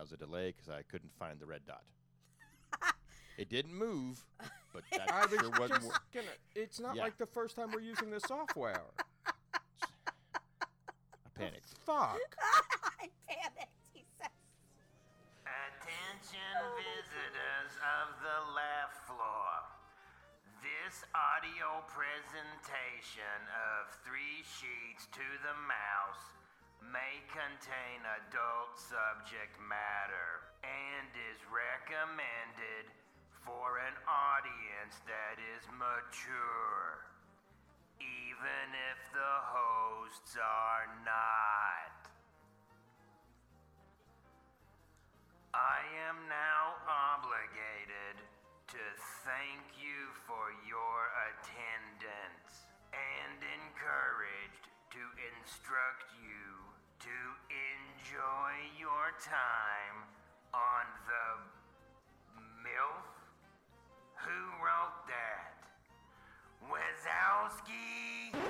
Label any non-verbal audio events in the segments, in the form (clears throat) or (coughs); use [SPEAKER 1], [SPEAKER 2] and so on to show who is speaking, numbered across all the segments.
[SPEAKER 1] was a delay because I couldn't find the red
[SPEAKER 2] (laughs)
[SPEAKER 1] dot. it didn't move, but that
[SPEAKER 2] I was
[SPEAKER 1] sure wasn't.
[SPEAKER 2] just
[SPEAKER 1] wor-
[SPEAKER 2] gonna- it's not
[SPEAKER 1] Yeah.
[SPEAKER 2] like the first time we're using this
[SPEAKER 1] (laughs)
[SPEAKER 2] software.
[SPEAKER 1] I panicked.
[SPEAKER 2] Fuck.
[SPEAKER 3] (laughs) Damn it, Jesus.
[SPEAKER 4] Attention visitors of the left floor. This audio presentation of Three Sheets to the Mouse may contain adult subject matter and is recommended for an audience that is mature, even if the hosts are not. I am now obligated to thank you for your attendance and encouraged to instruct you to enjoy your time on the MILF? Who wrote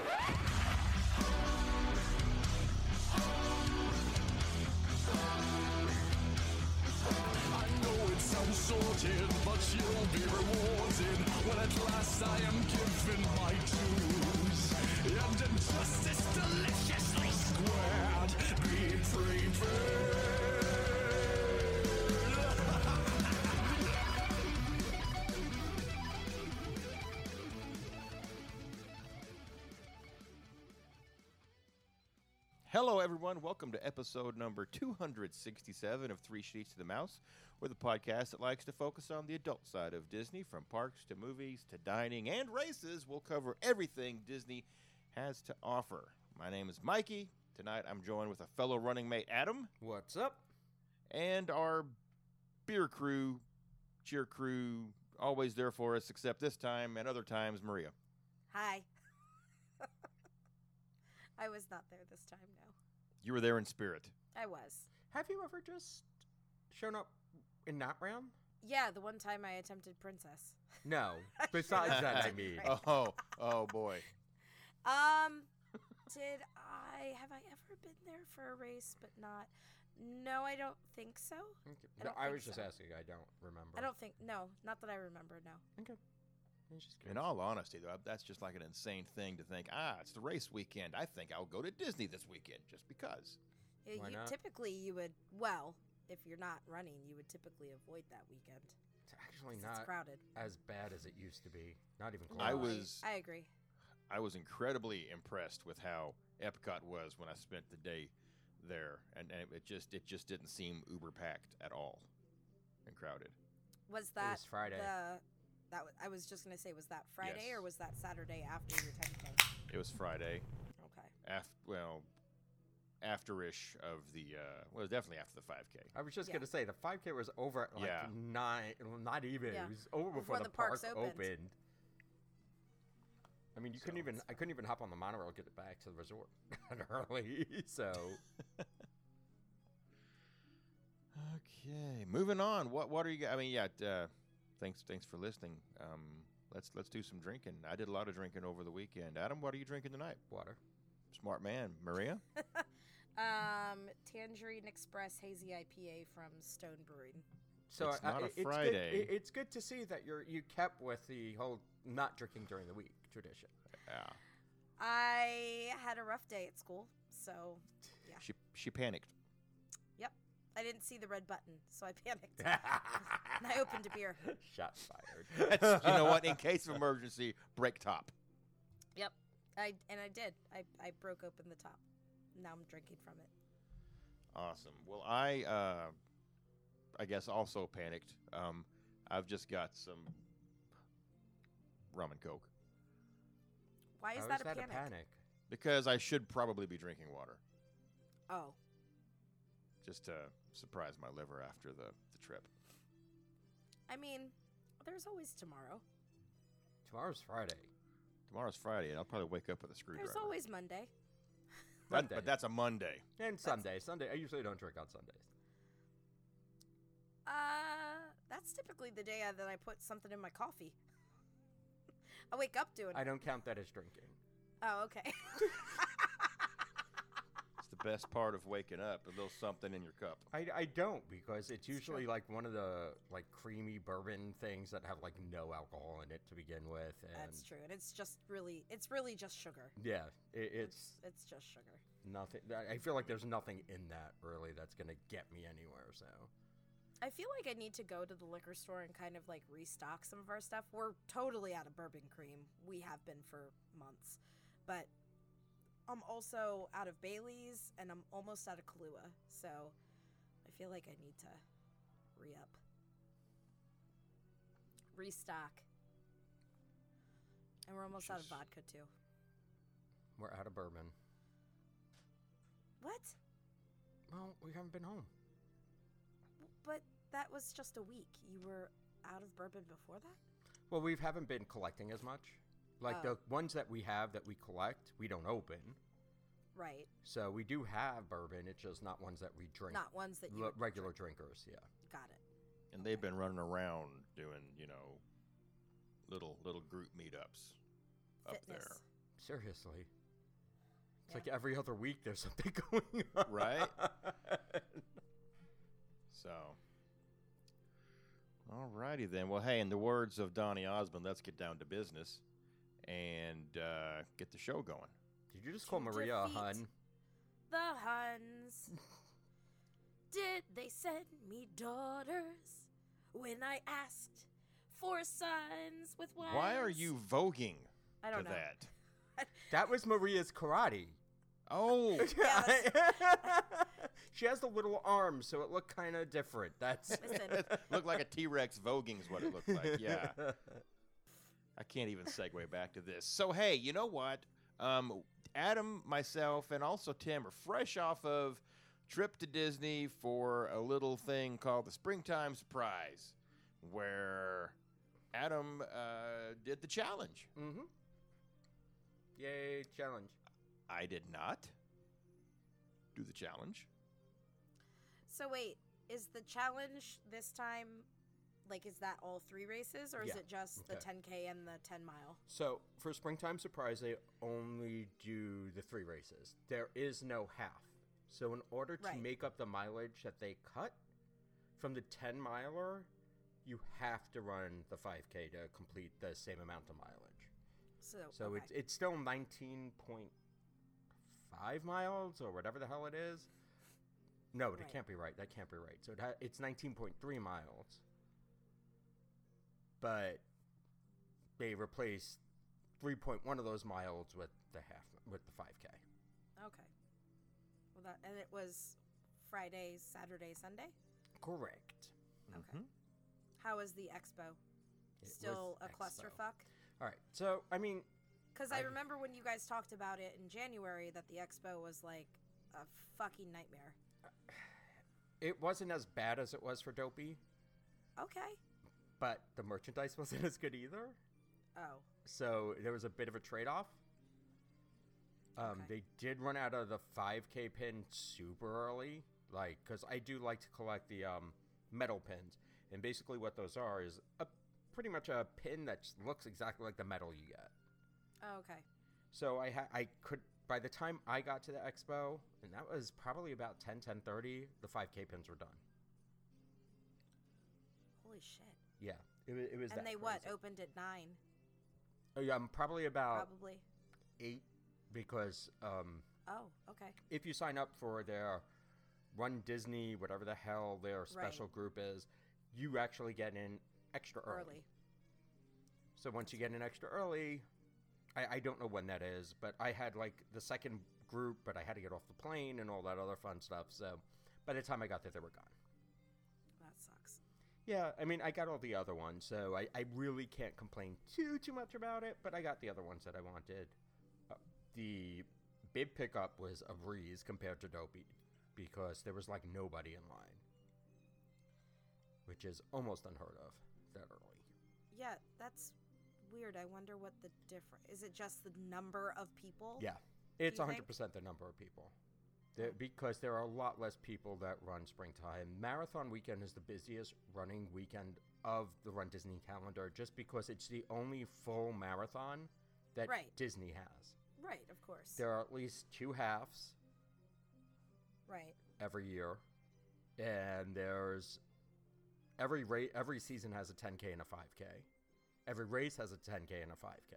[SPEAKER 4] that? Wazowski?
[SPEAKER 5] I know it sounds sorted, but you'll be rewarded when at last I am given my dues. And injustice deliciously squared, be prepared.
[SPEAKER 1] Hello, everyone. Welcome to episode number 267 of Three Sheets to the Mouse. We're the podcast that likes to focus on the adult side of Disney, from parks to movies to dining and races. We'll cover everything Disney has to offer. My name is Mikey. Tonight, I'm joined with a fellow running mate, Adam,
[SPEAKER 2] What's up?
[SPEAKER 1] and our beer crew, cheer crew, always there for us, except this time and other times, Maria.
[SPEAKER 3] Hi. (laughs) I was not there this time, no.
[SPEAKER 1] You were there in spirit.
[SPEAKER 3] I was.
[SPEAKER 2] Have you ever just shown up and not round?
[SPEAKER 3] Yeah, the one time I attempted princess.
[SPEAKER 2] No. (laughs) Besides that, I mean.
[SPEAKER 1] (laughs) Oh, oh boy.
[SPEAKER 2] (laughs)
[SPEAKER 3] Um, did I have I ever been there for a race but not? No, I don't think so.
[SPEAKER 2] Okay.
[SPEAKER 3] I
[SPEAKER 2] No,
[SPEAKER 3] don't
[SPEAKER 2] I
[SPEAKER 3] think
[SPEAKER 2] was just
[SPEAKER 3] so.
[SPEAKER 2] asking. I don't remember.
[SPEAKER 3] I don't think no, not that I remember. No.
[SPEAKER 2] Okay. I was just
[SPEAKER 1] In
[SPEAKER 2] curious.
[SPEAKER 1] all honesty, though, that's just like an insane thing to think. Ah, it's the race weekend. I think I'll go to Disney this weekend just because.
[SPEAKER 3] Yeah,
[SPEAKER 2] Why
[SPEAKER 3] Eh, you
[SPEAKER 2] not?
[SPEAKER 3] typically you would well, if you're not running, you would typically avoid that weekend.
[SPEAKER 2] It's actually
[SPEAKER 3] 'cause
[SPEAKER 2] not
[SPEAKER 3] it's crowded.
[SPEAKER 2] as bad as it used to be. Not even close.
[SPEAKER 1] I was
[SPEAKER 3] I agree.
[SPEAKER 1] I was incredibly impressed with how Epcot was when I spent the day there, and, and it just it just didn't seem uber packed at all and crowded.
[SPEAKER 3] Was that
[SPEAKER 2] Friday.
[SPEAKER 3] The, that was, I was just gonna say, was that Friday
[SPEAKER 1] Yes.
[SPEAKER 3] or was that Saturday after your time thing?
[SPEAKER 1] It was Friday,
[SPEAKER 3] Okay.
[SPEAKER 1] after well, afterish of the uh, well, it was definitely after the 5K.
[SPEAKER 2] I was just
[SPEAKER 3] Yeah.
[SPEAKER 2] gonna say the 5K was over at like
[SPEAKER 1] Yeah.
[SPEAKER 2] nine, not even.
[SPEAKER 3] Yeah.
[SPEAKER 2] It was over before,
[SPEAKER 3] Before
[SPEAKER 2] the,
[SPEAKER 3] the
[SPEAKER 2] park
[SPEAKER 3] parks
[SPEAKER 2] opened.
[SPEAKER 3] opened.
[SPEAKER 2] I mean, you couldn't even. I couldn't even hop on the monorail to get back to the resort (laughs) early. (laughs) So
[SPEAKER 1] Okay, moving on. What what are you? g- I mean, yeah. Uh, thanks thanks for listening. Um, let's let's do some drinking. I did a lot of drinking over the weekend. Adam, what are you drinking tonight?
[SPEAKER 2] water.
[SPEAKER 1] Smart man, Maria.
[SPEAKER 3] Um, Tangerine Express Hazy IPA from Stone Brewing.
[SPEAKER 2] So
[SPEAKER 1] It's not a
[SPEAKER 2] good-
[SPEAKER 1] Friday.
[SPEAKER 2] it- it's good to see that you're you kept with the whole not drinking during the week
[SPEAKER 3] (laughs)
[SPEAKER 2] tradition.
[SPEAKER 1] (laughs) yeah.
[SPEAKER 3] I had a rough day at school, so yeah.
[SPEAKER 1] She she panicked.
[SPEAKER 3] Yep. I didn't see the red button, so I (laughs) panicked. and I
[SPEAKER 2] (laughs)
[SPEAKER 3] opened a beer.
[SPEAKER 2] Shot fired.
[SPEAKER 1] (laughs) That's, you know what? In case of emergency, break top.
[SPEAKER 3] (laughs) Yep. I and I did. I, I broke open the top. Now I'm drinking from it.
[SPEAKER 1] Awesome. Well, I uh, I guess also panicked. Um, I've just got some rum and coke
[SPEAKER 3] Why is
[SPEAKER 2] How
[SPEAKER 3] that,
[SPEAKER 2] is
[SPEAKER 3] a, panic?
[SPEAKER 1] because I should probably be drinking water
[SPEAKER 3] Oh,
[SPEAKER 1] just to surprise my liver after the the trip.
[SPEAKER 3] I mean, there's always tomorrow.
[SPEAKER 2] Tomorrow's Friday.
[SPEAKER 1] Tomorrow's Friday, and I'll probably wake up with a screwdriver.
[SPEAKER 3] There's always
[SPEAKER 1] That-
[SPEAKER 3] Monday.
[SPEAKER 2] Monday.
[SPEAKER 1] but that's a Monday.
[SPEAKER 2] And Sunday. Sunday. I usually don't drink on Sundays.
[SPEAKER 3] Uh, that's typically the day I, that I put something in my coffee. I wake up doing
[SPEAKER 2] I
[SPEAKER 3] it. (laughs)
[SPEAKER 2] don't count that as drinking.
[SPEAKER 3] Oh, okay.
[SPEAKER 1] It's the best part of waking up, a little something in your cup.
[SPEAKER 2] I, I don't because it's usually like one of the like creamy bourbon things that have like no alcohol in it to begin with. And
[SPEAKER 3] That's true, and it's just really, it's really just sugar.
[SPEAKER 2] Yeah, it, it's
[SPEAKER 3] It's just sugar.
[SPEAKER 2] nothing. I- I feel like there's nothing in that really that's gonna get me anywhere. So
[SPEAKER 3] I feel like I need to go to the liquor store and kind of like restock some of our stuff. We're totally out of bourbon cream. We have been for months. But I'm also out of Bailey's and I'm almost out of Kahlua. So I feel like I need to re up. Restock. And we're almost out of
[SPEAKER 1] Just-
[SPEAKER 3] vodka too.
[SPEAKER 2] we're out of bourbon.
[SPEAKER 3] What?
[SPEAKER 2] Well, we haven't been home.
[SPEAKER 3] But that was just a week. You were out of bourbon before that?
[SPEAKER 2] Well, we haven't been collecting as much. Like
[SPEAKER 3] Oh.
[SPEAKER 2] the ones that we have that we collect, we don't open.
[SPEAKER 3] Right.
[SPEAKER 2] So we do have bourbon. It's just not ones that we drink.
[SPEAKER 3] Not ones that you
[SPEAKER 2] le-
[SPEAKER 3] would
[SPEAKER 2] regular
[SPEAKER 3] drink.
[SPEAKER 2] drinkers. Yeah.
[SPEAKER 3] Got it.
[SPEAKER 1] And they've been running around doing, you know, little little group meetups up
[SPEAKER 3] Fitness.
[SPEAKER 2] Seriously. It's
[SPEAKER 3] Yeah.
[SPEAKER 2] like every other week there's (laughs) something going on.
[SPEAKER 1] there, right? So, alrighty then. Well, hey, in the words of Donny Osmond, let's get down to business and uh, get the show going.
[SPEAKER 2] (laughs) Did you just call
[SPEAKER 3] To
[SPEAKER 2] Maria a
[SPEAKER 3] defeat-
[SPEAKER 2] hun?
[SPEAKER 3] The Huns. Did they send me daughters when I asked for sons with wives?
[SPEAKER 1] Why are you voguing
[SPEAKER 3] I
[SPEAKER 1] to
[SPEAKER 3] don't know. (laughs)
[SPEAKER 1] that?
[SPEAKER 2] That was Maria's karate.
[SPEAKER 1] (laughs) Oh,
[SPEAKER 2] she has the little arm, so it looked kind of different. That's
[SPEAKER 3] Listen,
[SPEAKER 1] looked like a T Rex voguing is what it looked
[SPEAKER 2] (laughs)
[SPEAKER 1] like. Yeah. I can't even segue back to this. So hey, you know what? Um, Adam, myself, and also Tim are fresh off of trip to Disney for a little thing called the Springtime Surprise, where Adam uh, did the challenge.
[SPEAKER 2] Mm-hmm. Yay, challenge.
[SPEAKER 1] I did not do the challenge.
[SPEAKER 3] so wait, is the challenge this time like is that all three races or is
[SPEAKER 2] Yeah.
[SPEAKER 3] it just the
[SPEAKER 2] Okay.
[SPEAKER 3] 10k and the 10 mile?
[SPEAKER 2] So for springtime surprise, they only do the three races. There is no half. So in order to
[SPEAKER 3] Right.
[SPEAKER 2] make up the mileage that they cut from the ten miler, you have to run the five k to complete the same amount of mileage.
[SPEAKER 3] So
[SPEAKER 2] So
[SPEAKER 3] Oh, okay.
[SPEAKER 2] it's it's still nineteen point five miles or whatever the hell it is. No, it
[SPEAKER 3] Right.
[SPEAKER 2] can't be right. That can't be right. So it ha- it's nineteen point three miles, but they replaced three point one of those miles with the half with the five k.
[SPEAKER 3] okay. Well that and it was Friday, Saturday, Sunday.
[SPEAKER 2] Correct.
[SPEAKER 3] Okay. How is the expo?
[SPEAKER 2] Mm-hmm. It was
[SPEAKER 3] Still a
[SPEAKER 2] expo.
[SPEAKER 3] clusterfuck?
[SPEAKER 2] All right. So I mean,
[SPEAKER 3] Because I
[SPEAKER 2] I-
[SPEAKER 3] remember when you guys talked about it in January that the expo was like a fucking nightmare.
[SPEAKER 2] it wasn't as bad as it was for Dopey,
[SPEAKER 3] Okay.
[SPEAKER 2] but the merchandise (laughs) wasn't as good either.
[SPEAKER 3] Oh,
[SPEAKER 2] so there was a bit of a trade-off. Um,
[SPEAKER 3] Okay.
[SPEAKER 2] They did run out of the 5K pin super early, like because I do like to collect the um, metal pins, and basically what those are is a pretty much a pin that s- looks exactly like the metal you get.
[SPEAKER 3] oh okay.
[SPEAKER 2] So I ha- I could by the time I got to the expo, and that was probably about 10 10:30, the 5K pins were done.
[SPEAKER 3] Holy shit.
[SPEAKER 2] Yeah, it, wa- it was.
[SPEAKER 3] and
[SPEAKER 2] that
[SPEAKER 3] they what?
[SPEAKER 2] crazy.
[SPEAKER 3] Opened at nine,
[SPEAKER 2] Oh, yeah, I'm probably about
[SPEAKER 3] probably.
[SPEAKER 2] eight because um,
[SPEAKER 3] Oh, okay.
[SPEAKER 2] if you sign up for their Run Disney, whatever the hell their special group is, you actually get in extra early.
[SPEAKER 3] Early.
[SPEAKER 2] So once you get in extra early, I, I don't know when that is, but I had like the second group, but I had to get off the plane and all that other fun stuff. So by the time I got there, they were gone.
[SPEAKER 3] That sucks.
[SPEAKER 2] Yeah, I mean, I got all the other ones, so I, I really can't complain too too much about it. But I got the other ones that I wanted. Uh, the bib pickup was a breeze compared to Dopey, because there was like nobody in line, which is almost unheard of that early.
[SPEAKER 3] Yeah, that's weird. I wonder what the difference is. It just the number of people?
[SPEAKER 2] Yeah, it's
[SPEAKER 3] you
[SPEAKER 2] one
[SPEAKER 3] think? Oh.
[SPEAKER 2] hundred percent the number of people, there, because there are a lot less people that run springtime. Marathon weekend is the busiest running weekend of the Run Disney calendar, just because it's the only full marathon that
[SPEAKER 3] Right.
[SPEAKER 2] Disney has.
[SPEAKER 3] Right, of course.
[SPEAKER 2] There are at least two halves,
[SPEAKER 3] Right.
[SPEAKER 2] every year, and there's every rate every season has a 10k and a 5k. Every race has a 10k and a 5k.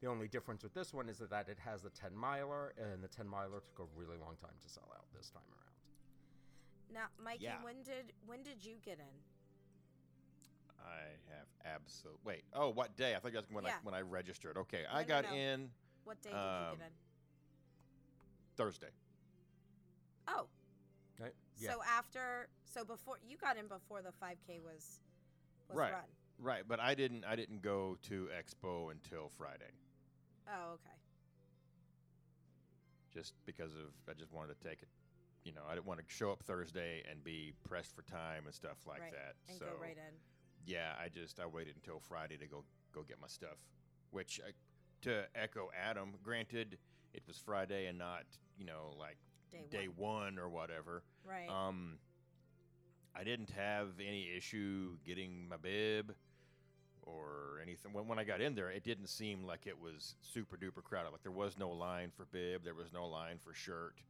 [SPEAKER 2] The only difference with this one is that it has the 10 miler, and the 10 miler took a really long time to sell out this time around.
[SPEAKER 3] Now, Mikey,
[SPEAKER 1] Yeah.
[SPEAKER 3] when did when did you get in?
[SPEAKER 1] I have absolute. Wait. Oh, what day? I thought you asked when
[SPEAKER 3] Yeah.
[SPEAKER 1] I when I registered. Okay,
[SPEAKER 3] No,
[SPEAKER 1] I
[SPEAKER 3] no,
[SPEAKER 1] got
[SPEAKER 3] no.
[SPEAKER 1] in
[SPEAKER 3] What day did you
[SPEAKER 1] Um,
[SPEAKER 3] get in?
[SPEAKER 1] Thursday.
[SPEAKER 3] Oh,
[SPEAKER 2] Right? Yeah.
[SPEAKER 3] so after, so before you got in before the 5K was was
[SPEAKER 1] Right.
[SPEAKER 3] run.
[SPEAKER 1] Right, but I didn't. I didn't go to Expo until Friday,
[SPEAKER 3] Oh, okay.
[SPEAKER 1] just because of I just wanted to take it. You know, I didn't want to show up Thursday and be pressed for time and stuff like
[SPEAKER 3] right.
[SPEAKER 1] that.
[SPEAKER 3] And
[SPEAKER 1] so
[SPEAKER 3] go right in.
[SPEAKER 1] yeah, I just I waited until Friday to go go get my stuff. Which I, to echo Adam, granted, it was Friday and not you know like
[SPEAKER 3] Day,
[SPEAKER 1] day
[SPEAKER 3] one.
[SPEAKER 1] one or whatever.
[SPEAKER 3] Right.
[SPEAKER 1] Um, I didn't have any issue getting my bib or anything. When, when I got in there, it didn't seem like it was super duper crowded. Like there was no line for bib, there was no line for shirt,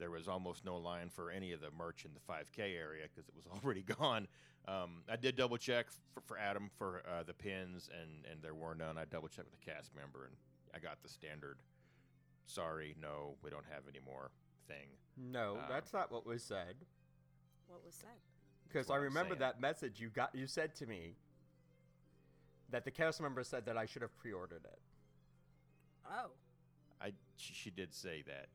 [SPEAKER 1] there was almost no line for any of the merch in the 5K area because it was (laughs) already gone. Um, I did double check for, for Adam for uh, the pins, and and there were none. I double checked with the cast member, and I got the standard. Sorry, no, we don't have any more thing.
[SPEAKER 2] no,
[SPEAKER 1] um,
[SPEAKER 2] that's not what was said.
[SPEAKER 3] what was said?
[SPEAKER 2] Because
[SPEAKER 1] what
[SPEAKER 2] I
[SPEAKER 1] I'm
[SPEAKER 2] remember
[SPEAKER 1] saying.
[SPEAKER 2] that message you got. You said to me that the cast member said that I should have pre-ordered it,
[SPEAKER 3] Oh,
[SPEAKER 1] I she, she did say that.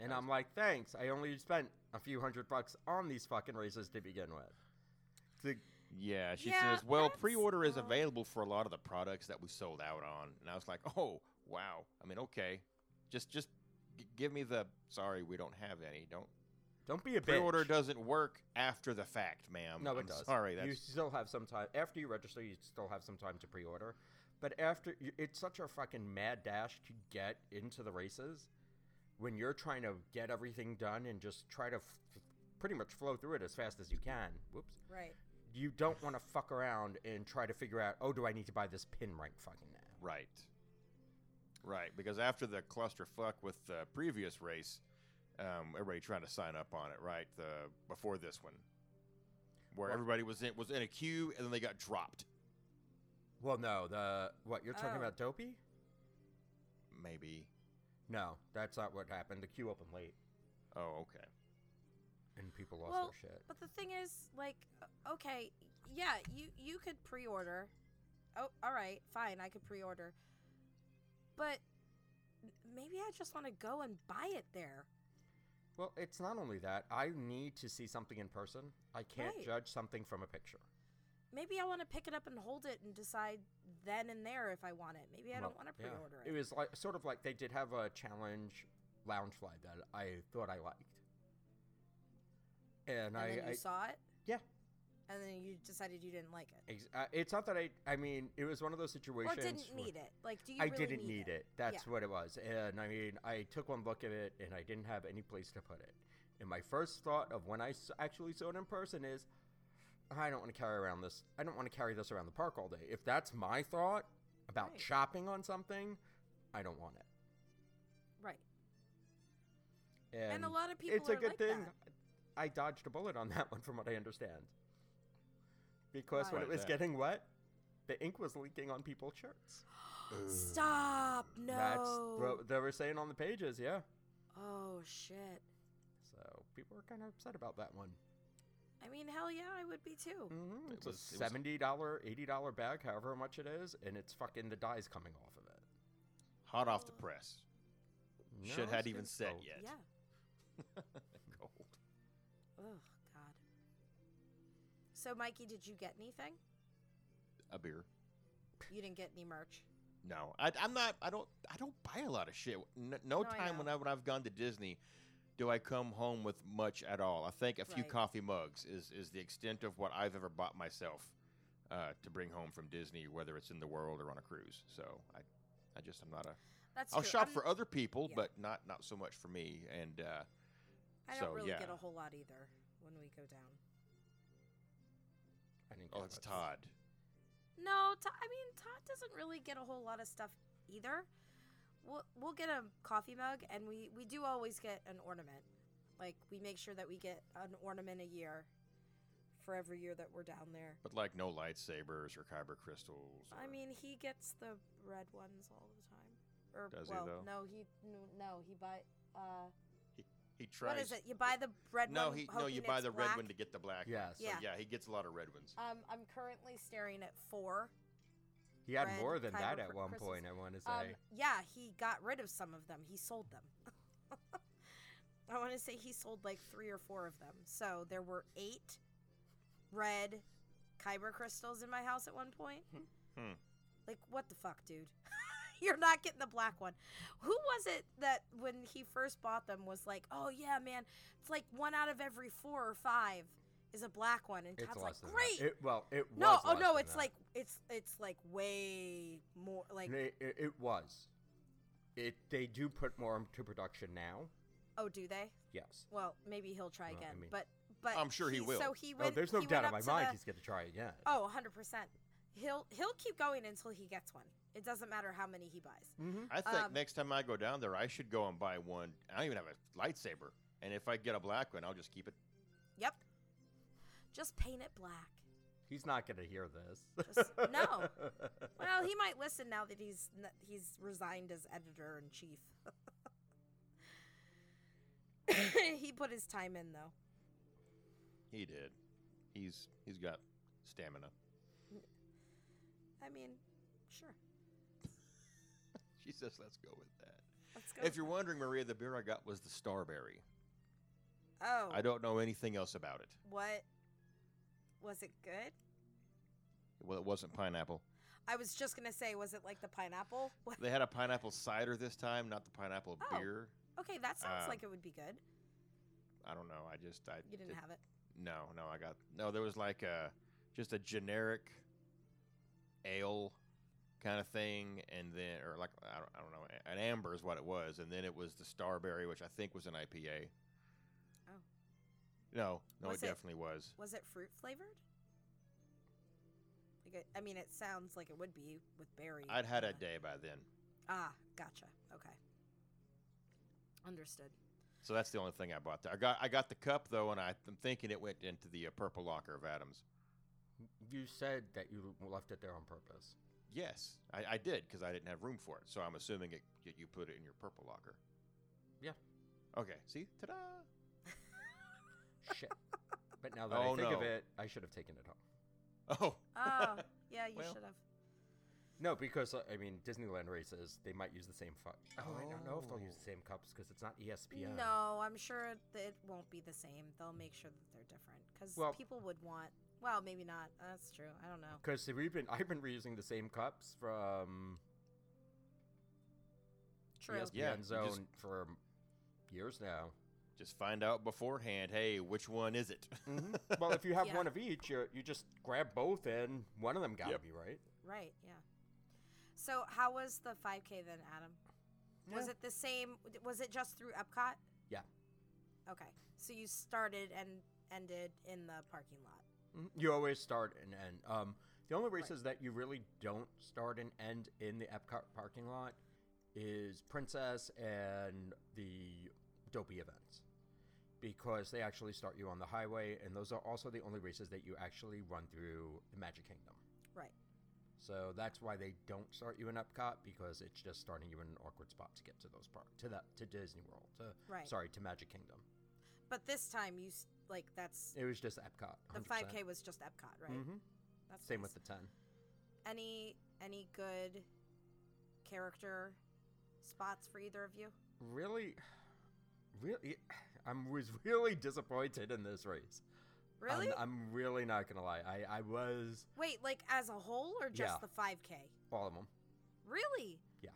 [SPEAKER 2] and
[SPEAKER 1] That was-
[SPEAKER 2] I'm like, thanks. I only spent a few hundred bucks on these fucking races to begin with. The-
[SPEAKER 1] Yeah, she
[SPEAKER 3] Yeah,
[SPEAKER 1] says, "Well,
[SPEAKER 3] that's
[SPEAKER 1] pre-order is
[SPEAKER 3] not-
[SPEAKER 1] available for a lot of the products that we sold out on." And I was like, "Oh, wow. I mean, okay. Just just g- give me the sorry, we don't have any. Don't
[SPEAKER 2] don't be a
[SPEAKER 1] pre-order
[SPEAKER 2] bitch.
[SPEAKER 1] doesn't work after the fact, ma'am.
[SPEAKER 2] No, it
[SPEAKER 1] I'm
[SPEAKER 2] does.
[SPEAKER 1] Sorry,
[SPEAKER 2] you
[SPEAKER 1] that's
[SPEAKER 2] still have some time after you register. You still have some time to pre-order, but after you- it's such a fucking mad dash to get into the races when you're trying to get everything done and just try to f- pretty much flow through it as fast as you can. Whoops.
[SPEAKER 3] right.
[SPEAKER 2] you don't want to fuck around and try to figure out, oh, do I need to buy this pin right fucking now?
[SPEAKER 1] right. Right, because after the clusterfuck with the previous race, um, everybody trying to sign up on it, right? The before this one, where
[SPEAKER 2] Well-
[SPEAKER 1] everybody was in was in a queue and then they got dropped.
[SPEAKER 2] Well, no, the what you're talking
[SPEAKER 3] Oh.
[SPEAKER 2] about, dopey?
[SPEAKER 1] Maybe.
[SPEAKER 2] No, that's not what happened. The queue opened late,
[SPEAKER 1] Oh, okay.
[SPEAKER 2] and people lost
[SPEAKER 3] well,
[SPEAKER 2] their shit.
[SPEAKER 3] but the thing is, like, o- okay, yeah, you you could pre-order. Oh, all right, fine, I could pre-order. But m- maybe I just want to go and buy it there.
[SPEAKER 2] Well, it's not only that. I need to see something in person. I can't
[SPEAKER 3] Right.
[SPEAKER 2] judge something from a picture.
[SPEAKER 3] Maybe I want to pick it up and hold it and decide then and there if I want it. Maybe I
[SPEAKER 2] Well,
[SPEAKER 3] don't want to
[SPEAKER 2] yeah.
[SPEAKER 3] pre-order
[SPEAKER 2] It
[SPEAKER 3] it.
[SPEAKER 2] was like sort of like they did have a challenge lounge fly that I thought I liked, and,
[SPEAKER 3] And
[SPEAKER 2] I,
[SPEAKER 3] then you
[SPEAKER 2] I
[SPEAKER 3] saw it,
[SPEAKER 2] yeah.
[SPEAKER 3] and then you decided you didn't like it,
[SPEAKER 2] Ex- uh, it's not that I. I mean, it was one of those
[SPEAKER 3] or
[SPEAKER 2] situations.
[SPEAKER 3] didn't
[SPEAKER 2] where-
[SPEAKER 3] need it. Like, do you?
[SPEAKER 2] I
[SPEAKER 3] really
[SPEAKER 2] didn't need it. That's
[SPEAKER 3] Yeah.
[SPEAKER 2] what it was. And I mean, I took one look at it and I didn't have any place to put it. And my first thought of when I s- actually saw it in person is, I don't want to carry around this. I don't want to carry this around the park all day. If that's my thought about
[SPEAKER 3] Right.
[SPEAKER 2] shopping on something, I don't want it.
[SPEAKER 3] Right.
[SPEAKER 2] And,
[SPEAKER 3] a lot of people
[SPEAKER 2] It's a
[SPEAKER 3] are
[SPEAKER 2] good
[SPEAKER 3] like
[SPEAKER 2] thing.
[SPEAKER 3] that.
[SPEAKER 2] I dodged a bullet on (laughs) that one, from what I understand. Because when
[SPEAKER 1] Why?
[SPEAKER 2] it was
[SPEAKER 1] Why that?
[SPEAKER 2] getting wet, the ink was leaking on people's shirts.
[SPEAKER 3] Stop! No.
[SPEAKER 2] That's what they were saying on the pages. Yeah.
[SPEAKER 3] oh shit.
[SPEAKER 2] So people were kind of upset about that one.
[SPEAKER 3] I mean, hell yeah, I would be too.
[SPEAKER 1] Mm.
[SPEAKER 2] Mm-hmm. It's
[SPEAKER 1] was- it
[SPEAKER 2] a
[SPEAKER 1] was-
[SPEAKER 2] seventy dollar, eighty dollar bag, however much it is, and it's fucking the dye's coming off of it.
[SPEAKER 1] Hot off the press.
[SPEAKER 2] No,
[SPEAKER 1] Shit hadn't
[SPEAKER 2] it's
[SPEAKER 1] even
[SPEAKER 2] just
[SPEAKER 1] set
[SPEAKER 2] gold.
[SPEAKER 1] yet.
[SPEAKER 3] Yeah.
[SPEAKER 1] (laughs) Gold.
[SPEAKER 3] Oh God. So, Mikey, did you get anything?
[SPEAKER 1] A beer.
[SPEAKER 3] You didn't get any merch.
[SPEAKER 1] No, I, I'm not. I don't. I don't buy a lot of shit. No, no
[SPEAKER 3] No, I
[SPEAKER 1] time when
[SPEAKER 3] know.
[SPEAKER 1] I when I've gone to Disney, do I come home with much at all. I think a few
[SPEAKER 3] Right.
[SPEAKER 1] coffee mugs is is the extent of what I've ever bought myself uh, to bring home from Disney, whether it's in the world or on a cruise. So I, I just I'm not a.
[SPEAKER 3] That's
[SPEAKER 1] will
[SPEAKER 3] true.
[SPEAKER 1] shop
[SPEAKER 3] I'm-
[SPEAKER 1] for other people,
[SPEAKER 3] yeah.
[SPEAKER 1] but not not so much for me. And uh,
[SPEAKER 3] I don't
[SPEAKER 1] so,
[SPEAKER 3] really get
[SPEAKER 1] yeah.
[SPEAKER 3] a whole lot either when we go down.
[SPEAKER 2] I didn't
[SPEAKER 1] oh,
[SPEAKER 2] get
[SPEAKER 1] it's
[SPEAKER 2] much.
[SPEAKER 1] Todd.
[SPEAKER 3] No, Todd, I mean Todd doesn't really get a whole lot of stuff either. We'll we'll get a coffee mug, and we we do always get an ornament. Like we make sure that we get an ornament a year for every year that we're down there.
[SPEAKER 1] But like no lightsabers or kyber crystals.
[SPEAKER 3] I
[SPEAKER 1] or-
[SPEAKER 3] mean, he gets the red ones all the time. Or
[SPEAKER 1] Does he,
[SPEAKER 3] well,
[SPEAKER 1] though?
[SPEAKER 3] no, he n- no, he buy uh
[SPEAKER 1] he tries.
[SPEAKER 3] what is it? You buy the red
[SPEAKER 1] no,
[SPEAKER 3] one.
[SPEAKER 1] he no, you
[SPEAKER 3] hoping
[SPEAKER 1] buy
[SPEAKER 3] it's
[SPEAKER 1] the red
[SPEAKER 3] black.
[SPEAKER 1] one to get the black.
[SPEAKER 2] Yes.
[SPEAKER 1] So,
[SPEAKER 3] Yeah.
[SPEAKER 1] yeah, he gets a lot of red ones.
[SPEAKER 3] Um, I'm currently staring at four.
[SPEAKER 2] He had
[SPEAKER 3] Red
[SPEAKER 2] more than that
[SPEAKER 3] fiber
[SPEAKER 2] at
[SPEAKER 3] for
[SPEAKER 2] one
[SPEAKER 3] Christmas.
[SPEAKER 2] point, I want to say.
[SPEAKER 3] Um, yeah, he got rid of some of them. He sold them. (laughs) I want to say he sold like three or four of them. So there were eight red kyber crystals in my house at one point.
[SPEAKER 1] Hmm.
[SPEAKER 3] Like, what the fuck, dude? (laughs) You're not getting the black one. Who was it that when he first bought them was like, oh yeah, man, it's like one out of every four or five is a black one. And
[SPEAKER 2] it's
[SPEAKER 3] Todd's
[SPEAKER 2] less
[SPEAKER 3] like,
[SPEAKER 2] than
[SPEAKER 3] great.
[SPEAKER 2] that. It, well, it was.
[SPEAKER 3] no, oh
[SPEAKER 2] less
[SPEAKER 3] no,
[SPEAKER 2] than
[SPEAKER 3] it's
[SPEAKER 2] that.
[SPEAKER 3] like, it's, it's like way more. Like,
[SPEAKER 2] They- it, it was. It they do put more into production now.
[SPEAKER 3] oh, do they?
[SPEAKER 2] Yes.
[SPEAKER 3] Well, maybe he'll try
[SPEAKER 2] Well, I
[SPEAKER 3] again,
[SPEAKER 2] mean-
[SPEAKER 3] but but
[SPEAKER 1] I'm sure he will.
[SPEAKER 3] So he
[SPEAKER 2] No,
[SPEAKER 3] went.
[SPEAKER 2] Oh, there's no
[SPEAKER 3] he
[SPEAKER 2] doubt in
[SPEAKER 3] went
[SPEAKER 2] my
[SPEAKER 3] up to
[SPEAKER 2] mind
[SPEAKER 3] the-
[SPEAKER 2] he's going to try again.
[SPEAKER 3] oh, 100 percent. He'll he'll keep going until he gets one. It doesn't matter how many he buys.
[SPEAKER 1] I think
[SPEAKER 3] Um,
[SPEAKER 1] next time I go down there, I should go and buy one. I don't even have a lightsaber, and if I get a black one, I'll just keep it.
[SPEAKER 3] Yep. Just paint it black.
[SPEAKER 2] He's not going to hear this. (laughs)
[SPEAKER 3] Just, no. Well, he might listen now that he's n- he's resigned as editor in chief. (laughs) he put his time in though.
[SPEAKER 1] He did. He's he's got stamina. (laughs)
[SPEAKER 3] I mean, sure.
[SPEAKER 1] She says, "Let's go with that."
[SPEAKER 3] Let's go.
[SPEAKER 1] If you're wondering, Maria, the beer I got was the Starberry.
[SPEAKER 3] oh,
[SPEAKER 1] I don't know anything else about it.
[SPEAKER 3] what was it good?
[SPEAKER 1] Well, it wasn't
[SPEAKER 3] (laughs)
[SPEAKER 1] pineapple.
[SPEAKER 3] I was just gonna say, was it like the pineapple? (laughs) What?
[SPEAKER 1] They had a pineapple cider this time, not the pineapple
[SPEAKER 3] Oh.
[SPEAKER 1] beer.
[SPEAKER 3] Okay, that sounds
[SPEAKER 1] Um,
[SPEAKER 3] like it would be good.
[SPEAKER 1] I don't know. I just I
[SPEAKER 3] You didn't
[SPEAKER 1] it-
[SPEAKER 3] have it.
[SPEAKER 1] No, no, I got no. There was like a just a generic ale kind of thing, and then or like I don't, I don't know, an amber is what it was, and then it was the starberry, which I think was an IPA.
[SPEAKER 3] Oh.
[SPEAKER 1] No, no,
[SPEAKER 3] Was
[SPEAKER 1] it
[SPEAKER 3] it-
[SPEAKER 1] definitely was.
[SPEAKER 3] Was it fruit flavored? Like it, I mean, it sounds like it would be with berry.
[SPEAKER 1] I'd had a
[SPEAKER 3] kinda-
[SPEAKER 1] day by then,
[SPEAKER 3] Ah, gotcha. Okay,
[SPEAKER 1] (laughs)
[SPEAKER 3] understood.
[SPEAKER 1] so that's the only thing I bought. There. I got I got the cup though, and I, I'm thinking it went into the uh, purple locker of Adams.
[SPEAKER 2] you said that you left it there on purpose.
[SPEAKER 1] Yes, I, I did because I didn't have room for it. So I'm assuming it, you- you put it in your purple locker.
[SPEAKER 2] Yeah.
[SPEAKER 1] Okay. See, ta-da!
[SPEAKER 2] Shit. but now that
[SPEAKER 1] Oh,
[SPEAKER 2] I think of
[SPEAKER 1] no.
[SPEAKER 2] it, I should have taken it home.
[SPEAKER 1] Oh,
[SPEAKER 3] Oh, yeah, you
[SPEAKER 1] Well.
[SPEAKER 3] should have.
[SPEAKER 2] No, because uh, I mean Disneyland races, they might use the same fu- Oh, I don't know if they'll use
[SPEAKER 1] Oh.
[SPEAKER 2] the same cups because it's not E ESPN.
[SPEAKER 3] No, I'm sure that it won't be the same. They'll make sure that they're different because
[SPEAKER 2] Well-
[SPEAKER 3] people would want. Well, maybe not. That's true. I don't know.
[SPEAKER 2] Because we've been, I've been reusing the same cups from E
[SPEAKER 3] True.
[SPEAKER 2] ESPN
[SPEAKER 1] Yeah, you just-
[SPEAKER 2] Zone for years now.
[SPEAKER 1] (laughs) just find out beforehand. Hey, which one is it?
[SPEAKER 2] Mm-hmm.
[SPEAKER 1] (laughs)
[SPEAKER 2] well, if you have
[SPEAKER 3] Yeah.
[SPEAKER 2] one of each, you you just grab both, and one of them got to
[SPEAKER 1] Yep.
[SPEAKER 2] be right.
[SPEAKER 3] Right. Yeah. So how was the 5K then, Adam? Was it the same? Was it just through Epcot?
[SPEAKER 2] Yeah.
[SPEAKER 3] Okay. So you started and ended in the parking lot.
[SPEAKER 2] Mhm. You always start and end. Um, the only races that you really don't start and end in the Epcot parking lot is Princess and the Dopey events. Because they actually start you on the highway, and those are also the only races that you actually run through the Magic Kingdom.
[SPEAKER 3] Right.
[SPEAKER 2] So that's why they don't start you in Epcot because it's just starting you in an awkward spot to get to those park to that to Disney World to
[SPEAKER 3] Right.
[SPEAKER 2] sorry to Magic Kingdom.
[SPEAKER 3] But this time you s- like that's
[SPEAKER 2] It was just Epcot.
[SPEAKER 3] the
[SPEAKER 2] 100%.
[SPEAKER 3] 5K was just Epcot, right?
[SPEAKER 2] Mhm.
[SPEAKER 3] That's
[SPEAKER 2] Same
[SPEAKER 3] nice.
[SPEAKER 2] with the ten.
[SPEAKER 3] any any good character spots for either of
[SPEAKER 2] Um,
[SPEAKER 3] you.
[SPEAKER 2] Really, really, I was really disappointed in this race. I'm-
[SPEAKER 3] Really?
[SPEAKER 2] I'm, really not gonna lie. I I was
[SPEAKER 3] Wait, like as a whole or just
[SPEAKER 2] Yeah.
[SPEAKER 3] the 5K?
[SPEAKER 2] all of them.
[SPEAKER 3] Really?
[SPEAKER 2] Yeah.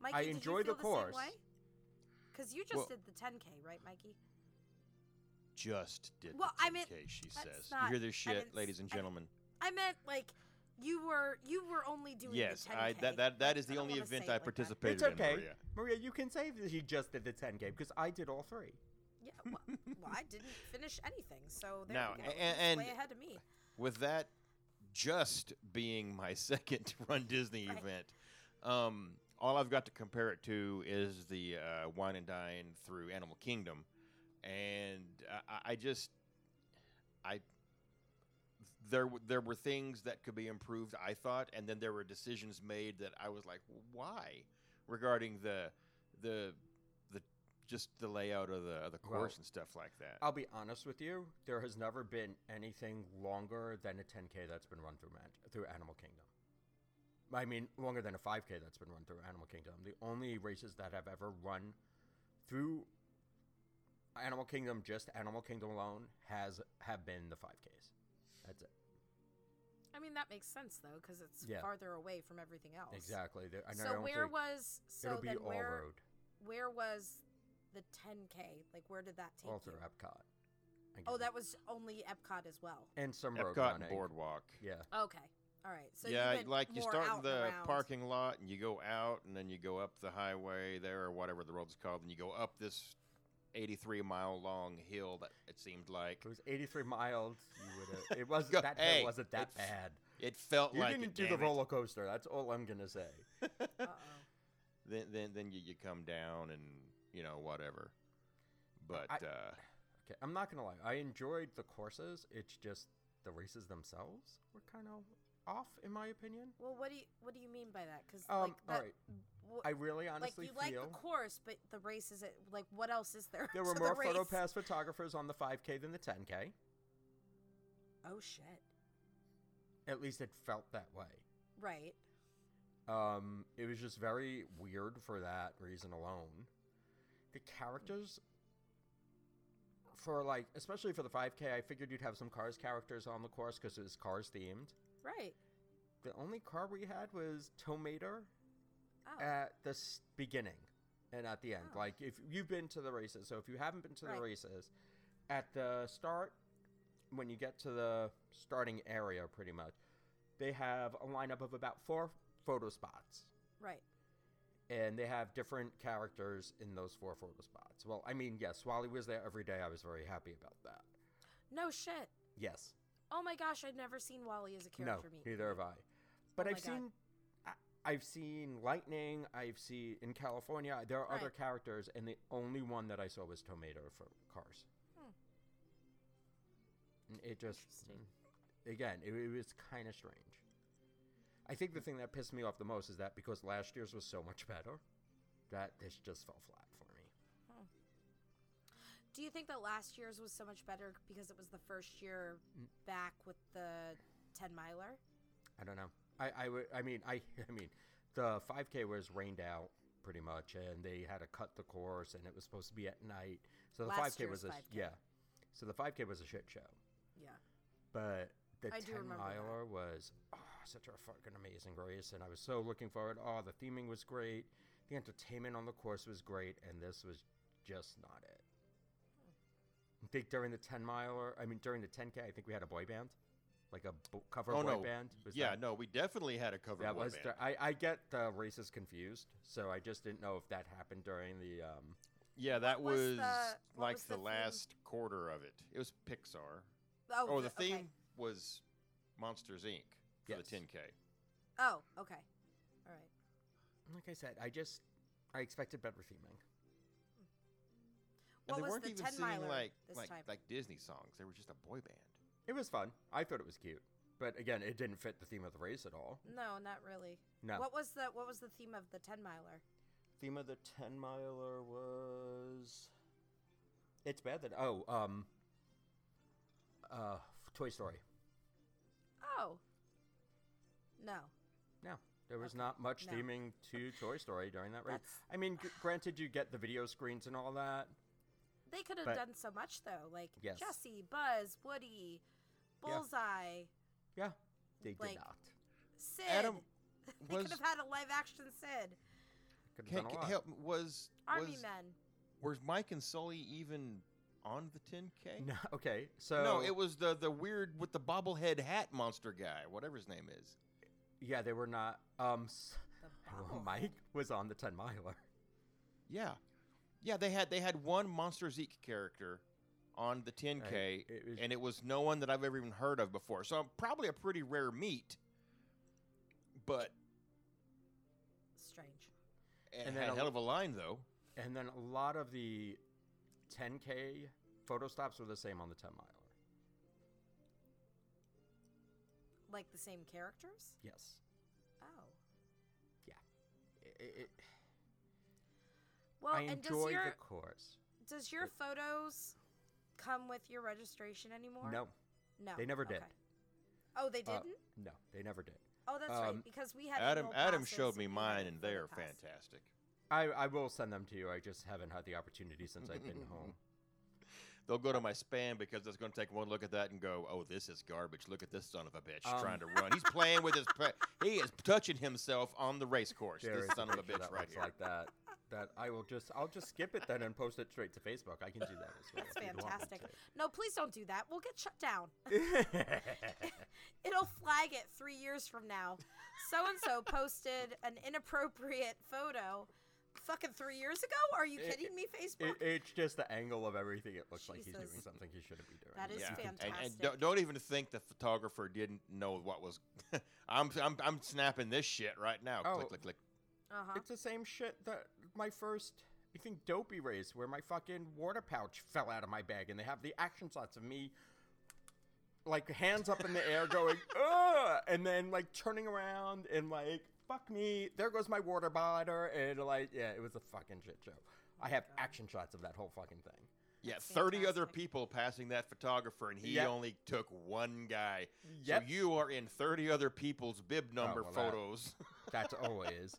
[SPEAKER 3] Mikey,
[SPEAKER 2] I
[SPEAKER 3] did
[SPEAKER 2] enjoy
[SPEAKER 3] you
[SPEAKER 2] the
[SPEAKER 3] feel
[SPEAKER 2] course.
[SPEAKER 3] Because you just
[SPEAKER 1] Well-
[SPEAKER 3] did the 10K, right, Mikey?
[SPEAKER 1] just did.
[SPEAKER 3] Well,
[SPEAKER 1] the
[SPEAKER 3] I meant-
[SPEAKER 1] 10K, she
[SPEAKER 3] that's
[SPEAKER 1] says.
[SPEAKER 3] not-
[SPEAKER 1] you hear this
[SPEAKER 3] I
[SPEAKER 1] shit,
[SPEAKER 3] didn't
[SPEAKER 1] ladies
[SPEAKER 3] s-
[SPEAKER 1] and
[SPEAKER 3] I didn't
[SPEAKER 1] gentlemen?
[SPEAKER 3] I meant like you were you were only doing
[SPEAKER 1] Yes,
[SPEAKER 3] the 10K.
[SPEAKER 1] I that that, that is
[SPEAKER 3] I
[SPEAKER 1] the
[SPEAKER 3] don't
[SPEAKER 1] only
[SPEAKER 3] wanna say
[SPEAKER 1] event
[SPEAKER 3] it
[SPEAKER 1] I
[SPEAKER 3] like that.
[SPEAKER 1] participated
[SPEAKER 2] It's okay,
[SPEAKER 1] in, Maria.
[SPEAKER 2] Maria. You can say that you just did the ten game because I did all three.
[SPEAKER 3] Yeah, well,
[SPEAKER 2] (laughs)
[SPEAKER 3] well, I didn't finish anything, so there
[SPEAKER 1] Now,
[SPEAKER 3] you
[SPEAKER 1] a- a-
[SPEAKER 3] go. It's
[SPEAKER 1] and-
[SPEAKER 3] way ahead of me.
[SPEAKER 1] With that just being my (laughs) second Run Disney
[SPEAKER 3] Right.
[SPEAKER 1] event, um, all I've got to compare it to is the uh, Wine and Dine through Animal Kingdom. and I- I, I just, I, there w- there were things that could be improved. I thought, and then there were decisions made that I was like, why, regarding the, the, the just the layout of the of the course
[SPEAKER 2] Well,
[SPEAKER 1] and stuff like that.
[SPEAKER 2] I'll be honest with you. There has never been anything longer than a 10K that's been run through man- through Animal Kingdom. I mean, longer than a 5K that's been run through Animal Kingdom. The only races that have ever run through Animal Kingdom, just Animal Kingdom alone, has have been the 5Ks. That's it.
[SPEAKER 3] I mean, that makes sense though, because it's
[SPEAKER 2] Yeah.
[SPEAKER 3] farther away from everything else.
[SPEAKER 2] Exactly. There- and I
[SPEAKER 3] So
[SPEAKER 2] don't
[SPEAKER 3] where
[SPEAKER 2] think-
[SPEAKER 3] was so
[SPEAKER 2] it'll be
[SPEAKER 3] then
[SPEAKER 2] all
[SPEAKER 3] where
[SPEAKER 2] road,
[SPEAKER 3] where was the 10k? Like where did that take
[SPEAKER 2] all
[SPEAKER 3] you?
[SPEAKER 2] through Epcot.
[SPEAKER 3] Oh,
[SPEAKER 2] again.
[SPEAKER 3] that was only Epcot as well.
[SPEAKER 2] and some road
[SPEAKER 1] Epcot and
[SPEAKER 2] running.
[SPEAKER 1] Boardwalk.
[SPEAKER 2] Yeah.
[SPEAKER 3] Okay, all right. So
[SPEAKER 1] yeah,
[SPEAKER 3] you went
[SPEAKER 1] like you
[SPEAKER 3] more
[SPEAKER 1] start in
[SPEAKER 3] out and
[SPEAKER 1] the
[SPEAKER 2] (laughs)
[SPEAKER 3] around.
[SPEAKER 1] parking lot and you go out and then you go up the highway there or whatever the road's called and you go up this 83 mile long hill that it seemed like
[SPEAKER 2] If it was 83 miles, you would have. It was
[SPEAKER 1] (laughs) Go-
[SPEAKER 2] that
[SPEAKER 1] hey,
[SPEAKER 2] hill wasn't that
[SPEAKER 1] it's-
[SPEAKER 2] bad.
[SPEAKER 1] it felt
[SPEAKER 2] You
[SPEAKER 1] like
[SPEAKER 2] didn't
[SPEAKER 1] it,
[SPEAKER 2] do the
[SPEAKER 1] damn it.
[SPEAKER 2] roller coaster. That's all I'm gonna say.
[SPEAKER 3] Uh-oh.
[SPEAKER 1] then then then you, you come down and you know whatever but
[SPEAKER 2] I-
[SPEAKER 1] uh
[SPEAKER 2] Okay, I'm not gonna lie. I enjoyed the courses. It's just the races themselves were kind of off, in my opinion.
[SPEAKER 3] Well, what do you what do you mean by that? Because
[SPEAKER 2] Um,
[SPEAKER 3] like that,
[SPEAKER 2] all right.
[SPEAKER 3] wha-
[SPEAKER 2] I really honestly
[SPEAKER 3] like you like
[SPEAKER 2] feel
[SPEAKER 3] the course, but the race is it like what else is there? (laughs)
[SPEAKER 2] there were
[SPEAKER 3] to
[SPEAKER 2] more
[SPEAKER 3] the race?
[SPEAKER 2] photo pass photographers on the 5K than the 10K.
[SPEAKER 3] Oh shit!
[SPEAKER 2] At least it felt that way.
[SPEAKER 3] Right.
[SPEAKER 2] Um, it was just very weird for that reason alone. The characters for like, especially for the 5K, I figured you'd have some Cars characters on the course because it was Cars themed.
[SPEAKER 3] Right.
[SPEAKER 2] The only car we had was Tomater
[SPEAKER 3] Oh.
[SPEAKER 2] at the s- beginning and at the end.
[SPEAKER 3] Oh.
[SPEAKER 2] Like, if you've been to the races, so if you haven't been to the
[SPEAKER 3] Right.
[SPEAKER 2] races, at the start, when you get to the starting area, pretty much, they have a lineup of about four photo spots.
[SPEAKER 3] right.
[SPEAKER 2] And they have different characters in those four photo spots. Well, I mean, yes, while he was there every day, I was very happy about that.
[SPEAKER 3] No shit.
[SPEAKER 2] Yes.
[SPEAKER 3] Oh my gosh, I'd never seen Wally as a
[SPEAKER 2] No,
[SPEAKER 3] character. meet and
[SPEAKER 2] neither have
[SPEAKER 3] greet.
[SPEAKER 2] I. But
[SPEAKER 3] Oh
[SPEAKER 2] I've
[SPEAKER 3] my God.
[SPEAKER 2] seen, I, I've seen lightning. I've seen in California. There are other
[SPEAKER 3] Right.
[SPEAKER 2] characters, and the only one that I saw was Tomato for Cars.
[SPEAKER 3] Hmm.
[SPEAKER 2] And It just,
[SPEAKER 3] Interesting.
[SPEAKER 2] mm, again, it, it was kind of strange. I think the thing that pissed me off the most is that because last year's was so much better, that this just fell flat for me.
[SPEAKER 3] Do you think that last year's was so much better because it was the first year
[SPEAKER 2] Mm.
[SPEAKER 3] back with the ten miler?
[SPEAKER 2] I don't know. I, I would. I mean, I. (laughs) I mean, the 5K was rained out pretty much, and they had to cut the course, and it was supposed to be at night. So the
[SPEAKER 3] Last
[SPEAKER 2] 5K was
[SPEAKER 3] year's
[SPEAKER 2] a
[SPEAKER 3] 5K.
[SPEAKER 2] yeah. So the 5K was a shit show,
[SPEAKER 3] Yeah.
[SPEAKER 2] but the
[SPEAKER 3] I do
[SPEAKER 2] 10
[SPEAKER 3] remember that.
[SPEAKER 2] miler was oh, such a fucking amazing race, and I was so looking forward. Oh, the theming was great, the entertainment on the course was great, and this was just not it. I think during the 10 miler, I mean during the 10K, I think we had a boy band, like a bo- cover
[SPEAKER 1] oh
[SPEAKER 2] boy
[SPEAKER 1] no
[SPEAKER 2] band. Was
[SPEAKER 1] yeah
[SPEAKER 2] that-
[SPEAKER 1] no we definitely had a cover
[SPEAKER 2] that
[SPEAKER 1] boy
[SPEAKER 2] was
[SPEAKER 1] band.
[SPEAKER 2] the- I, I get the races confused, so I just didn't know if that happened during the um
[SPEAKER 1] yeah that
[SPEAKER 3] was
[SPEAKER 1] was,
[SPEAKER 3] the- what
[SPEAKER 1] like
[SPEAKER 3] was the
[SPEAKER 1] the,
[SPEAKER 3] theme?
[SPEAKER 1] last quarter of it it was pixar
[SPEAKER 3] Oh,
[SPEAKER 1] oh the
[SPEAKER 3] okay.
[SPEAKER 1] theme was monsters inc for
[SPEAKER 2] Yes.
[SPEAKER 1] the 10k
[SPEAKER 3] Oh, okay. All right.
[SPEAKER 2] like I said, I just I expected better theming.
[SPEAKER 1] And
[SPEAKER 3] What
[SPEAKER 1] they
[SPEAKER 3] was
[SPEAKER 1] weren't
[SPEAKER 3] the
[SPEAKER 1] even
[SPEAKER 3] 10
[SPEAKER 1] singing
[SPEAKER 3] miler
[SPEAKER 1] like
[SPEAKER 3] this
[SPEAKER 1] like
[SPEAKER 3] time?
[SPEAKER 1] like Disney songs. They were just a boy band.
[SPEAKER 2] It was fun. I thought it was cute. But again, it didn't fit the theme of the race at all.
[SPEAKER 3] No, not really.
[SPEAKER 2] No.
[SPEAKER 3] What was the what was the theme of the ten miler?
[SPEAKER 2] Theme of the ten miler was It's bad that oh, um uh Toy Story.
[SPEAKER 3] Oh. No.
[SPEAKER 2] No. There was not much
[SPEAKER 3] No.
[SPEAKER 2] theming to Toy Story during that race.
[SPEAKER 3] That's-
[SPEAKER 2] I mean, gr- granted, you get the video screens and all that,
[SPEAKER 3] They could have
[SPEAKER 2] But-
[SPEAKER 3] done so much though, like
[SPEAKER 2] Yes.
[SPEAKER 3] Jesse, Buzz, Woody,
[SPEAKER 2] Yeah.
[SPEAKER 3] Bullseye,
[SPEAKER 2] Yeah, they
[SPEAKER 3] Like,
[SPEAKER 2] did not.
[SPEAKER 3] Sid.
[SPEAKER 1] Adam
[SPEAKER 3] (laughs) they
[SPEAKER 1] was
[SPEAKER 3] could have had a live action Sid,
[SPEAKER 2] Could have
[SPEAKER 1] can,
[SPEAKER 2] done a
[SPEAKER 1] can-
[SPEAKER 2] lot.
[SPEAKER 1] help me, was
[SPEAKER 3] Army
[SPEAKER 1] was,
[SPEAKER 3] Men.
[SPEAKER 1] was Mike and Sully even on the 10K?
[SPEAKER 2] No, (laughs) okay, so
[SPEAKER 1] No, it was the the weird with the bobblehead hat monster guy, whatever his name is.
[SPEAKER 2] yeah, they were not. Um, s-
[SPEAKER 3] The
[SPEAKER 2] (laughs) well,
[SPEAKER 3] bobblehead.
[SPEAKER 2] Mike was on the ten miler. (laughs)
[SPEAKER 1] Yeah, yeah. They had they had one Monsters Inc. character on the 10K,
[SPEAKER 2] I- it was-
[SPEAKER 1] and it was no one that I've ever even heard of before. So probably a pretty rare meet. But
[SPEAKER 3] Strange.
[SPEAKER 1] and, had
[SPEAKER 2] And then
[SPEAKER 1] a
[SPEAKER 2] a-
[SPEAKER 1] hell of a line though.
[SPEAKER 2] And then a lot of the 10K photo stops were the same on the 10 miler.
[SPEAKER 3] Like the same characters?
[SPEAKER 2] Yes.
[SPEAKER 3] Oh.
[SPEAKER 2] Yeah. I- I- I-
[SPEAKER 3] Well,
[SPEAKER 2] I
[SPEAKER 3] and
[SPEAKER 2] enjoy
[SPEAKER 3] does your
[SPEAKER 2] the course.
[SPEAKER 3] does your photos come with your registration anymore?
[SPEAKER 2] No,
[SPEAKER 3] No.
[SPEAKER 2] they never did.
[SPEAKER 3] okay. Oh, they
[SPEAKER 2] Uh,
[SPEAKER 3] didn't?
[SPEAKER 2] no, they never did.
[SPEAKER 3] oh, that's right.
[SPEAKER 2] um,
[SPEAKER 3] Because we had
[SPEAKER 1] Adam
[SPEAKER 3] annual
[SPEAKER 1] Adam
[SPEAKER 3] passes
[SPEAKER 1] showed me
[SPEAKER 3] and you had
[SPEAKER 1] mine,
[SPEAKER 3] a
[SPEAKER 1] and they
[SPEAKER 3] photo
[SPEAKER 1] are
[SPEAKER 3] pass.
[SPEAKER 1] fantastic.
[SPEAKER 2] I, I will send them to you. I just haven't had the opportunity since I've (laughs) been home.
[SPEAKER 1] They'll go to my spam because it's going to take one look at that and go, "Oh, this is garbage. Look at this son of a bitch
[SPEAKER 2] Um,
[SPEAKER 1] trying to run. He's playing
[SPEAKER 2] (laughs)
[SPEAKER 1] with his. Pre- he is touching himself on the race course.
[SPEAKER 2] There is
[SPEAKER 1] this son of a
[SPEAKER 2] picture
[SPEAKER 1] bitch
[SPEAKER 2] that
[SPEAKER 1] right
[SPEAKER 2] looks
[SPEAKER 1] here.
[SPEAKER 2] like that. That I will just I'll just skip it then and post it straight to Facebook. I can do that as well. if
[SPEAKER 3] That's
[SPEAKER 2] you'd want me
[SPEAKER 3] fantastic.
[SPEAKER 2] to.
[SPEAKER 3] No, please don't do that. We'll get shut down.
[SPEAKER 2] (laughs)
[SPEAKER 3] (laughs) It'll flag it three years from now. So and
[SPEAKER 2] (laughs)
[SPEAKER 3] so posted an inappropriate photo fucking three years ago? Are you
[SPEAKER 2] It-
[SPEAKER 3] kidding me,
[SPEAKER 2] It,
[SPEAKER 3] Facebook?
[SPEAKER 2] it's just the angle of everything. It looks like he's doing
[SPEAKER 3] Jesus.
[SPEAKER 2] something he shouldn't be doing.
[SPEAKER 3] That is
[SPEAKER 1] yeah, and, and
[SPEAKER 3] fantastic.
[SPEAKER 1] don't, don't even think the photographer didn't know what was. (laughs) I'm, I'm I'm snapping this shit right now.
[SPEAKER 2] Oh.
[SPEAKER 1] Click click click.
[SPEAKER 3] uh huh.
[SPEAKER 2] It's the same shit that my first, I think, dopey race where my fucking water pouch fell out of my bag, and they have the action shots of me, like hands up in the
[SPEAKER 3] (laughs)
[SPEAKER 2] air, going ugh, and then like turning around and like fuck me, there goes my water bottle, and like yeah, it was a fucking shit show. I
[SPEAKER 3] Oh
[SPEAKER 2] have action shots of that whole fucking thing.
[SPEAKER 1] Yeah, thirty other
[SPEAKER 3] fantastic.
[SPEAKER 1] people passing that photographer, and he
[SPEAKER 2] Yep.
[SPEAKER 1] only took one guy.
[SPEAKER 2] Yep. Oh,
[SPEAKER 1] So you are in thirty other people's bib number
[SPEAKER 2] well, that-
[SPEAKER 1] photos.
[SPEAKER 2] That's always.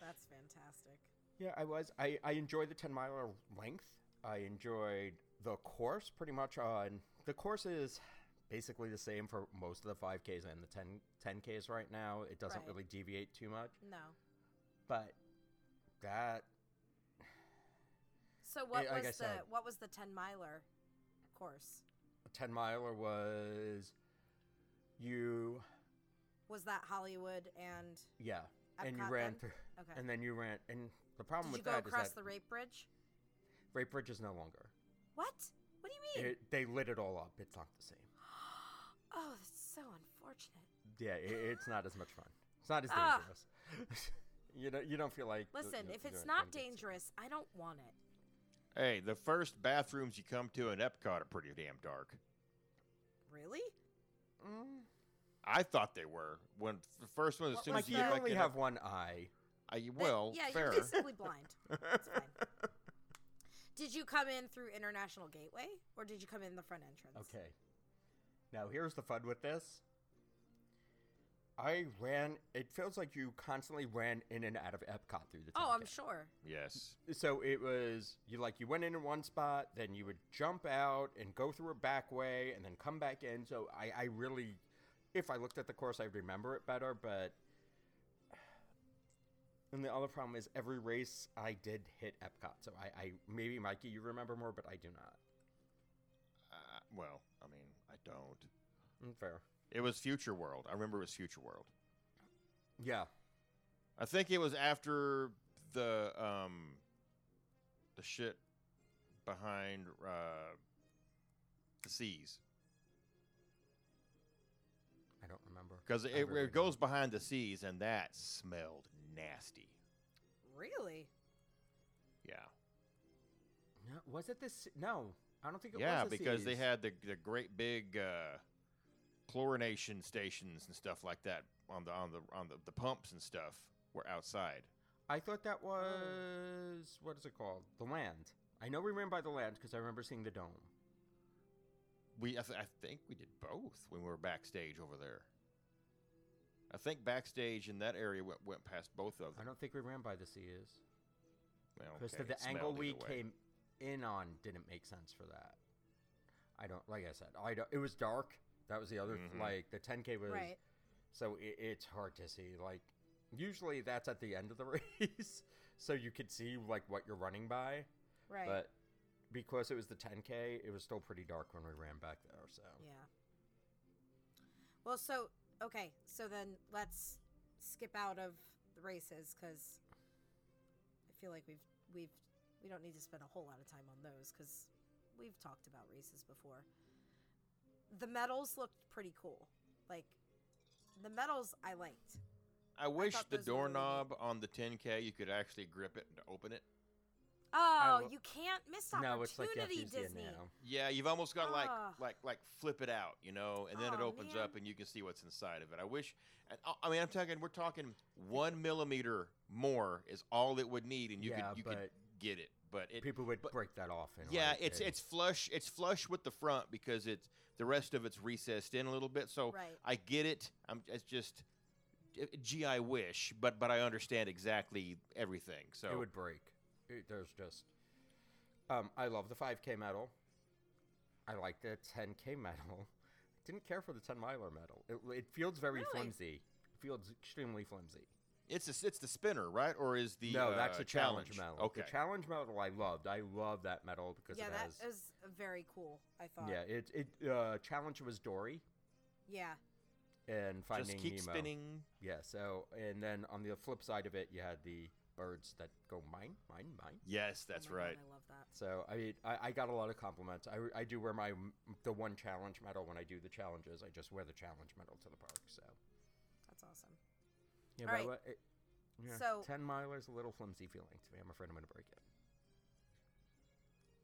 [SPEAKER 3] That's fantastic.
[SPEAKER 2] Yeah, I was. I, I enjoyed the 10 miler length. I enjoyed the course pretty much on. The course is basically the same for most of the 5Ks and the 10, 10Ks right now. It doesn't
[SPEAKER 3] Right.
[SPEAKER 2] really deviate too much.
[SPEAKER 3] No.
[SPEAKER 2] But that.
[SPEAKER 3] So what
[SPEAKER 2] like I
[SPEAKER 3] was the
[SPEAKER 2] said-
[SPEAKER 3] what was the ten miler course?
[SPEAKER 2] 10 miler was. You.
[SPEAKER 3] Was that Hollywood and
[SPEAKER 2] Yeah. and you
[SPEAKER 3] Epcot
[SPEAKER 2] ran
[SPEAKER 3] then?
[SPEAKER 2] through.
[SPEAKER 3] Okay.
[SPEAKER 2] And then you ran. And the problem
[SPEAKER 3] did you
[SPEAKER 2] with
[SPEAKER 3] go
[SPEAKER 2] that is
[SPEAKER 3] across
[SPEAKER 2] that
[SPEAKER 3] the Rape Bridge?
[SPEAKER 2] Rape Bridge is no longer.
[SPEAKER 3] What? What do you mean?
[SPEAKER 2] It, they lit it all up. It's not the same.
[SPEAKER 3] oh, that's so unfortunate.
[SPEAKER 2] Yeah, it, it's not as much fun. It's not as
[SPEAKER 3] Ah.
[SPEAKER 2] dangerous. (laughs) you know, you don't feel like. the-
[SPEAKER 3] Listen,
[SPEAKER 2] you-
[SPEAKER 3] if
[SPEAKER 2] you
[SPEAKER 3] it's
[SPEAKER 2] don't
[SPEAKER 3] not
[SPEAKER 2] gonna get sick.
[SPEAKER 3] dangerous, I don't want it.
[SPEAKER 1] hey, the first bathrooms you come to in Epcot are pretty damn dark.
[SPEAKER 3] Really?
[SPEAKER 2] Mm.
[SPEAKER 1] I thought they were when the first one. As
[SPEAKER 3] What
[SPEAKER 1] soon
[SPEAKER 3] was
[SPEAKER 1] as
[SPEAKER 2] Like
[SPEAKER 1] you
[SPEAKER 2] you
[SPEAKER 1] get
[SPEAKER 3] that?
[SPEAKER 1] back
[SPEAKER 2] only
[SPEAKER 1] in,
[SPEAKER 2] have one eye.
[SPEAKER 1] I,
[SPEAKER 3] But,
[SPEAKER 1] well,
[SPEAKER 3] yeah,
[SPEAKER 1] fair.
[SPEAKER 2] (laughs)
[SPEAKER 3] you're
[SPEAKER 1] (laughs)
[SPEAKER 3] basically blind. It's fine. Did you come in through International Gateway or did you come in the front entrance?
[SPEAKER 2] Okay. Now here's the fun with this. I ran. It feels like you constantly ran in and out of Epcot through the.
[SPEAKER 3] Oh, I'm
[SPEAKER 2] 10K.
[SPEAKER 3] sure.
[SPEAKER 1] yes.
[SPEAKER 2] So it was you like you went in in one spot, then you would jump out and go through a back way, and then come back in. So I, I really, if I looked at the course, I'd remember it better. But and the other problem is every race I did hit Epcot. So I, I maybe Mikey, you remember more, but I do not.
[SPEAKER 1] Uh, well, I mean, I don't.
[SPEAKER 2] Mm, Fair.
[SPEAKER 1] It was Future World. I remember it was Future World.
[SPEAKER 2] Yeah.
[SPEAKER 1] I think it was after the um the shit behind uh the seas
[SPEAKER 2] I don't remember
[SPEAKER 1] because it,
[SPEAKER 2] I really
[SPEAKER 1] it goes
[SPEAKER 2] don't.
[SPEAKER 1] behind the seas and that smelled nasty.
[SPEAKER 3] Really?
[SPEAKER 1] Yeah.
[SPEAKER 2] No, was it this? No, I don't think it
[SPEAKER 1] yeah,
[SPEAKER 2] was. the
[SPEAKER 1] because they
[SPEAKER 2] Seas.
[SPEAKER 1] had the the great big uh chlorination stations and stuff like that on the on the on the, the pumps and stuff were outside.
[SPEAKER 2] I thought that
[SPEAKER 1] Oh.
[SPEAKER 2] was what is it called? The land. I know we ran by the land because I remember seeing the dome.
[SPEAKER 1] We, I, th- I think we did both when we were backstage over there. I think backstage in that area went, went past both of
[SPEAKER 2] I
[SPEAKER 1] them.
[SPEAKER 2] don't think we ran by the seas
[SPEAKER 1] Well,
[SPEAKER 2] because
[SPEAKER 1] okay, it
[SPEAKER 2] the angle
[SPEAKER 1] smelled
[SPEAKER 2] we
[SPEAKER 1] either way.
[SPEAKER 2] came in on didn't make sense for that. I don't like I said. I don't. It was dark. That was the other
[SPEAKER 1] Mhm.
[SPEAKER 2] like the 10k was
[SPEAKER 3] Right.
[SPEAKER 2] so it, it's hard to see. Like usually that's at the end of the (laughs) race, so you could see like what you're running by.
[SPEAKER 3] Right.
[SPEAKER 2] But because it was the 10k, it was still pretty dark when we ran back there. So
[SPEAKER 3] Yeah. Well, so okay, so then let's skip out of the races because I feel like we've we've we don't need to spend a whole lot of time on those because we've talked about races before. The medals looked pretty cool, like the medals I liked.
[SPEAKER 1] I wish
[SPEAKER 3] thought
[SPEAKER 1] the
[SPEAKER 3] those were really neat.
[SPEAKER 1] doorknob on the 10K you could actually grip it and open it.
[SPEAKER 3] Oh,
[SPEAKER 2] lo-
[SPEAKER 3] you can't miss opportunity,
[SPEAKER 2] No, it's like Yakuza
[SPEAKER 3] Disney.
[SPEAKER 2] now.
[SPEAKER 1] Yeah, you've almost got like
[SPEAKER 3] Ah.
[SPEAKER 1] like like flip it out, you know, and then it
[SPEAKER 3] Aw,
[SPEAKER 1] opens
[SPEAKER 3] man.
[SPEAKER 1] up and you can see what's inside of it. I wish, and uh, I- I mean, I'm talking, we're talking one millimeter more is all it would need, and you
[SPEAKER 2] Yeah,
[SPEAKER 1] could you could
[SPEAKER 2] but-
[SPEAKER 1] get it. But it,
[SPEAKER 2] People would
[SPEAKER 1] but-
[SPEAKER 2] break that off. And
[SPEAKER 1] yeah,
[SPEAKER 2] like,
[SPEAKER 1] it's
[SPEAKER 2] uh,
[SPEAKER 1] it's flush it's flush with the front because it's the rest of it's recessed in a little bit. So
[SPEAKER 3] Right.
[SPEAKER 1] I get it. I'm it's just, uh, gee, I wish, but but I understand exactly everything. So
[SPEAKER 2] it would break. It, there's just. Um, I love the 5K medal. I like the 10K medal. (laughs) Didn't care for the 10 miler medal. It, it feels very
[SPEAKER 3] Really?
[SPEAKER 2] flimsy. feels extremely flimsy.
[SPEAKER 1] it's a s it's the spinner, right? Or is the
[SPEAKER 2] no, that's
[SPEAKER 1] uh,
[SPEAKER 2] a challenge, medal.
[SPEAKER 1] Okay,
[SPEAKER 2] The challenge medal I loved. I love that medal because
[SPEAKER 3] Yeah,
[SPEAKER 2] it
[SPEAKER 3] that
[SPEAKER 2] has.
[SPEAKER 3] is very cool. I thought.
[SPEAKER 2] yeah, it it uh, challenge was Dory
[SPEAKER 3] Yeah.
[SPEAKER 2] and Finding
[SPEAKER 1] just keep
[SPEAKER 2] Nemo.
[SPEAKER 1] spinning.
[SPEAKER 2] Yeah. So and then on the flip side of it, you had the birds that go mine, mine, mine.
[SPEAKER 1] Yes,
[SPEAKER 3] Oh
[SPEAKER 1] that's
[SPEAKER 3] my God,
[SPEAKER 1] right.
[SPEAKER 3] I love that.
[SPEAKER 2] So I mean, I, I got a lot of compliments. I, I do wear my the one challenge medal when I do the challenges. I just wear the challenge medal to the park. So
[SPEAKER 3] That's awesome.
[SPEAKER 2] yeah,
[SPEAKER 3] All right.
[SPEAKER 2] what- it- yeah,
[SPEAKER 3] So-
[SPEAKER 2] ten milers a little flimsy feeling to me. I'm afraid I'm gonna break it.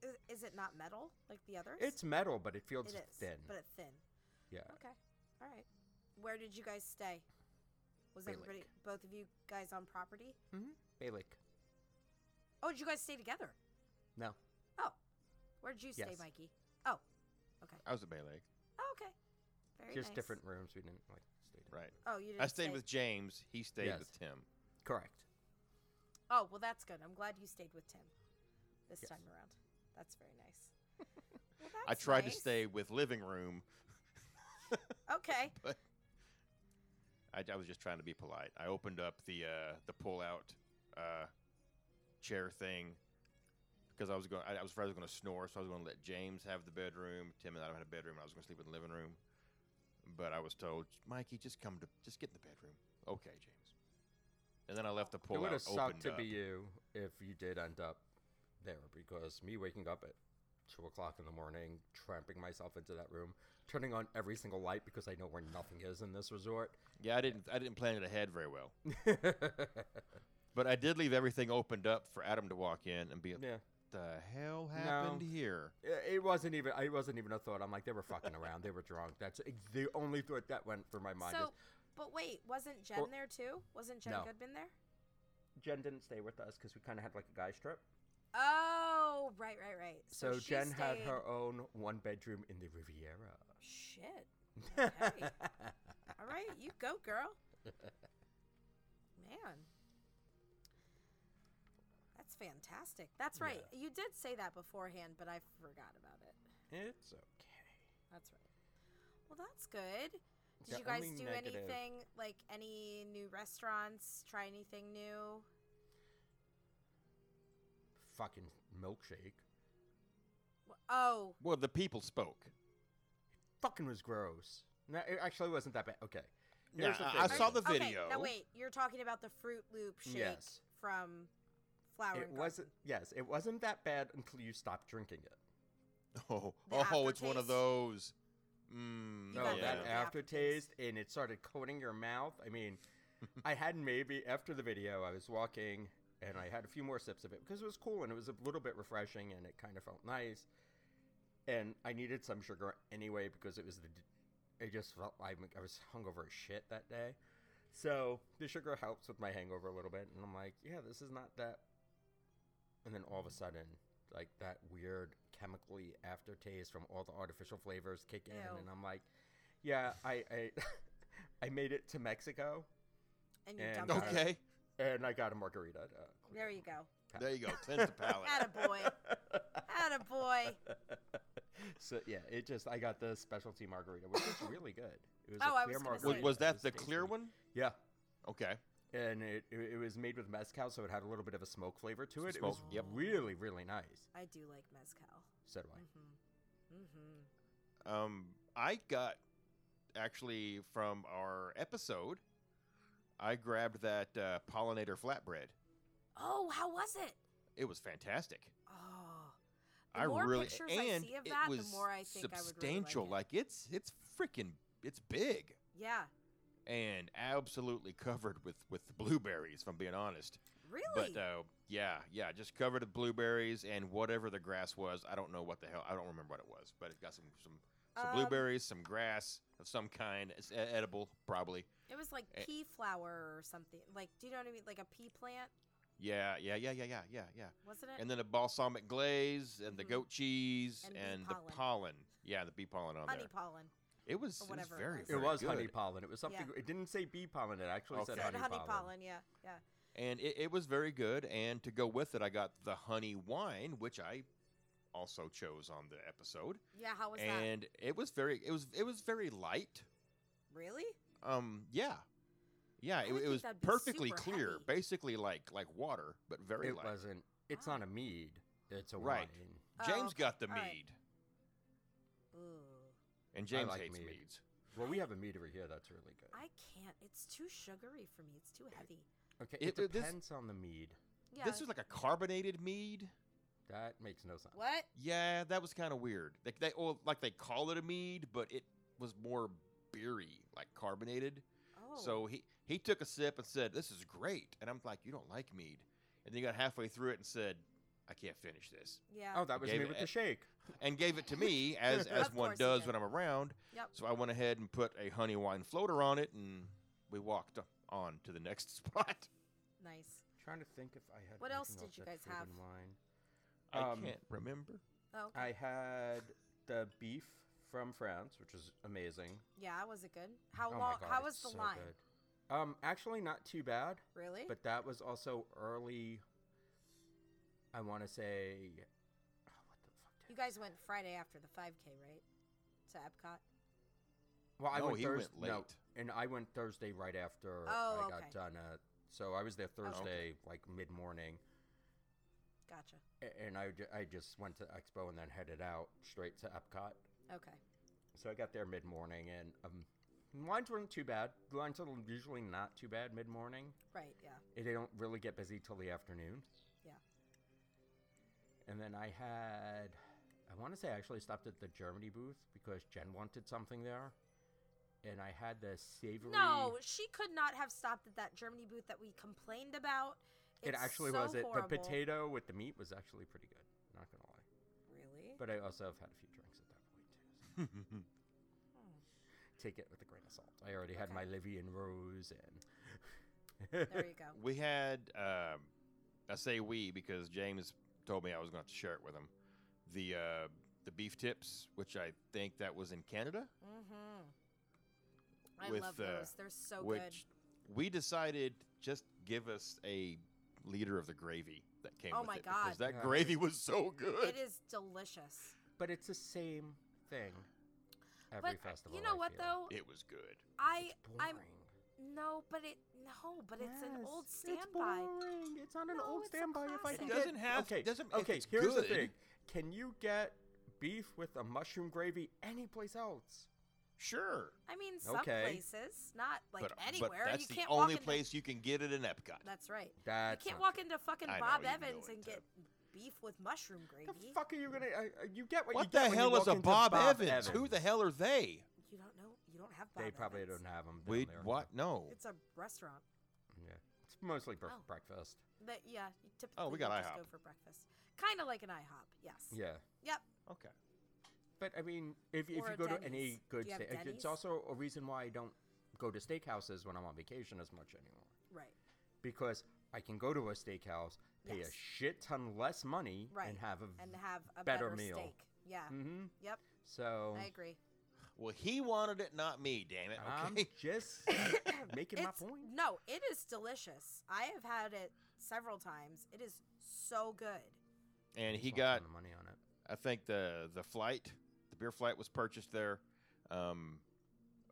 [SPEAKER 3] Is, is it not metal like the others?
[SPEAKER 2] It's metal, but it feels
[SPEAKER 3] It is,
[SPEAKER 2] thin.
[SPEAKER 3] but it's thin.
[SPEAKER 2] yeah,
[SPEAKER 3] Okay. All right. Where did you guys stay? Was
[SPEAKER 2] Bay
[SPEAKER 3] everybody,
[SPEAKER 2] Lake.
[SPEAKER 3] both of you guys on property?
[SPEAKER 2] mm-hmm. Balik.
[SPEAKER 3] Oh, did you guys stay together?
[SPEAKER 2] No,
[SPEAKER 3] Oh. Where did you stay,
[SPEAKER 2] Yes.
[SPEAKER 3] Mikey? Oh. Okay.
[SPEAKER 1] I was at Bay Lake,
[SPEAKER 3] Oh, okay. Very
[SPEAKER 2] just
[SPEAKER 3] nice.
[SPEAKER 2] different rooms. We didn't like stay. together.
[SPEAKER 1] right?
[SPEAKER 3] Oh, you didn't
[SPEAKER 1] I stayed
[SPEAKER 3] stay-
[SPEAKER 1] with James. He stayed
[SPEAKER 2] Yes.
[SPEAKER 1] with Tim.
[SPEAKER 2] Correct.
[SPEAKER 3] Oh, well, that's good. I'm glad you stayed with Tim this
[SPEAKER 2] Yes.
[SPEAKER 3] time around. That's very
[SPEAKER 2] (laughs)
[SPEAKER 3] nice. Well,
[SPEAKER 1] I
[SPEAKER 3] that's
[SPEAKER 1] tried
[SPEAKER 3] nice.
[SPEAKER 1] to stay with living room. (laughs)
[SPEAKER 3] Okay.
[SPEAKER 1] I, I was just trying to be polite. I opened up the uh, the pull out uh, chair thing because I was going. I, I was afraid I was going to snore, so I was going to let James have the bedroom. Tim and I had a bedroom. and I was going to sleep in the living room, but I was told, Mikey, just come to, just get in the bedroom. Okay, James. And then I left the
[SPEAKER 2] it
[SPEAKER 1] pull
[SPEAKER 2] would
[SPEAKER 1] out
[SPEAKER 2] have
[SPEAKER 1] opened
[SPEAKER 2] sucked to
[SPEAKER 1] up.
[SPEAKER 2] be you if you did end up there because me waking up at two o'clock in the morning, tramping myself into that room, turning on every single light because I know where nothing is in this resort.
[SPEAKER 1] yeah, I didn't. I didn't plan it ahead very well.
[SPEAKER 2] (laughs)
[SPEAKER 1] But I did leave everything opened up for Adam to walk in and be like,
[SPEAKER 2] yeah.
[SPEAKER 1] the hell happened here?
[SPEAKER 2] I- It wasn't even. It wasn't even a thought. I'm like, they were fucking around. They were drunk. That's ex- the only thought that went through my mind.
[SPEAKER 3] So,
[SPEAKER 2] is,
[SPEAKER 3] but wait, wasn't Jen
[SPEAKER 2] Or-
[SPEAKER 3] there too? Wasn't Jen
[SPEAKER 2] No.
[SPEAKER 3] Goodman there?
[SPEAKER 2] Jen didn't stay with us because we kind of had like a guy trip.
[SPEAKER 3] Oh, right, right, right.
[SPEAKER 2] So,
[SPEAKER 3] So, she
[SPEAKER 2] Jen had
[SPEAKER 3] stayed-
[SPEAKER 2] her own one bedroom in the Riviera.
[SPEAKER 3] Shit. Okay. All right, you go, girl. Man. That's fantastic. That's right. You did say that beforehand, but I forgot about it.
[SPEAKER 2] (laughs) It's okay.
[SPEAKER 3] That's right. Well, that's good. Did
[SPEAKER 2] The
[SPEAKER 3] you guys
[SPEAKER 2] only
[SPEAKER 3] do
[SPEAKER 2] negative-
[SPEAKER 3] anything like any new restaurants? Try anything new?
[SPEAKER 2] Fucking milkshake.
[SPEAKER 3] Wh- Oh,
[SPEAKER 1] Well, the people spoke.
[SPEAKER 2] fucking was gross. No, it actually wasn't that bad. Okay.
[SPEAKER 1] Yeah,
[SPEAKER 2] Here's the
[SPEAKER 1] I- I
[SPEAKER 2] thing,
[SPEAKER 1] saw
[SPEAKER 2] though.
[SPEAKER 1] the
[SPEAKER 3] Okay,
[SPEAKER 1] video.
[SPEAKER 3] now wait, you're talking about the Fruit Loop shake
[SPEAKER 2] Yes.
[SPEAKER 3] from Flower.
[SPEAKER 2] It
[SPEAKER 3] and
[SPEAKER 2] wasn't. Yes, it wasn't that bad until you stopped drinking it.
[SPEAKER 1] (laughs) Oh,
[SPEAKER 3] The
[SPEAKER 1] oh, it's one of
[SPEAKER 3] aftertaste?
[SPEAKER 1] those. Mm,
[SPEAKER 3] You
[SPEAKER 2] No,
[SPEAKER 3] got
[SPEAKER 1] yeah.
[SPEAKER 2] that
[SPEAKER 3] the aftertaste.
[SPEAKER 2] aftertaste, and it started coating your mouth. I mean, I had maybe after the video, I was walking and I had a few more sips of it because it was cool and it was a little bit refreshing and it kind of felt nice. And I needed some sugar anyway because it was the. d- It just felt like I was hungover as shit that day. So the sugar helps with my hangover a little bit, and I'm like, yeah, this is not that. And then all of a sudden, like that weird chemically aftertaste from all the artificial flavors kick in,
[SPEAKER 3] Ew.
[SPEAKER 2] and I'm like, yeah, I I, (laughs) I made it to Mexico,
[SPEAKER 3] and you
[SPEAKER 2] and-
[SPEAKER 3] dumped it.
[SPEAKER 1] Okay,
[SPEAKER 2] and I got a margarita. at, uh,
[SPEAKER 3] There you go.
[SPEAKER 1] there you go. Cleanse the palate.
[SPEAKER 3] Attaboy. Attaboy.
[SPEAKER 2] (laughs) so yeah, it just I got the specialty margarita, which was really good. It was
[SPEAKER 3] Oh,
[SPEAKER 2] a
[SPEAKER 3] I
[SPEAKER 2] clear
[SPEAKER 1] (laughs) was,
[SPEAKER 3] was gonna say-
[SPEAKER 2] margarita.
[SPEAKER 3] Right.
[SPEAKER 1] was
[SPEAKER 2] It
[SPEAKER 1] that the
[SPEAKER 2] tasty.
[SPEAKER 1] clear one?
[SPEAKER 2] Yeah,
[SPEAKER 1] Okay.
[SPEAKER 2] and it, it it was made with mezcal, so it had a little bit of a smoke flavor to
[SPEAKER 1] Some
[SPEAKER 2] it. It was
[SPEAKER 1] smoke, yep.
[SPEAKER 2] really really nice.
[SPEAKER 3] I do like mezcal.
[SPEAKER 2] So do I.
[SPEAKER 3] Mm-hmm.
[SPEAKER 1] Um, I got actually from our episode. I grabbed that uh, pollinator flatbread.
[SPEAKER 3] Oh, how was it?
[SPEAKER 1] It was fantastic.
[SPEAKER 3] Oh, the
[SPEAKER 1] I
[SPEAKER 3] more
[SPEAKER 1] really
[SPEAKER 3] pictures
[SPEAKER 1] and
[SPEAKER 3] I see of
[SPEAKER 1] it
[SPEAKER 3] that,
[SPEAKER 1] was
[SPEAKER 3] the more I think I would really
[SPEAKER 1] substantial.
[SPEAKER 3] like it.
[SPEAKER 1] like it's it's freaking it's big.
[SPEAKER 3] Yeah,
[SPEAKER 1] and absolutely covered with with blueberries. If I'm being honest,
[SPEAKER 3] Really?
[SPEAKER 1] But uh, yeah, yeah, just covered with blueberries and whatever the grass was. I don't know what the hell. I don't remember what it was, but it's got some some, some
[SPEAKER 3] Um,
[SPEAKER 1] blueberries, some grass of some kind. It's e- edible, probably.
[SPEAKER 3] It was like
[SPEAKER 1] Eh.
[SPEAKER 3] pea flower or something. Like, do you know what I mean? Like a pea plant,
[SPEAKER 1] Yeah, yeah, yeah, yeah, yeah, yeah, yeah.
[SPEAKER 3] wasn't it?
[SPEAKER 1] And then a balsamic glaze and the
[SPEAKER 3] Mhm.
[SPEAKER 1] goat cheese
[SPEAKER 3] Uh, And
[SPEAKER 1] and,
[SPEAKER 3] bee
[SPEAKER 1] the
[SPEAKER 3] pollen.
[SPEAKER 1] pollen. Yeah, the bee pollen on
[SPEAKER 3] Honey
[SPEAKER 1] there.
[SPEAKER 3] pollen.
[SPEAKER 1] It was, it was
[SPEAKER 3] whatever it
[SPEAKER 1] very,
[SPEAKER 3] was.
[SPEAKER 2] It
[SPEAKER 1] very
[SPEAKER 2] was
[SPEAKER 1] good.
[SPEAKER 2] honey pollen. It was something. It didn't say bee pollen. It actually
[SPEAKER 1] Okay.
[SPEAKER 2] said,
[SPEAKER 1] Said
[SPEAKER 3] Honey,
[SPEAKER 2] Oh, honey,
[SPEAKER 3] pollen. Yeah, yeah.
[SPEAKER 1] and it, it was very good. And to go with it, I got the honey wine, which I also chose on the episode,
[SPEAKER 3] Yeah, how was that?
[SPEAKER 1] and it was very it was it was very light.
[SPEAKER 3] Really?
[SPEAKER 1] Um, yeah, yeah,
[SPEAKER 3] I
[SPEAKER 1] it,
[SPEAKER 3] would
[SPEAKER 1] it
[SPEAKER 3] think
[SPEAKER 1] was
[SPEAKER 3] that'd be
[SPEAKER 1] perfectly
[SPEAKER 3] super
[SPEAKER 1] clear,
[SPEAKER 3] heavy.
[SPEAKER 1] basically like like water, but very
[SPEAKER 2] It
[SPEAKER 1] light.
[SPEAKER 2] wasn't. It's
[SPEAKER 3] Ah.
[SPEAKER 2] not a mead. It's a
[SPEAKER 1] Right.
[SPEAKER 2] wine.
[SPEAKER 3] Oh,
[SPEAKER 1] James
[SPEAKER 3] okay.
[SPEAKER 1] got the
[SPEAKER 3] All
[SPEAKER 1] mead,
[SPEAKER 3] right. Ooh.
[SPEAKER 1] and James
[SPEAKER 2] like
[SPEAKER 1] hates
[SPEAKER 2] mead.
[SPEAKER 1] meads.
[SPEAKER 2] Well, we have a mead over here that's really good.
[SPEAKER 3] I can't. It's too sugary for me. It's too heavy.
[SPEAKER 2] Okay,
[SPEAKER 1] It-
[SPEAKER 2] it, uh,
[SPEAKER 1] it- this-
[SPEAKER 2] depends on the mead.
[SPEAKER 3] Yeah.
[SPEAKER 1] This was like a carbonated mead.
[SPEAKER 2] That makes no sense.
[SPEAKER 3] what?
[SPEAKER 1] Yeah, that was kind of weird. Like they, or like they call it a mead, but it was more beery, like carbonated.
[SPEAKER 3] Oh.
[SPEAKER 1] So he he took a sip and said, "This is great," and I'm like, "You don't like mead," and then he got halfway through it and said, "I can't finish this,"
[SPEAKER 3] Yeah.
[SPEAKER 2] Oh, that was
[SPEAKER 1] Gave
[SPEAKER 2] me
[SPEAKER 1] it
[SPEAKER 2] with
[SPEAKER 1] a-
[SPEAKER 2] the shake.
[SPEAKER 1] and gave it to
[SPEAKER 3] (laughs)
[SPEAKER 1] me as as
[SPEAKER 3] Of
[SPEAKER 1] one
[SPEAKER 3] course he
[SPEAKER 1] does
[SPEAKER 3] did.
[SPEAKER 1] when I'm around.
[SPEAKER 3] Yep.
[SPEAKER 1] So I went ahead and put a honey wine floater on it, and we walked on to the next (laughs) spot.
[SPEAKER 3] Nice.
[SPEAKER 2] Trying to think if I had.
[SPEAKER 3] What else
[SPEAKER 2] anything
[SPEAKER 3] did you
[SPEAKER 2] that's
[SPEAKER 3] guys have?
[SPEAKER 2] food and Wine.
[SPEAKER 1] I
[SPEAKER 2] Um,
[SPEAKER 1] can't remember.
[SPEAKER 3] Oh, okay.
[SPEAKER 2] I had the beef from France, which was amazing.
[SPEAKER 3] yeah. Was it good? How
[SPEAKER 2] oh
[SPEAKER 3] long?
[SPEAKER 2] My God,
[SPEAKER 3] how was
[SPEAKER 2] it's
[SPEAKER 3] the
[SPEAKER 2] so
[SPEAKER 3] line?
[SPEAKER 2] Good. Eh? Um, actually, not too bad.
[SPEAKER 3] Really?
[SPEAKER 2] But that was also early. I want to say, oh, what the fuck? Did
[SPEAKER 3] you guys went Friday after the 5K, right? To Epcot.
[SPEAKER 2] Well, I
[SPEAKER 1] No,
[SPEAKER 2] went
[SPEAKER 1] he
[SPEAKER 2] Thursday.
[SPEAKER 1] went
[SPEAKER 2] No,
[SPEAKER 1] late.
[SPEAKER 2] and I went Thursday right after
[SPEAKER 3] Oh,
[SPEAKER 2] I got
[SPEAKER 3] okay.
[SPEAKER 2] done. At, so I was there Thursday,
[SPEAKER 1] Okay.
[SPEAKER 2] like mid morning,
[SPEAKER 3] Gotcha.
[SPEAKER 2] and I, ju- I just went to Expo and then headed out straight to Epcot.
[SPEAKER 3] Okay.
[SPEAKER 2] So I got there mid morning, and um, lines weren't too bad. Lines are usually not too bad mid morning.
[SPEAKER 3] Right. Yeah.
[SPEAKER 2] They don't really get busy till the afternoon.
[SPEAKER 3] Yeah.
[SPEAKER 2] And then I had, I want to say I actually stopped at the Germany booth because Jen wanted something there. And I had the savory.
[SPEAKER 3] No, she could not have stopped at that Germany booth that we complained about.
[SPEAKER 2] It
[SPEAKER 3] It's
[SPEAKER 2] actually
[SPEAKER 3] so
[SPEAKER 2] was it.
[SPEAKER 3] horrible.
[SPEAKER 2] The potato with the meat was actually pretty good. Not gonna lie. (laughs)
[SPEAKER 3] Really?
[SPEAKER 2] But I also have had a few drinks at that point too. so
[SPEAKER 3] (laughs)
[SPEAKER 2] Take it with a grain of salt. I already had
[SPEAKER 3] Okay.
[SPEAKER 2] my Livy and Rose and
[SPEAKER 3] there you go.
[SPEAKER 1] We had, um, I say we because James told me I was going to share it with him. The uh, the beef tips, which I think that was in Canada,
[SPEAKER 3] Mm-hmm. I
[SPEAKER 1] With,
[SPEAKER 3] love
[SPEAKER 1] uh,
[SPEAKER 3] those. They're so
[SPEAKER 1] which
[SPEAKER 3] good.
[SPEAKER 1] we decided just give us a liter of the gravy that came
[SPEAKER 3] Oh
[SPEAKER 1] with
[SPEAKER 3] my
[SPEAKER 1] it because
[SPEAKER 3] God.
[SPEAKER 1] that
[SPEAKER 2] Yeah.
[SPEAKER 1] gravy was so
[SPEAKER 3] It
[SPEAKER 1] good.
[SPEAKER 3] is delicious.
[SPEAKER 2] But it's the same thing every
[SPEAKER 3] but uh,
[SPEAKER 2] festival.
[SPEAKER 3] you know
[SPEAKER 2] I
[SPEAKER 3] what
[SPEAKER 2] feel.
[SPEAKER 3] though?
[SPEAKER 1] It was good.
[SPEAKER 3] I I'm
[SPEAKER 2] Boring.
[SPEAKER 3] no, but it no, but it's an
[SPEAKER 2] Yes,
[SPEAKER 3] old
[SPEAKER 2] it's
[SPEAKER 3] standby.
[SPEAKER 2] boring. It's not an
[SPEAKER 3] No,
[SPEAKER 2] old
[SPEAKER 3] it's a
[SPEAKER 2] standby. If I
[SPEAKER 3] classic.
[SPEAKER 2] can
[SPEAKER 3] It
[SPEAKER 2] get-
[SPEAKER 1] doesn't have-
[SPEAKER 2] okay,
[SPEAKER 1] doesn't- if
[SPEAKER 2] okay.
[SPEAKER 1] it's
[SPEAKER 2] here's the
[SPEAKER 1] good-
[SPEAKER 2] thing: Can you get beef with a mushroom gravy anyplace else?
[SPEAKER 1] Sure,
[SPEAKER 3] I mean, some
[SPEAKER 2] Okay.
[SPEAKER 3] places, not like
[SPEAKER 1] but,
[SPEAKER 3] anywhere.
[SPEAKER 1] but that's
[SPEAKER 3] you
[SPEAKER 1] the
[SPEAKER 3] can't walk
[SPEAKER 1] only
[SPEAKER 3] into-
[SPEAKER 1] place you can get it in Epcot.
[SPEAKER 3] That's right.
[SPEAKER 2] That's
[SPEAKER 3] you can't
[SPEAKER 2] not
[SPEAKER 3] walk
[SPEAKER 2] true.
[SPEAKER 3] into fucking
[SPEAKER 1] I know,
[SPEAKER 3] Bob
[SPEAKER 1] you can go
[SPEAKER 3] Evans and
[SPEAKER 1] into-
[SPEAKER 3] get beef with mushroom gravy.
[SPEAKER 2] The fuck are you gonna? Uh, you get what,
[SPEAKER 1] What
[SPEAKER 2] you get
[SPEAKER 1] the
[SPEAKER 2] when you
[SPEAKER 1] hell is
[SPEAKER 2] walk
[SPEAKER 1] a
[SPEAKER 2] into
[SPEAKER 1] Bob, Evans? Who the
[SPEAKER 2] Evans.
[SPEAKER 1] hell are they?
[SPEAKER 3] You don't know. You don't have Bob.
[SPEAKER 2] They probably
[SPEAKER 3] Evans.
[SPEAKER 2] don't have them.
[SPEAKER 1] We what? No.
[SPEAKER 3] It's a restaurant.
[SPEAKER 2] Yeah, it's mostly bre-
[SPEAKER 3] Oh.
[SPEAKER 2] breakfast.
[SPEAKER 3] But yeah, you typically
[SPEAKER 1] Oh, we
[SPEAKER 3] will
[SPEAKER 1] got
[SPEAKER 3] just
[SPEAKER 1] IHOP.
[SPEAKER 3] go for breakfast. Kind of like an IHOP. Yes.
[SPEAKER 2] Yeah,
[SPEAKER 3] Yep.
[SPEAKER 1] Okay.
[SPEAKER 2] but I mean, if, if
[SPEAKER 3] Or
[SPEAKER 2] you
[SPEAKER 3] a
[SPEAKER 2] go to
[SPEAKER 3] Denny's.
[SPEAKER 2] any good,
[SPEAKER 3] Do you have
[SPEAKER 2] steak,
[SPEAKER 3] Denny's?
[SPEAKER 2] it's also a reason why I don't go to steakhouses when I'm on vacation as much anymore
[SPEAKER 3] Right.
[SPEAKER 2] because I can go to a steakhouse, pay
[SPEAKER 3] Yes.
[SPEAKER 2] a shit ton less money,
[SPEAKER 3] Right.
[SPEAKER 2] and have a
[SPEAKER 3] and have a better,
[SPEAKER 2] better meal.
[SPEAKER 3] steak. Yeah.
[SPEAKER 1] Mm.
[SPEAKER 2] Mm-hmm.
[SPEAKER 3] Yep.
[SPEAKER 2] So
[SPEAKER 3] I agree.
[SPEAKER 1] Well, he wanted it, not me. Damn it.
[SPEAKER 2] I'm
[SPEAKER 1] Okay.
[SPEAKER 2] (laughs) just
[SPEAKER 3] (coughs)
[SPEAKER 2] making my
[SPEAKER 3] It's
[SPEAKER 2] point.
[SPEAKER 3] no, it is delicious. I have had it several times. It is so good.
[SPEAKER 1] (laughs) and he
[SPEAKER 2] Just not
[SPEAKER 1] got,
[SPEAKER 2] spending money on it.
[SPEAKER 1] I think the the flight, the beer flight was purchased there. Um,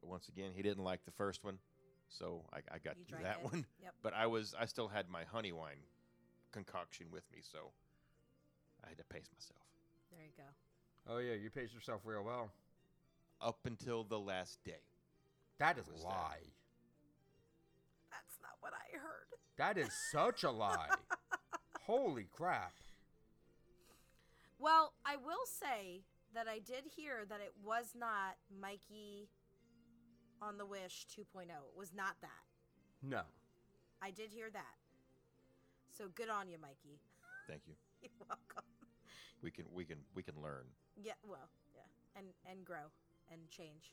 [SPEAKER 1] once again, he didn't like the first one, so I, I got
[SPEAKER 3] You
[SPEAKER 1] through
[SPEAKER 3] drank
[SPEAKER 1] that
[SPEAKER 3] it.
[SPEAKER 1] one. (laughs)
[SPEAKER 3] Yep.
[SPEAKER 1] But I was, I still had my honey wine concoction with me, so I had to pace myself
[SPEAKER 3] There you go.
[SPEAKER 2] Oh yeah, you paced yourself real well.
[SPEAKER 1] up until the last day.
[SPEAKER 2] That is
[SPEAKER 1] What
[SPEAKER 2] a
[SPEAKER 1] was that?
[SPEAKER 2] lie.
[SPEAKER 3] That's not what I heard.
[SPEAKER 2] That is such a lie.
[SPEAKER 3] (laughs)
[SPEAKER 2] Holy crap.
[SPEAKER 3] Well, I will say that I did hear that it was not Mikey on the oh. Wish 2.0. It was not that.
[SPEAKER 2] No.
[SPEAKER 3] I did hear that. So good on you, Mikey.
[SPEAKER 1] Thank you.
[SPEAKER 3] (laughs) You're welcome.
[SPEAKER 1] We can we can we can learn.
[SPEAKER 3] Yeah, well, yeah, and and grow and change,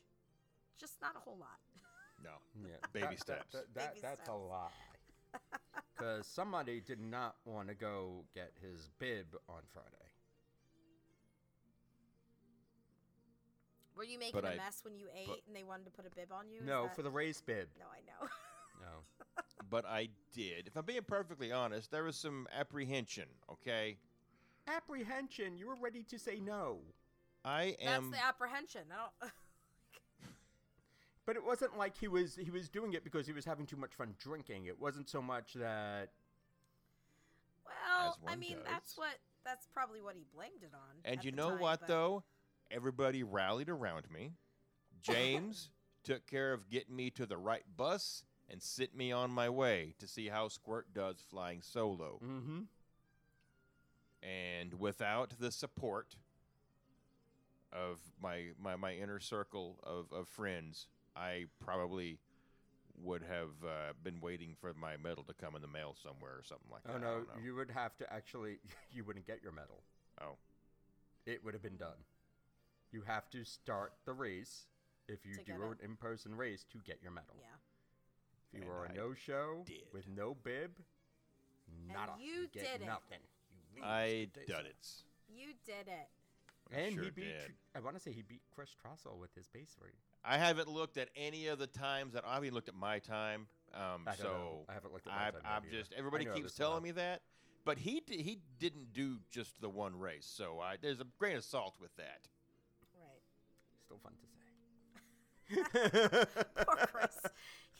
[SPEAKER 3] just not a whole lot. (laughs)
[SPEAKER 1] No.
[SPEAKER 2] Yeah,
[SPEAKER 1] Baby
[SPEAKER 2] that- that-
[SPEAKER 1] steps.
[SPEAKER 2] that- that-
[SPEAKER 3] Baby
[SPEAKER 2] that's a
[SPEAKER 3] steps.
[SPEAKER 2] lie.
[SPEAKER 3] (laughs)
[SPEAKER 2] Because somebody did not want to go get his bib on Friday.
[SPEAKER 3] Were you making
[SPEAKER 1] But
[SPEAKER 3] a
[SPEAKER 1] I-
[SPEAKER 3] mess when you ate and they wanted to put a bib on you? Is
[SPEAKER 2] no,
[SPEAKER 3] that-
[SPEAKER 2] for the race bib.
[SPEAKER 3] No, I know. (laughs)
[SPEAKER 2] No.
[SPEAKER 1] But I did. If I'm being perfectly honest, there was some apprehension, okay?
[SPEAKER 2] Apprehension. You were ready to say no.
[SPEAKER 1] I am
[SPEAKER 3] That's the apprehension. I don't. (laughs)
[SPEAKER 2] But it wasn't like he was he was doing it because he was having too much fun drinking. It wasn't so much that
[SPEAKER 3] well, I
[SPEAKER 1] one
[SPEAKER 3] mean, that's
[SPEAKER 1] does.
[SPEAKER 3] what. That's probably what he blamed it on.
[SPEAKER 1] And
[SPEAKER 3] at
[SPEAKER 1] you
[SPEAKER 3] the
[SPEAKER 1] know
[SPEAKER 3] time,
[SPEAKER 1] what
[SPEAKER 3] but-
[SPEAKER 1] though? Everybody rallied around me.
[SPEAKER 3] (laughs)
[SPEAKER 1] James took care of getting me to the right bus and sent me on my way to see how Squirt does flying solo.
[SPEAKER 2] mm-hmm.
[SPEAKER 1] and without the support of my my, my inner circle of, of friends, I probably would have uh, been waiting for my medal to come in the mail somewhere or something like
[SPEAKER 2] Oh
[SPEAKER 1] that. I
[SPEAKER 2] no,
[SPEAKER 1] don't know.
[SPEAKER 2] you would have to actually (laughs) you wouldn't get your medal.
[SPEAKER 1] oh,
[SPEAKER 2] It would have been done. You have to start the race if you
[SPEAKER 3] To
[SPEAKER 2] do
[SPEAKER 3] get
[SPEAKER 2] an
[SPEAKER 3] it.
[SPEAKER 2] in person race to get your medal.
[SPEAKER 3] Yeah.
[SPEAKER 2] If you
[SPEAKER 1] And
[SPEAKER 2] are
[SPEAKER 1] I
[SPEAKER 2] a no show
[SPEAKER 1] did.
[SPEAKER 2] with no bib, nada.
[SPEAKER 3] you
[SPEAKER 2] get
[SPEAKER 3] did it.
[SPEAKER 2] nothing. You lose.
[SPEAKER 1] I
[SPEAKER 2] Good days
[SPEAKER 1] done
[SPEAKER 2] off.
[SPEAKER 1] it.
[SPEAKER 3] You did it.
[SPEAKER 1] I
[SPEAKER 2] And
[SPEAKER 1] sure
[SPEAKER 2] he beat.
[SPEAKER 1] did.
[SPEAKER 2] Tr- I want to say he beat Chris Trussell with his base rate.
[SPEAKER 1] I haven't looked at any of the times that I haven't even looked at my time. Um,
[SPEAKER 2] I don't
[SPEAKER 1] so
[SPEAKER 2] know. I haven't looked at my
[SPEAKER 1] I've-
[SPEAKER 2] time
[SPEAKER 1] I've
[SPEAKER 2] yet either.
[SPEAKER 1] just
[SPEAKER 2] I
[SPEAKER 1] everybody
[SPEAKER 2] know
[SPEAKER 1] keeps
[SPEAKER 2] this a lot.
[SPEAKER 1] telling me that, but he di- he didn't do just the one race. So I, there's a grain of salt with that.
[SPEAKER 3] Right. (laughs)
[SPEAKER 2] Still fun to say.
[SPEAKER 3] Poor Chris.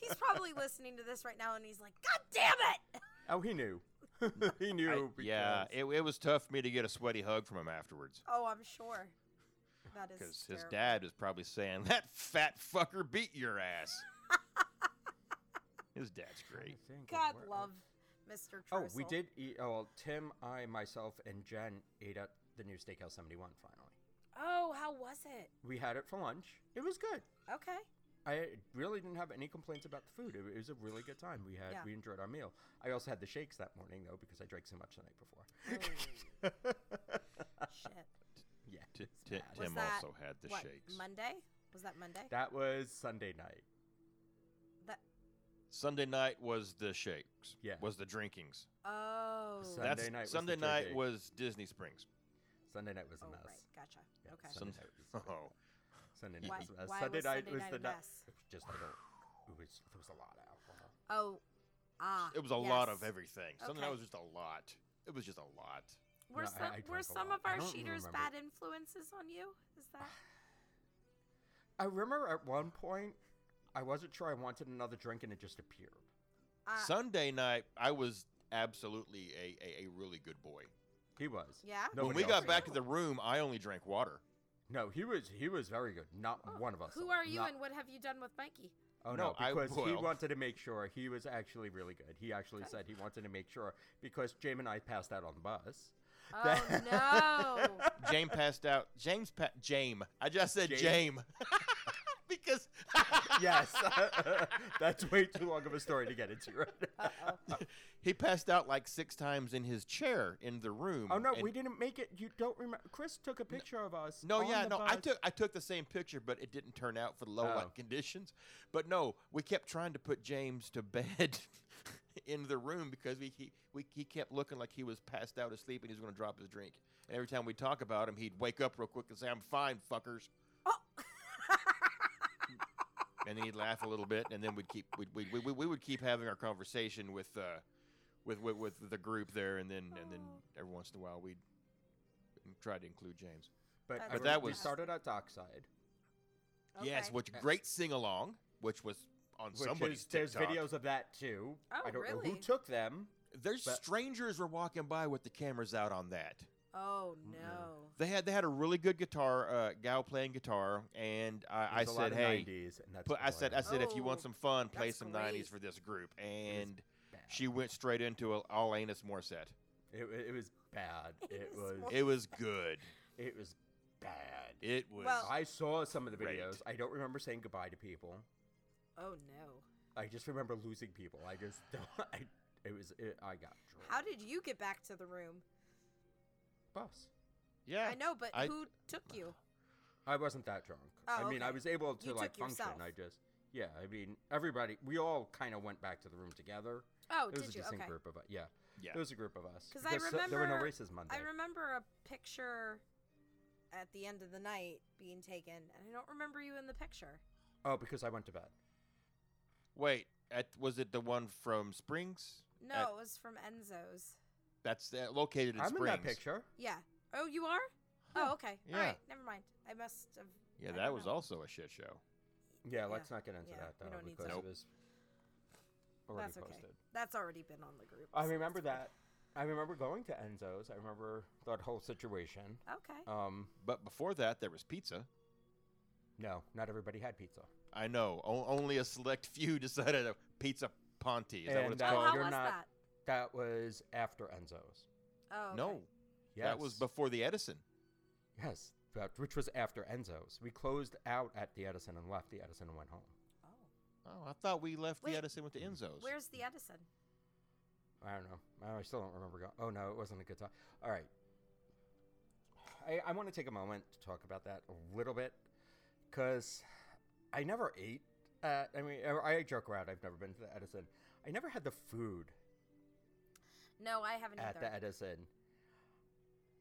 [SPEAKER 3] he's probably listening to this right now, and he's like, "God damn it!" (laughs)
[SPEAKER 2] oh, he knew. (laughs) he knew.
[SPEAKER 1] I-
[SPEAKER 2] because
[SPEAKER 1] yeah, it, it was tough for me to get a sweaty hug from him afterwards
[SPEAKER 3] Oh, I'm sure. That is
[SPEAKER 1] because his
[SPEAKER 3] terrible.
[SPEAKER 1] dad is probably saying that fat fucker beat your ass. his dad's
[SPEAKER 2] I
[SPEAKER 1] great.
[SPEAKER 2] think it
[SPEAKER 3] God
[SPEAKER 2] wor-
[SPEAKER 3] love Mr.
[SPEAKER 2] Oh, we
[SPEAKER 3] Trussell.
[SPEAKER 2] did eat. Oh, well, Tim, I, myself, and Jen ate at the new Steakhouse 71 finally.
[SPEAKER 3] Oh, how was it?
[SPEAKER 2] We had it for lunch. It was good.
[SPEAKER 3] Okay.
[SPEAKER 2] I really didn't have any complaints about the food. It, it was a really good time. We had
[SPEAKER 3] Yeah.
[SPEAKER 2] we enjoyed our meal. I also had the shakes that morning though because I drank so much the night before.
[SPEAKER 3] Shit.
[SPEAKER 2] (laughs) Yeah,
[SPEAKER 1] T-
[SPEAKER 2] it's
[SPEAKER 1] Ti-
[SPEAKER 2] bad.
[SPEAKER 3] Was
[SPEAKER 1] Tim
[SPEAKER 3] that,
[SPEAKER 1] also had the
[SPEAKER 3] what,
[SPEAKER 1] shakes.
[SPEAKER 3] Monday? Was that Monday?
[SPEAKER 2] that was Sunday night.
[SPEAKER 3] That-
[SPEAKER 1] Sunday night was the shakes.
[SPEAKER 2] Yeah.
[SPEAKER 1] was the drinkings.
[SPEAKER 3] oh.
[SPEAKER 2] Sunday
[SPEAKER 1] That's
[SPEAKER 2] night was the
[SPEAKER 1] Sunday night
[SPEAKER 2] tailgate.
[SPEAKER 1] was Disney Springs.
[SPEAKER 2] Sunday night was a
[SPEAKER 3] oh,
[SPEAKER 2] mess.
[SPEAKER 3] right. Gotcha.
[SPEAKER 2] Yeah,
[SPEAKER 3] okay.
[SPEAKER 2] Sunday
[SPEAKER 1] Sun-
[SPEAKER 2] night was
[SPEAKER 1] (laughs)
[SPEAKER 2] a
[SPEAKER 1] oh,
[SPEAKER 2] Sunday
[SPEAKER 3] Why-
[SPEAKER 2] night was a mess.
[SPEAKER 3] why
[SPEAKER 2] Sunday
[SPEAKER 3] was
[SPEAKER 2] night
[SPEAKER 3] Sunday
[SPEAKER 2] was
[SPEAKER 3] night
[SPEAKER 2] the
[SPEAKER 3] a
[SPEAKER 2] night.
[SPEAKER 3] mess?
[SPEAKER 2] it was (sighs) Just I don't. It was there was a lot of alcohol.
[SPEAKER 3] Oh. Ah.
[SPEAKER 1] it was a lot
[SPEAKER 3] yes.
[SPEAKER 1] of everything. Sunday night
[SPEAKER 3] Okay.
[SPEAKER 1] was just a lot. It was just a lot.
[SPEAKER 3] Were
[SPEAKER 2] No, I-
[SPEAKER 3] some,
[SPEAKER 2] I
[SPEAKER 3] were
[SPEAKER 2] drank a
[SPEAKER 3] some
[SPEAKER 2] lot.
[SPEAKER 3] of
[SPEAKER 2] I
[SPEAKER 3] our
[SPEAKER 2] don't even
[SPEAKER 3] cheaters
[SPEAKER 2] remember.
[SPEAKER 3] bad influences on you? Is that?
[SPEAKER 1] (sighs)
[SPEAKER 2] I remember at one point I wasn't sure I wanted another drink and it just appeared.
[SPEAKER 3] Uh,
[SPEAKER 1] Sunday night, I was absolutely a, a, a really good boy.
[SPEAKER 2] He was.
[SPEAKER 3] Yeah?
[SPEAKER 2] No
[SPEAKER 1] when we
[SPEAKER 3] else
[SPEAKER 1] got
[SPEAKER 3] did.
[SPEAKER 1] back to the room, I only drank water.
[SPEAKER 2] No, he was he was very good. Not
[SPEAKER 3] oh,
[SPEAKER 2] (gasps) one of us.
[SPEAKER 3] Who
[SPEAKER 2] are
[SPEAKER 3] are you
[SPEAKER 2] not
[SPEAKER 3] and what have you done with
[SPEAKER 2] (laughs)
[SPEAKER 3] Mikey?
[SPEAKER 1] No,
[SPEAKER 2] Oh no,
[SPEAKER 1] I-
[SPEAKER 2] because he
[SPEAKER 1] well-
[SPEAKER 2] wanted to make sure he was actually really good. He actually said he wanted to make sure because Jame and I passed out on the bus.
[SPEAKER 3] (laughs) Oh
[SPEAKER 2] That-
[SPEAKER 3] no!
[SPEAKER 1] James passed out. James, pa- James. I just said
[SPEAKER 2] James.
[SPEAKER 1] James (laughs) because (laughs)
[SPEAKER 2] yes, (laughs) that's way too long of a story to get into right now.
[SPEAKER 1] he passed out like six times in his chair in the room.
[SPEAKER 2] Oh no,
[SPEAKER 1] and-
[SPEAKER 2] we didn't make it. You don't remember? Chris took a picture of us.
[SPEAKER 1] No,
[SPEAKER 2] on
[SPEAKER 1] yeah,
[SPEAKER 2] the
[SPEAKER 1] no. I
[SPEAKER 2] bus.
[SPEAKER 1] took I took the same picture, but it didn't turn out for the low light
[SPEAKER 2] Oh.
[SPEAKER 1] conditions. But no, we kept trying to put James to bed (laughs) in the room because we he we, he kept looking like he was passed out asleep and he was going to drop his drink. And every time we talk about him, he'd wake up real quick and say, "I'm fine, fuckers." (laughs) and then he'd laugh a little bit, and then we'd keep we'd, we we we- we would keep having our conversation with uh with with, with the group there, and then and then
[SPEAKER 3] Oh.
[SPEAKER 1] every once in a while we'd try to include James.
[SPEAKER 2] but,
[SPEAKER 3] But
[SPEAKER 2] I
[SPEAKER 3] that
[SPEAKER 2] remember we
[SPEAKER 1] was-
[SPEAKER 2] started at Dockside.
[SPEAKER 1] (laughs) Yes,
[SPEAKER 3] Okay.
[SPEAKER 1] which
[SPEAKER 2] Uh,
[SPEAKER 1] great sing along, which was on
[SPEAKER 2] Which
[SPEAKER 1] somebody's
[SPEAKER 2] is, there's
[SPEAKER 1] TikTok.
[SPEAKER 2] videos of that too.
[SPEAKER 3] Oh,
[SPEAKER 2] I don't know who
[SPEAKER 3] really?
[SPEAKER 2] took them.
[SPEAKER 1] There's
[SPEAKER 2] but-
[SPEAKER 1] strangers were walking by with the cameras out on that.
[SPEAKER 3] Oh
[SPEAKER 2] Mm-mm.
[SPEAKER 3] no!
[SPEAKER 1] They had they had a really good guitar uh, gal playing guitar, and I, I
[SPEAKER 2] There's a lot
[SPEAKER 1] said,
[SPEAKER 2] of
[SPEAKER 1] "Hey,
[SPEAKER 2] 90s, and that's
[SPEAKER 1] put, I
[SPEAKER 2] all
[SPEAKER 1] said I
[SPEAKER 2] remember.
[SPEAKER 1] said if you want
[SPEAKER 3] Oh,
[SPEAKER 1] some fun, play
[SPEAKER 3] that's
[SPEAKER 1] some
[SPEAKER 3] great.
[SPEAKER 1] '90s for this group." And
[SPEAKER 2] Bad.
[SPEAKER 1] she went straight into a, all Alanis Morissette.
[SPEAKER 2] It, wa- it was
[SPEAKER 3] (laughs)
[SPEAKER 2] bad. It
[SPEAKER 3] It's
[SPEAKER 2] was.
[SPEAKER 3] more-
[SPEAKER 1] It was good.
[SPEAKER 2] It was bad.
[SPEAKER 1] It was.
[SPEAKER 3] Well-
[SPEAKER 2] I saw some of the
[SPEAKER 1] Great.
[SPEAKER 2] videos. I don't remember saying goodbye to people.
[SPEAKER 3] Oh no!
[SPEAKER 2] I just remember losing people. I just (laughs) don't. I, It was. It, I got drunk.
[SPEAKER 3] How did you get back to the room?
[SPEAKER 2] Bus.
[SPEAKER 1] Yeah.
[SPEAKER 3] I know, but
[SPEAKER 1] I-
[SPEAKER 3] who took you?
[SPEAKER 2] I wasn't that drunk. I
[SPEAKER 3] Oh,
[SPEAKER 2] mean, I
[SPEAKER 3] okay.
[SPEAKER 2] was able to
[SPEAKER 3] You
[SPEAKER 2] like
[SPEAKER 3] took
[SPEAKER 2] function.
[SPEAKER 3] yourself.
[SPEAKER 2] I just. Yeah, I mean, everybody. We all kind of went back to the room together.
[SPEAKER 3] Oh,
[SPEAKER 2] it was
[SPEAKER 3] did
[SPEAKER 2] a
[SPEAKER 3] you?
[SPEAKER 2] distinct
[SPEAKER 3] Okay.
[SPEAKER 2] group of us. Yeah.
[SPEAKER 1] Yeah.
[SPEAKER 2] It was a group of us.
[SPEAKER 3] 'Cause I
[SPEAKER 2] Because so- there were no
[SPEAKER 3] remember-
[SPEAKER 2] races Monday.
[SPEAKER 3] I remember a picture at the end of the night being taken, and I don't remember you in the picture.
[SPEAKER 2] oh, because I went to bed.
[SPEAKER 1] Wait, at, was it the one from Springs?
[SPEAKER 3] No,
[SPEAKER 1] At-
[SPEAKER 3] it was from Enzo's.
[SPEAKER 1] that's uh, located in
[SPEAKER 2] I'm
[SPEAKER 1] Springs.
[SPEAKER 2] in that picture.
[SPEAKER 3] Yeah. Oh, you are? Oh, okay.
[SPEAKER 1] Yeah.
[SPEAKER 3] All right. Never mind. I must have.
[SPEAKER 1] Yeah,
[SPEAKER 3] I
[SPEAKER 1] that
[SPEAKER 3] don't
[SPEAKER 1] was
[SPEAKER 3] know.
[SPEAKER 1] also a shit show.
[SPEAKER 2] Yeah,
[SPEAKER 3] Yeah.
[SPEAKER 2] let's not get into
[SPEAKER 3] Yeah,
[SPEAKER 2] that
[SPEAKER 3] we
[SPEAKER 2] though
[SPEAKER 3] don't need
[SPEAKER 2] because
[SPEAKER 1] to.
[SPEAKER 2] it was already
[SPEAKER 3] That's okay.
[SPEAKER 2] posted.
[SPEAKER 3] That's already been on the group.
[SPEAKER 2] I
[SPEAKER 3] so
[SPEAKER 2] remember
[SPEAKER 3] that's
[SPEAKER 2] that. I remember going to Enzo's. I remember that whole situation.
[SPEAKER 3] fine. Okay. Oh,
[SPEAKER 2] Um,
[SPEAKER 1] But before that, there was pizza.
[SPEAKER 2] no, not everybody had pizza.
[SPEAKER 1] I know. O- only a select few (laughs) decided a pizza Ponte. Is that what
[SPEAKER 2] And,
[SPEAKER 1] it's
[SPEAKER 2] uh,
[SPEAKER 3] oh,
[SPEAKER 1] called?
[SPEAKER 3] how
[SPEAKER 2] you're
[SPEAKER 3] was
[SPEAKER 2] not-
[SPEAKER 3] that?
[SPEAKER 2] That was after Enzo's.
[SPEAKER 3] Oh, okay.
[SPEAKER 1] No,
[SPEAKER 2] Yes.
[SPEAKER 1] that was before the Edison.
[SPEAKER 2] Yes, that, which was after Enzo's. We closed out at the Edison and left the Edison and went home.
[SPEAKER 3] Oh.
[SPEAKER 1] Oh, I thought we left
[SPEAKER 3] Wait,
[SPEAKER 1] the Edison with the Enzos.
[SPEAKER 3] Where's the Edison?
[SPEAKER 2] I don't know. I still don't remember. Go- oh no, it wasn't a good time. All right. I, I want to take a moment to talk about that a little bit because I never ate. At, I mean, I, I joke around. I've never been to the Edison. I never had the food
[SPEAKER 3] No, I haven't
[SPEAKER 2] at
[SPEAKER 3] either.
[SPEAKER 2] the Edison.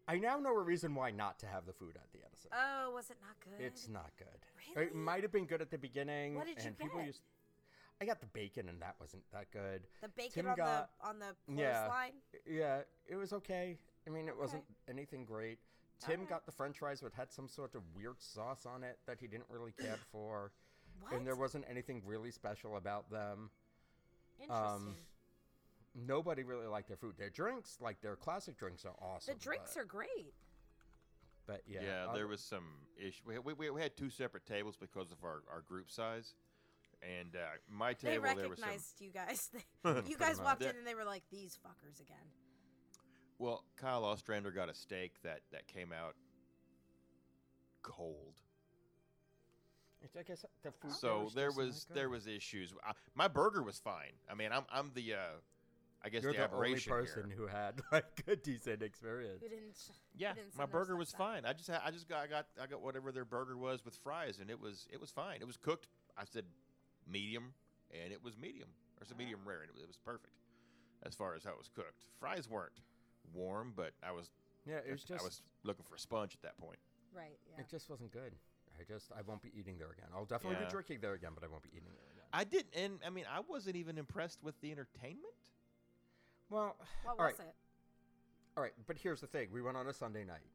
[SPEAKER 2] I now know a reason why not to have the food at the Edison.
[SPEAKER 3] oh, was it not good?
[SPEAKER 2] It's not good. It
[SPEAKER 3] Really?
[SPEAKER 2] might have been good at the beginning.
[SPEAKER 3] What did you
[SPEAKER 2] and people
[SPEAKER 3] get?
[SPEAKER 2] used. I got the bacon, and that wasn't that good.
[SPEAKER 3] The bacon
[SPEAKER 2] Tim
[SPEAKER 3] on
[SPEAKER 2] got-
[SPEAKER 3] the on the
[SPEAKER 2] yeah.
[SPEAKER 3] clothesline.
[SPEAKER 2] Yeah, it was okay. I mean, it wasn't anything great. Tim got the French fries, which had some sort of weird sauce on it that he didn't
[SPEAKER 3] (clears throat)
[SPEAKER 2] really care for, and there
[SPEAKER 3] What?
[SPEAKER 2] wasn't anything really special about them.
[SPEAKER 3] Interesting.
[SPEAKER 2] um, Nobody really liked their food. Their drinks, like their classic drinks, are
[SPEAKER 3] the
[SPEAKER 2] awesome.
[SPEAKER 3] drinks
[SPEAKER 2] but,
[SPEAKER 3] are great.
[SPEAKER 2] But yeah, uh,
[SPEAKER 1] yeah, there was some issue. We, we- we, we had two separate tables because of our, our group size. And uh, my
[SPEAKER 3] They
[SPEAKER 1] table, there was some.
[SPEAKER 3] recognized you guys. (laughs)
[SPEAKER 2] (laughs)
[SPEAKER 3] They- you guys
[SPEAKER 2] much.
[SPEAKER 3] walked
[SPEAKER 1] That-
[SPEAKER 3] in and they were like, "These fuckers again."
[SPEAKER 1] Well, Kyle Ostrander got a steak that, that came out cold.
[SPEAKER 2] It's- I guess the
[SPEAKER 3] Oh.
[SPEAKER 2] food.
[SPEAKER 1] So
[SPEAKER 2] was
[SPEAKER 1] there
[SPEAKER 2] just uh, not
[SPEAKER 1] was there
[SPEAKER 2] good.
[SPEAKER 1] was issues. I, my burger was fine. I mean, I'm I'm the uh, I guess
[SPEAKER 2] You're
[SPEAKER 1] the
[SPEAKER 2] the only
[SPEAKER 1] aberration here.
[SPEAKER 2] person who had (laughs) like a decent experience.
[SPEAKER 3] Who didn't?
[SPEAKER 1] Yeah,
[SPEAKER 3] didn't
[SPEAKER 1] my
[SPEAKER 3] send us
[SPEAKER 1] burger
[SPEAKER 3] that
[SPEAKER 1] was
[SPEAKER 3] stuff.
[SPEAKER 1] fine. I just ha- I just got I got I got whatever their burger was with fries, and it was it was fine. It was cooked. I said medium, and it was medium or it's a medium rare, and it, was- it was perfect as far as how it was cooked. Fries weren't warm, but I was
[SPEAKER 2] Yeah, it was just
[SPEAKER 1] I was looking for a sponge at that point.
[SPEAKER 3] Right. Yeah.
[SPEAKER 2] It just wasn't good. I just I won't be eating there again. I'll definitely
[SPEAKER 1] Yeah.
[SPEAKER 2] be drinking there again, but I won't be eating there again.
[SPEAKER 1] I didn't, and I mean I wasn't even impressed with the entertainment.
[SPEAKER 2] Well,
[SPEAKER 3] What
[SPEAKER 2] all
[SPEAKER 3] was
[SPEAKER 2] right,
[SPEAKER 3] it?
[SPEAKER 2] all right. But here's the thing: we went on a Sunday night.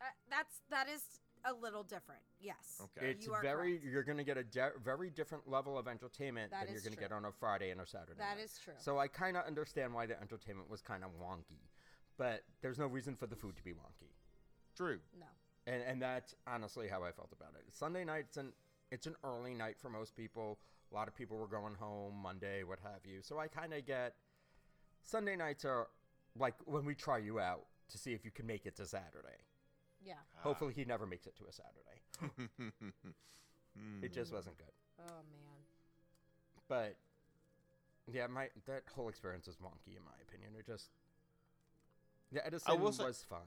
[SPEAKER 3] Uh, that's that is a little different. Yes.
[SPEAKER 1] Okay.
[SPEAKER 2] It's
[SPEAKER 3] You are
[SPEAKER 2] very
[SPEAKER 3] correct.
[SPEAKER 2] you're going to get a de- very different level of entertainment
[SPEAKER 3] That
[SPEAKER 2] than you're
[SPEAKER 3] is
[SPEAKER 2] going to get
[SPEAKER 3] true.
[SPEAKER 2] on a Friday and a Saturday.
[SPEAKER 3] That
[SPEAKER 2] night.
[SPEAKER 3] is true.
[SPEAKER 2] So I kind of understand why the entertainment was kind of wonky, but there's no reason for the food to be wonky.
[SPEAKER 1] (laughs) True.
[SPEAKER 3] No.
[SPEAKER 2] And and that's honestly how I felt about it. Sunday night's an it's an early night for most people. A lot of people were going home Monday, what have you. So I kind of get Sunday nights are like when we try you out to see if you can make it to Saturday.
[SPEAKER 3] Yeah.
[SPEAKER 2] Hopefully, he never makes it to a Saturday. It just wasn't good.
[SPEAKER 3] Oh man.
[SPEAKER 2] But yeah, my that whole experience was wonky in my opinion. It just the Edison
[SPEAKER 1] will say-
[SPEAKER 2] was fun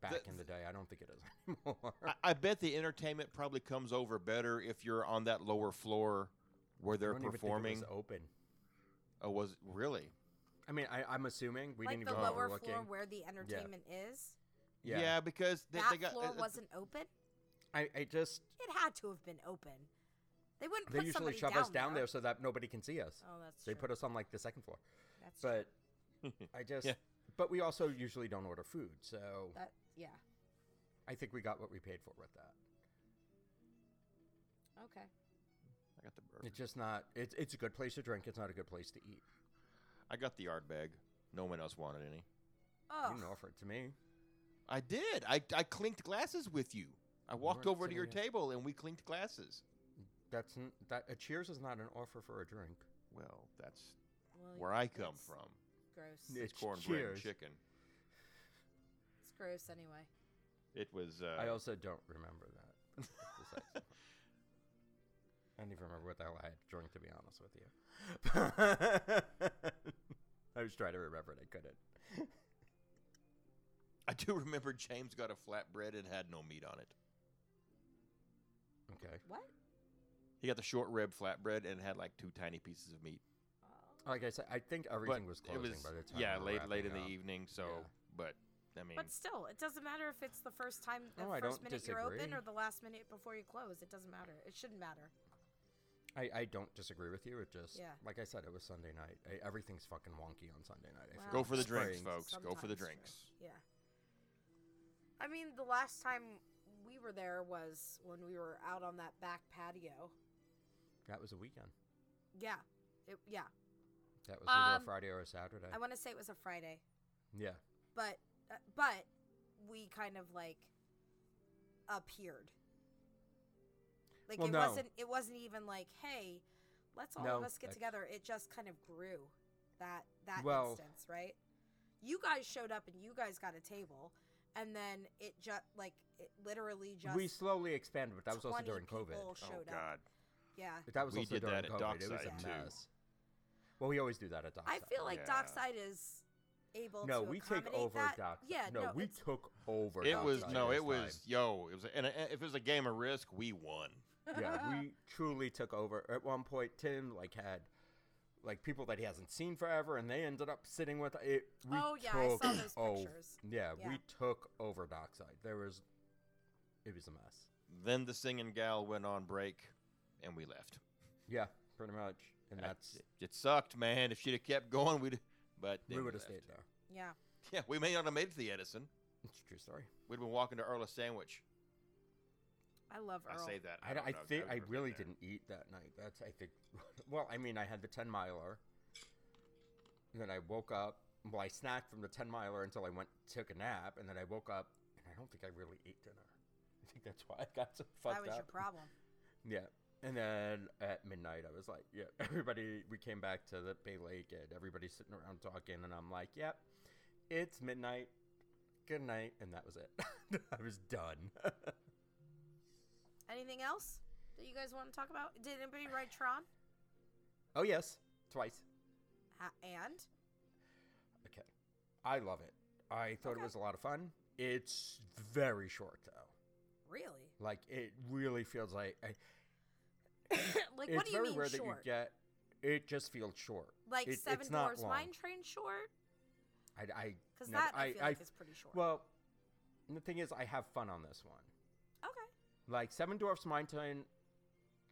[SPEAKER 2] back in the day. I don't think it is (laughs) anymore.
[SPEAKER 1] I, I bet the entertainment probably comes over better if you're on that lower floor where they're
[SPEAKER 2] I don't even think it was
[SPEAKER 1] performing.
[SPEAKER 2] open.
[SPEAKER 1] Oh, was it really?
[SPEAKER 2] I mean, I, I'm assuming we
[SPEAKER 3] like
[SPEAKER 2] didn't
[SPEAKER 3] the
[SPEAKER 2] even
[SPEAKER 3] lower
[SPEAKER 2] bother looking.
[SPEAKER 3] floor where the entertainment is.
[SPEAKER 1] Yeah, because they,
[SPEAKER 3] that
[SPEAKER 1] they got
[SPEAKER 3] floor
[SPEAKER 1] uh, uh,
[SPEAKER 3] wasn't open.
[SPEAKER 2] I, I just
[SPEAKER 3] It had to have been open. They wouldn't
[SPEAKER 2] they
[SPEAKER 3] put
[SPEAKER 2] usually
[SPEAKER 3] somebody
[SPEAKER 2] shove
[SPEAKER 3] down
[SPEAKER 2] us down there.
[SPEAKER 3] there.
[SPEAKER 2] so that nobody can see us.
[SPEAKER 3] Oh, that's
[SPEAKER 2] they
[SPEAKER 3] true.
[SPEAKER 2] put us on like the second floor,
[SPEAKER 3] (laughs) That's true.
[SPEAKER 2] but I just.
[SPEAKER 1] Yeah.
[SPEAKER 2] But we also usually don't order food, so
[SPEAKER 3] That yeah.
[SPEAKER 2] I think we got what we paid for with that.
[SPEAKER 3] Okay.
[SPEAKER 1] I got the burger.
[SPEAKER 2] It's just not. It's it's a good place to drink. It's not a good place to eat.
[SPEAKER 1] I got the yard bag. No one else wanted any.
[SPEAKER 3] Oh.
[SPEAKER 2] You didn't offer it to me.
[SPEAKER 1] I did. I I clinked glasses with you. I walked
[SPEAKER 2] weren't
[SPEAKER 1] over to your
[SPEAKER 2] sitting
[SPEAKER 1] table and we clinked glasses.
[SPEAKER 2] That's n- that. A cheers is not an offer for a drink.
[SPEAKER 1] Well, that's
[SPEAKER 3] Well,
[SPEAKER 1] where I come
[SPEAKER 3] that's
[SPEAKER 1] from.
[SPEAKER 3] Gross.
[SPEAKER 2] Yeah.
[SPEAKER 1] It's cornbread
[SPEAKER 2] cheers.
[SPEAKER 1] and chicken.
[SPEAKER 3] It's gross anyway.
[SPEAKER 1] It was. Uh,
[SPEAKER 2] I also don't remember that.
[SPEAKER 1] (laughs)
[SPEAKER 2] Besides that. I don't even remember what the hell I had to drink, to be honest with you. (laughs) I was trying to remember it. I couldn't.
[SPEAKER 1] I do remember James got a flatbread and had no meat on it.
[SPEAKER 2] Okay.
[SPEAKER 3] What?
[SPEAKER 1] He got the short rib flatbread and had like two tiny pieces of meat.
[SPEAKER 2] Like I said, I think everything was closing by the time.
[SPEAKER 1] yeah,
[SPEAKER 2] we were
[SPEAKER 1] late late in the
[SPEAKER 2] wrapping up.
[SPEAKER 1] evening. So,
[SPEAKER 2] Yeah.
[SPEAKER 1] but I mean, Oh,
[SPEAKER 3] But still, it doesn't matter if it's the first time, the
[SPEAKER 2] No, I
[SPEAKER 3] 1st
[SPEAKER 2] don't
[SPEAKER 3] minute you're open,
[SPEAKER 2] disagree.
[SPEAKER 3] or the last minute before you close. It doesn't matter. It shouldn't matter.
[SPEAKER 2] I, I don't disagree with you. It just,
[SPEAKER 3] Yeah.
[SPEAKER 2] like I said, it was Sunday night. I, everything's fucking wonky on Sunday night. I
[SPEAKER 3] Wow.
[SPEAKER 2] feel
[SPEAKER 1] go
[SPEAKER 2] like.
[SPEAKER 1] for the drinks,
[SPEAKER 2] Springs.
[SPEAKER 1] folks. go for the
[SPEAKER 3] Sometimes, right.
[SPEAKER 1] drinks.
[SPEAKER 3] Yeah. I mean, the last time we were there was when we were out on that back patio.
[SPEAKER 2] That was a weekend.
[SPEAKER 3] Yeah. It, yeah.
[SPEAKER 2] That was either
[SPEAKER 3] Um,
[SPEAKER 2] a Friday or a Saturday.
[SPEAKER 3] I want to say it was a Friday,
[SPEAKER 2] yeah.
[SPEAKER 3] but uh, but we kind of like appeared. Like
[SPEAKER 2] Well,
[SPEAKER 3] it
[SPEAKER 2] no.
[SPEAKER 3] wasn't it wasn't even like, hey, let's all of
[SPEAKER 2] No,
[SPEAKER 3] us get
[SPEAKER 2] that's-
[SPEAKER 3] together. It just kind of grew that that
[SPEAKER 2] Well-
[SPEAKER 3] instance, right? You guys showed up and you guys got a table, and then it just like it literally just
[SPEAKER 2] we slowly expanded, but that was also
[SPEAKER 3] 20
[SPEAKER 2] during COVID.
[SPEAKER 3] people
[SPEAKER 1] Oh
[SPEAKER 3] showed up.
[SPEAKER 1] God,
[SPEAKER 3] Yeah.
[SPEAKER 2] But That was
[SPEAKER 1] We
[SPEAKER 2] also
[SPEAKER 1] did
[SPEAKER 2] during
[SPEAKER 1] that at
[SPEAKER 2] COVID. it was a
[SPEAKER 1] Dockside, too.
[SPEAKER 2] mess. Well, we always do that at
[SPEAKER 3] I
[SPEAKER 2] Dockside.
[SPEAKER 3] feel like
[SPEAKER 1] Yeah.
[SPEAKER 3] Dockside is able
[SPEAKER 2] no,
[SPEAKER 3] to
[SPEAKER 2] we take
[SPEAKER 3] accommodate
[SPEAKER 2] over
[SPEAKER 3] that.
[SPEAKER 2] Dockside.
[SPEAKER 3] Yeah,
[SPEAKER 2] no, we
[SPEAKER 3] it's-
[SPEAKER 2] took over.
[SPEAKER 1] it was
[SPEAKER 2] Dockside
[SPEAKER 1] no,
[SPEAKER 2] this
[SPEAKER 1] it was
[SPEAKER 2] time.
[SPEAKER 1] yo, it was, and uh, if it was a game of Risk, we won.
[SPEAKER 2] yeah, we truly took over. At one point, Tim like had like people that he hasn't seen forever, and they ended up sitting with it. We
[SPEAKER 3] Oh, yeah, I saw
[SPEAKER 2] took
[SPEAKER 3] those
[SPEAKER 2] ov-
[SPEAKER 3] pictures.
[SPEAKER 2] Yeah,
[SPEAKER 3] Yeah.
[SPEAKER 2] we took over Dockside. There was, it was a mess.
[SPEAKER 1] Then the singing gal went on break, and we left.
[SPEAKER 2] Yeah, pretty much, and that's
[SPEAKER 1] it, it sucked, man. If she'd have kept going, we'd. But then
[SPEAKER 2] we would have
[SPEAKER 1] left.
[SPEAKER 2] stayed there.
[SPEAKER 3] (laughs) yeah.
[SPEAKER 1] (laughs) Yeah, we may not have made it to the Edison.
[SPEAKER 2] It's a true story.
[SPEAKER 1] We'd been walking to Earl of Sandwich.
[SPEAKER 3] I love Earl.
[SPEAKER 1] I say that.
[SPEAKER 2] I, don't-
[SPEAKER 1] don't
[SPEAKER 2] I
[SPEAKER 1] know,
[SPEAKER 2] think
[SPEAKER 1] was
[SPEAKER 2] I
[SPEAKER 1] perfect
[SPEAKER 2] really
[SPEAKER 1] there.
[SPEAKER 2] didn't eat that night. That's I think. (laughs) Well, I mean, I had the ten miler. And then I woke up. Well, I snacked from the ten miler until I went took a nap, and then I woke up, and I don't think I really ate dinner. I think that's why I got so fucked
[SPEAKER 3] that was
[SPEAKER 2] up.
[SPEAKER 3] your problem.
[SPEAKER 2] Yeah. And then at midnight, I was like, yeah, (laughs) everybody, we came back to the Bay Lake and everybody's sitting around talking. And I'm like, yep, it's midnight. Good night. And that was it. (laughs) I was done. (laughs)
[SPEAKER 3] Anything else that you guys want to talk about? Did anybody ride Tron?
[SPEAKER 2] oh, yes. Twice.
[SPEAKER 3] Ha- and
[SPEAKER 2] Okay. I love it. I thought
[SPEAKER 3] Okay.
[SPEAKER 2] it was a lot of fun. It's very short, though. (coughs)
[SPEAKER 3] really,
[SPEAKER 2] Like, it really feels like. I,
[SPEAKER 3] like
[SPEAKER 2] it's
[SPEAKER 3] what do you
[SPEAKER 2] very
[SPEAKER 3] mean
[SPEAKER 2] rare that you
[SPEAKER 3] short?
[SPEAKER 2] get. It just feels short.
[SPEAKER 3] like
[SPEAKER 2] It-
[SPEAKER 3] Seven
[SPEAKER 2] it's not
[SPEAKER 3] Dwarfs
[SPEAKER 2] long.
[SPEAKER 3] Mine Train short?
[SPEAKER 2] I, I,
[SPEAKER 3] Because
[SPEAKER 2] never-
[SPEAKER 3] that I,
[SPEAKER 2] I-
[SPEAKER 3] feel
[SPEAKER 2] I-
[SPEAKER 3] like is pretty short.
[SPEAKER 2] Well, the thing is, I have fun on this one.
[SPEAKER 3] okay.
[SPEAKER 2] Like Seven Dwarfs Mine Train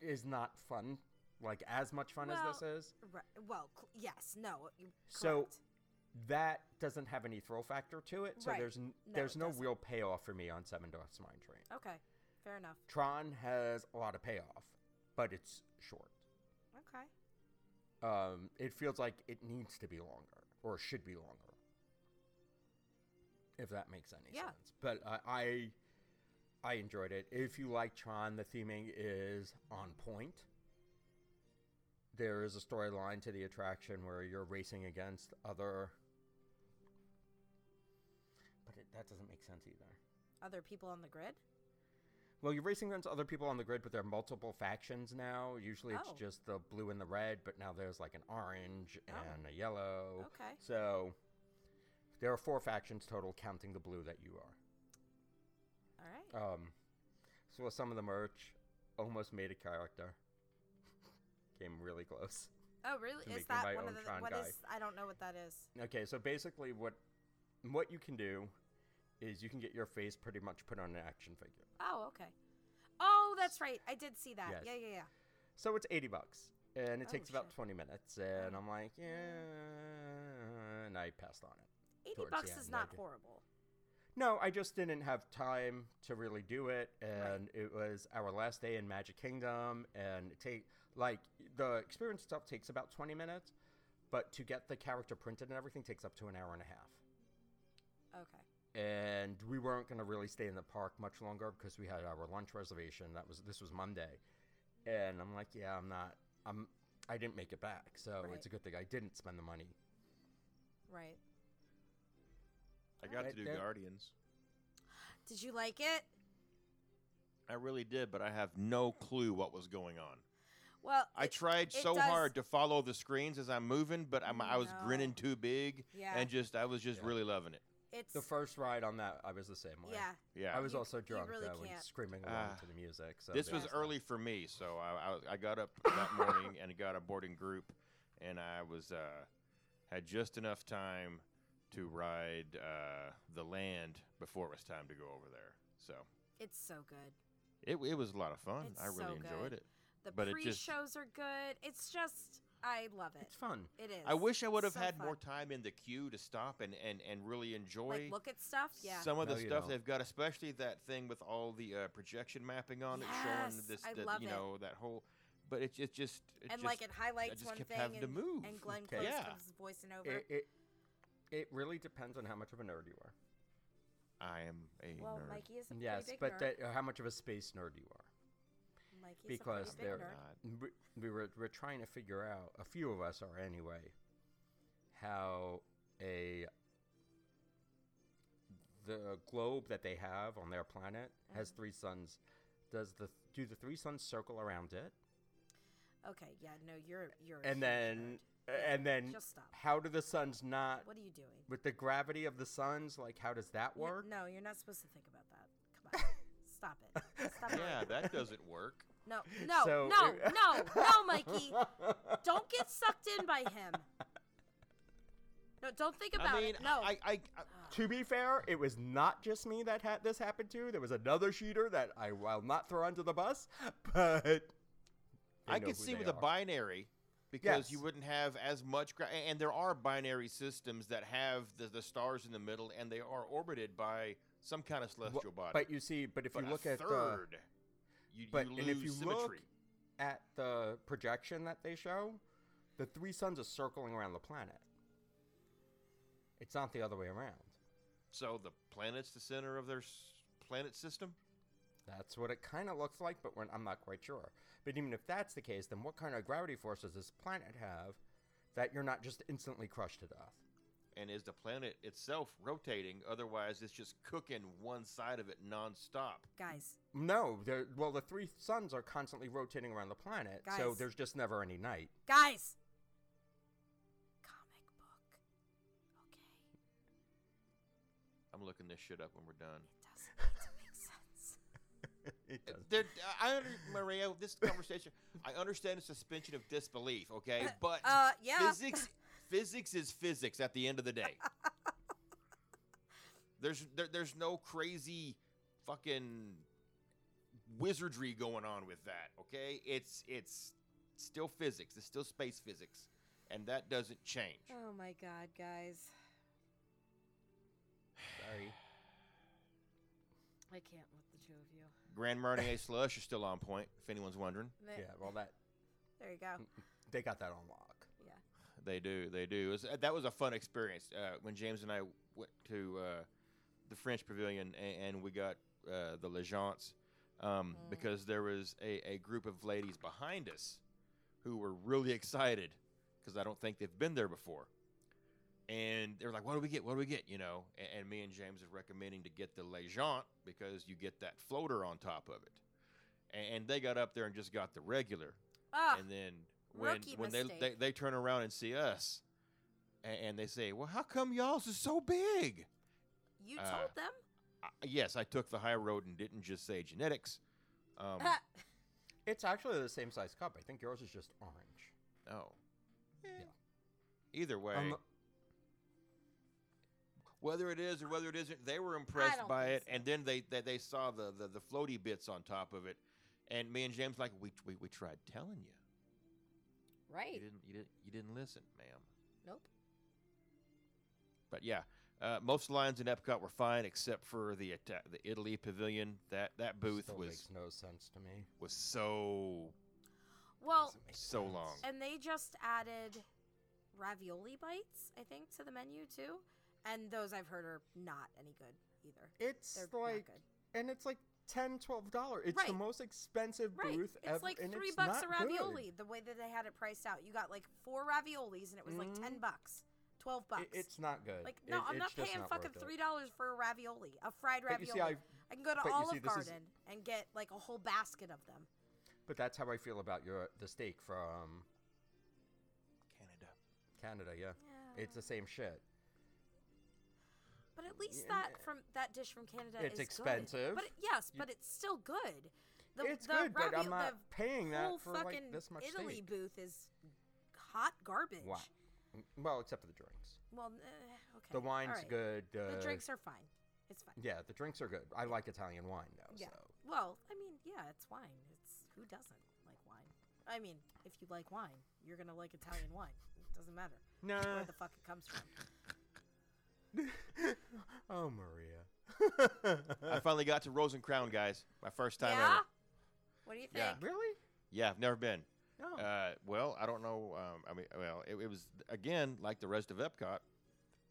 [SPEAKER 2] is not fun, like as much fun
[SPEAKER 3] Well,
[SPEAKER 2] as this is.
[SPEAKER 3] Right. Well, cl- yes, no. you-
[SPEAKER 2] So-
[SPEAKER 3] correct.
[SPEAKER 2] That doesn't have any thrill factor to it, so
[SPEAKER 3] Right.
[SPEAKER 2] there's n-
[SPEAKER 3] No,
[SPEAKER 2] there's
[SPEAKER 3] it
[SPEAKER 2] no
[SPEAKER 3] doesn't.
[SPEAKER 2] real payoff for me on Seven Dwarfs Mine Train.
[SPEAKER 3] okay, fair enough.
[SPEAKER 2] Tron has a lot of payoff, but it's short.
[SPEAKER 3] Okay,
[SPEAKER 2] Um, it feels like it needs to be longer or should be longer, if that makes any
[SPEAKER 3] Yeah.
[SPEAKER 2] sense. But uh, I I enjoyed it. If you like Tron, the theming is on point. There is a storyline to the attraction where you're racing against other, but it, that doesn't make sense either.
[SPEAKER 3] other people on the grid.
[SPEAKER 2] Well, you're racing against other people on the grid, but there are multiple factions now. Usually it's
[SPEAKER 3] Oh.
[SPEAKER 2] just the blue and the red, but now there's like an orange
[SPEAKER 3] Oh.
[SPEAKER 2] and a yellow.
[SPEAKER 3] Okay.
[SPEAKER 2] So there are four factions total, counting the blue that you are.
[SPEAKER 3] All right.
[SPEAKER 2] Um, so some of the merch almost made a character. (laughs) Came really close.
[SPEAKER 3] Oh, really?
[SPEAKER 2] to
[SPEAKER 3] Is
[SPEAKER 2] making
[SPEAKER 3] that
[SPEAKER 2] my
[SPEAKER 3] one
[SPEAKER 2] own
[SPEAKER 3] of the
[SPEAKER 2] Tron
[SPEAKER 3] what
[SPEAKER 2] guy.
[SPEAKER 3] is- I don't know what that is.
[SPEAKER 2] Okay, so basically what what you can do is you can get your face pretty much put on an action figure.
[SPEAKER 3] Oh, okay. Oh, that's right. I did see that.
[SPEAKER 2] Yes.
[SPEAKER 3] Yeah, yeah, yeah.
[SPEAKER 2] So it's 80 bucks. And it
[SPEAKER 3] Oh,
[SPEAKER 2] takes about
[SPEAKER 3] shit.
[SPEAKER 2] 20 minutes. And I'm like, yeah. And I passed on it.
[SPEAKER 3] Eighty
[SPEAKER 2] Towards
[SPEAKER 3] bucks
[SPEAKER 2] the
[SPEAKER 3] is
[SPEAKER 2] end,
[SPEAKER 3] not
[SPEAKER 2] maybe.
[SPEAKER 3] horrible.
[SPEAKER 2] No, I just didn't have time to really do it. And it was our last day in Magic Kingdom. And it take like, the experience itself takes about 20 minutes. But to get the character printed and everything takes up to an hour and a half.
[SPEAKER 3] Okay.
[SPEAKER 2] and we weren't going to really stay in the park much longer because we had our lunch reservation that was this was monday and i'm like yeah i'm not i'm i didn't make it back so
[SPEAKER 3] Right.
[SPEAKER 2] it's a good thing i didn't spend the money
[SPEAKER 3] Right.
[SPEAKER 1] I got
[SPEAKER 2] Right
[SPEAKER 1] to do
[SPEAKER 2] there.
[SPEAKER 1] Guardians.
[SPEAKER 3] Did you like it?
[SPEAKER 1] I really did, but I have no clue what was going on.
[SPEAKER 3] Well,
[SPEAKER 1] I
[SPEAKER 3] it-
[SPEAKER 1] tried
[SPEAKER 3] it
[SPEAKER 1] so
[SPEAKER 3] does-
[SPEAKER 1] hard to follow the screens as I'm moving, but I'm, I was
[SPEAKER 3] No.
[SPEAKER 1] grinning too big
[SPEAKER 3] yeah,
[SPEAKER 1] and just I was just
[SPEAKER 2] Yeah.
[SPEAKER 1] really loving it.
[SPEAKER 3] it's
[SPEAKER 2] The first ride on that, I was the same way.
[SPEAKER 3] yeah.
[SPEAKER 1] Yeah.
[SPEAKER 2] I was
[SPEAKER 3] You-
[SPEAKER 2] also
[SPEAKER 3] you
[SPEAKER 2] drunk
[SPEAKER 3] really
[SPEAKER 2] though and
[SPEAKER 3] can't.
[SPEAKER 2] screaming along
[SPEAKER 1] Ah.
[SPEAKER 2] to the music. So
[SPEAKER 1] this
[SPEAKER 2] there
[SPEAKER 1] was early for me, so I, I, I got up that morning and got a boarding group, and I was uh, had just enough time to ride uh, the land before it was time to go over there. So
[SPEAKER 3] It's so good.
[SPEAKER 1] it, it was a lot of fun.
[SPEAKER 3] It's
[SPEAKER 1] I really
[SPEAKER 3] so
[SPEAKER 1] enjoyed
[SPEAKER 3] good.
[SPEAKER 1] it.
[SPEAKER 3] The
[SPEAKER 1] But it
[SPEAKER 3] pre
[SPEAKER 1] just-
[SPEAKER 3] shows are good. It's just I love it.
[SPEAKER 2] It's fun.
[SPEAKER 3] It is.
[SPEAKER 1] I wish I would have
[SPEAKER 3] so
[SPEAKER 1] had more
[SPEAKER 3] fun.
[SPEAKER 1] time in the queue to stop and, and, and really enjoy
[SPEAKER 3] Like look at stuff. Yeah.
[SPEAKER 1] some of
[SPEAKER 2] No,
[SPEAKER 1] the
[SPEAKER 2] you
[SPEAKER 1] stuff
[SPEAKER 2] don't.
[SPEAKER 1] they've got, especially that thing with all the uh, projection mapping on it, showing
[SPEAKER 3] Yes,
[SPEAKER 1] this,
[SPEAKER 3] I
[SPEAKER 1] the-
[SPEAKER 3] love
[SPEAKER 1] you
[SPEAKER 3] it.
[SPEAKER 1] know, that whole. But it, it just it
[SPEAKER 3] and
[SPEAKER 1] just,
[SPEAKER 3] like it
[SPEAKER 1] I
[SPEAKER 3] highlights
[SPEAKER 1] just
[SPEAKER 3] one
[SPEAKER 1] kept
[SPEAKER 3] thing
[SPEAKER 1] having
[SPEAKER 3] and,
[SPEAKER 1] to move.
[SPEAKER 3] and Glenn
[SPEAKER 2] Okay.
[SPEAKER 3] Close
[SPEAKER 1] Yeah.
[SPEAKER 3] comes voicing over.
[SPEAKER 2] It, it it really depends on how much of a nerd you are.
[SPEAKER 1] I am a
[SPEAKER 3] well,
[SPEAKER 1] nerd.
[SPEAKER 3] Mikey is a
[SPEAKER 2] yes,
[SPEAKER 3] pretty big
[SPEAKER 2] but
[SPEAKER 3] nerd.
[SPEAKER 2] that, uh, how much of a space nerd you are.
[SPEAKER 3] Mikey's
[SPEAKER 2] because
[SPEAKER 3] a pretty
[SPEAKER 2] they're
[SPEAKER 3] big nerd.
[SPEAKER 1] God.
[SPEAKER 2] we, we were we're trying to figure out a few of us are anyway how a the globe that they have on their planet has three suns does the do the three suns circle around it
[SPEAKER 3] Okay, yeah, no, you're you're. a huge
[SPEAKER 2] and then and then
[SPEAKER 3] Just stop.
[SPEAKER 2] how do the suns not
[SPEAKER 3] nerd. what are you doing?
[SPEAKER 2] with the gravity of the suns like how does that
[SPEAKER 3] N-
[SPEAKER 2] work
[SPEAKER 3] No, you're not supposed to think about that. Come on,
[SPEAKER 1] (laughs)
[SPEAKER 3] stop it. (laughs) Stop it.
[SPEAKER 1] Yeah, that doesn't work. (laughs)
[SPEAKER 3] No, no,
[SPEAKER 2] So-
[SPEAKER 3] no, no, no, Mikey. Don't get sucked in by him. No, don't think about
[SPEAKER 1] I mean,
[SPEAKER 3] it. No.
[SPEAKER 1] I, I, I,
[SPEAKER 2] To be fair, it was not just me that had this happened to. There was another cheater that I will not throw under the bus, (laughs) but they
[SPEAKER 1] I
[SPEAKER 2] know
[SPEAKER 1] could
[SPEAKER 2] who
[SPEAKER 1] see
[SPEAKER 2] they
[SPEAKER 1] with a
[SPEAKER 2] are.
[SPEAKER 1] binary because you
[SPEAKER 2] Yes.
[SPEAKER 1] wouldn't have as much. Gra- a- and there are binary systems that have the, the stars in the middle, and they are orbited by some kind of
[SPEAKER 2] Wha-
[SPEAKER 1] celestial body.
[SPEAKER 2] But you see, but if
[SPEAKER 1] But a
[SPEAKER 2] you look at the
[SPEAKER 1] third, you,
[SPEAKER 2] but
[SPEAKER 1] you
[SPEAKER 2] and
[SPEAKER 1] lose
[SPEAKER 2] if you
[SPEAKER 1] symmetry.
[SPEAKER 2] look at the projection that they show, the three suns are circling around the planet. It's not the other way around.
[SPEAKER 1] so the planet's the center of their s- planet system.
[SPEAKER 2] That's what it kind of looks like, but we're, I'm not quite sure. But even if that's the case, then what kind of gravity force does this planet have that you're not just instantly crushed to death?
[SPEAKER 1] and is the planet itself rotating? Otherwise, it's just cooking one side of it nonstop.
[SPEAKER 3] guys,
[SPEAKER 2] No, they're, well, the three suns are constantly rotating around the planet, so
[SPEAKER 3] Guys.
[SPEAKER 2] there's just never any night.
[SPEAKER 3] guys. Comic book. Okay,
[SPEAKER 1] I'm looking this shit up when we're done. (laughs)
[SPEAKER 3] it doesn't need to make
[SPEAKER 2] It
[SPEAKER 3] sense.
[SPEAKER 2] does.
[SPEAKER 1] There, I under, Maria, this conversation. I understand the suspension of disbelief, okay? But
[SPEAKER 3] Uh, yeah.
[SPEAKER 1] physics, physics is physics. At the end of the
[SPEAKER 3] (laughs)
[SPEAKER 1] day, there's there, there's no crazy fucking wizardry going on with that, okay? It's it's still physics. It's still space physics, and that doesn't change.
[SPEAKER 3] Oh my god, guys,
[SPEAKER 2] Sorry.
[SPEAKER 3] I can't with the two of you.
[SPEAKER 1] Grand Marnier slush is still on point. If anyone's wondering,
[SPEAKER 3] There,
[SPEAKER 2] Yeah, well, that
[SPEAKER 3] there you
[SPEAKER 1] (laughs)
[SPEAKER 3] go.
[SPEAKER 2] they got that on lock.
[SPEAKER 3] Yeah.
[SPEAKER 1] they do, they do. It was- uh, that was a fun experience uh, when James and I went to uh, the French Pavilion and, and we got uh, the Legence um, because there was a, a group of ladies behind us who were really excited because I don't think they've been there before. And they were like, "What do we get? What do we get?" You know, and, and me and James are recommending to get the Legent because you get that floater on top of it. And, and they got up there and just got the regular,
[SPEAKER 3] Ah,
[SPEAKER 1] and then when
[SPEAKER 3] rookie
[SPEAKER 1] when they, they
[SPEAKER 3] mistake.
[SPEAKER 1] they turn around and see us, and, and they say, "Well, how come y'all's is so big?"
[SPEAKER 3] you
[SPEAKER 1] uh,
[SPEAKER 3] told them.
[SPEAKER 1] I, yes, I took the high road and didn't just say genetics. Um,
[SPEAKER 3] Ah.
[SPEAKER 2] It's actually the same size cup. I think yours is just orange.
[SPEAKER 1] oh, Eh.
[SPEAKER 2] Yeah.
[SPEAKER 1] Either way,
[SPEAKER 2] Um,
[SPEAKER 1] whether it is or whether it isn't, they were impressed
[SPEAKER 3] don't
[SPEAKER 1] by it,
[SPEAKER 3] think
[SPEAKER 1] and then they, they they saw the, the the floaty bits on top of it, and me and James like we we, we tried telling you, you
[SPEAKER 3] (laughs) right.
[SPEAKER 1] didn't you didn't you didn't listen, ma'am.
[SPEAKER 3] Nope.
[SPEAKER 1] But yeah, uh, most lines in Epcot were fine except for the atta- the Italy Pavilion. That that booth
[SPEAKER 2] still
[SPEAKER 1] was
[SPEAKER 2] makes no sense to me.
[SPEAKER 1] was so
[SPEAKER 3] Well,
[SPEAKER 2] Doesn't make
[SPEAKER 1] so
[SPEAKER 2] sense.
[SPEAKER 1] long.
[SPEAKER 3] And they just added ravioli bites, I think, to the menu too. And those I've heard are not any good either.
[SPEAKER 2] It's
[SPEAKER 3] They're not
[SPEAKER 2] like,
[SPEAKER 3] good.
[SPEAKER 2] and it's like ten, twelve dollars. It's the
[SPEAKER 3] Right.
[SPEAKER 2] most expensive
[SPEAKER 3] Right.
[SPEAKER 2] booth ever.
[SPEAKER 3] It's like
[SPEAKER 2] and
[SPEAKER 3] three
[SPEAKER 2] it's
[SPEAKER 3] bucks a
[SPEAKER 2] not good.
[SPEAKER 3] ravioli, the way that they had it priced out. You got like four raviolis and it was like
[SPEAKER 2] Mhm.
[SPEAKER 3] ten bucks, twelve bucks.
[SPEAKER 2] It- it's not good.
[SPEAKER 3] like no,
[SPEAKER 2] It-
[SPEAKER 3] I'm
[SPEAKER 2] it's
[SPEAKER 3] not
[SPEAKER 2] just
[SPEAKER 3] paying
[SPEAKER 2] not
[SPEAKER 3] fucking
[SPEAKER 2] worth it.
[SPEAKER 3] three dollars for a ravioli, a fried
[SPEAKER 2] But you
[SPEAKER 3] ravioli.
[SPEAKER 2] see, I
[SPEAKER 3] I can go to
[SPEAKER 2] but you see,
[SPEAKER 3] Olive
[SPEAKER 2] this is-
[SPEAKER 3] Garden and get like a whole basket of them.
[SPEAKER 2] But that's how I feel about your the steak from
[SPEAKER 1] Canada.
[SPEAKER 2] Canada. Yeah,
[SPEAKER 3] Yeah.
[SPEAKER 2] it's the same shit.
[SPEAKER 3] But at least
[SPEAKER 2] Yeah,
[SPEAKER 3] that from that dish from Canada
[SPEAKER 2] It's
[SPEAKER 3] is good.
[SPEAKER 2] expensive.
[SPEAKER 3] But it, yes, but it's still good. The,
[SPEAKER 2] It's
[SPEAKER 3] the
[SPEAKER 2] good, but
[SPEAKER 3] ravi-
[SPEAKER 2] I'm not
[SPEAKER 3] the
[SPEAKER 2] paying that
[SPEAKER 3] whole
[SPEAKER 2] for, like,
[SPEAKER 3] fucking
[SPEAKER 2] this much
[SPEAKER 3] Italy
[SPEAKER 2] steak.
[SPEAKER 3] booth is hot garbage.
[SPEAKER 2] Why? Well, except for the drinks.
[SPEAKER 3] Well, uh, okay.
[SPEAKER 2] The wine's
[SPEAKER 3] alright.
[SPEAKER 2] good. Uh,
[SPEAKER 3] the drinks are fine. It's fine.
[SPEAKER 2] Yeah, the drinks are good. I like Italian wine though.
[SPEAKER 3] Yeah. (laughs)
[SPEAKER 2] So.
[SPEAKER 3] Well, I mean, yeah, it's wine. It's who doesn't like wine? I mean, if you like wine, you're gonna like Italian wine. It doesn't matter
[SPEAKER 2] Nah.
[SPEAKER 3] where the fuck it comes
[SPEAKER 2] (laughs)
[SPEAKER 3] from.
[SPEAKER 2] oh, Maria.
[SPEAKER 3] (laughs)
[SPEAKER 1] I finally got to Rose and Crown, guys. My first time
[SPEAKER 3] yeah.
[SPEAKER 1] ever.
[SPEAKER 3] What do you think?
[SPEAKER 1] Yeah.
[SPEAKER 2] Really?
[SPEAKER 1] Yeah, I've never been.
[SPEAKER 2] No.
[SPEAKER 1] Uh, well, I don't know. Um, I mean, well, it, it was again like the rest of Epcot.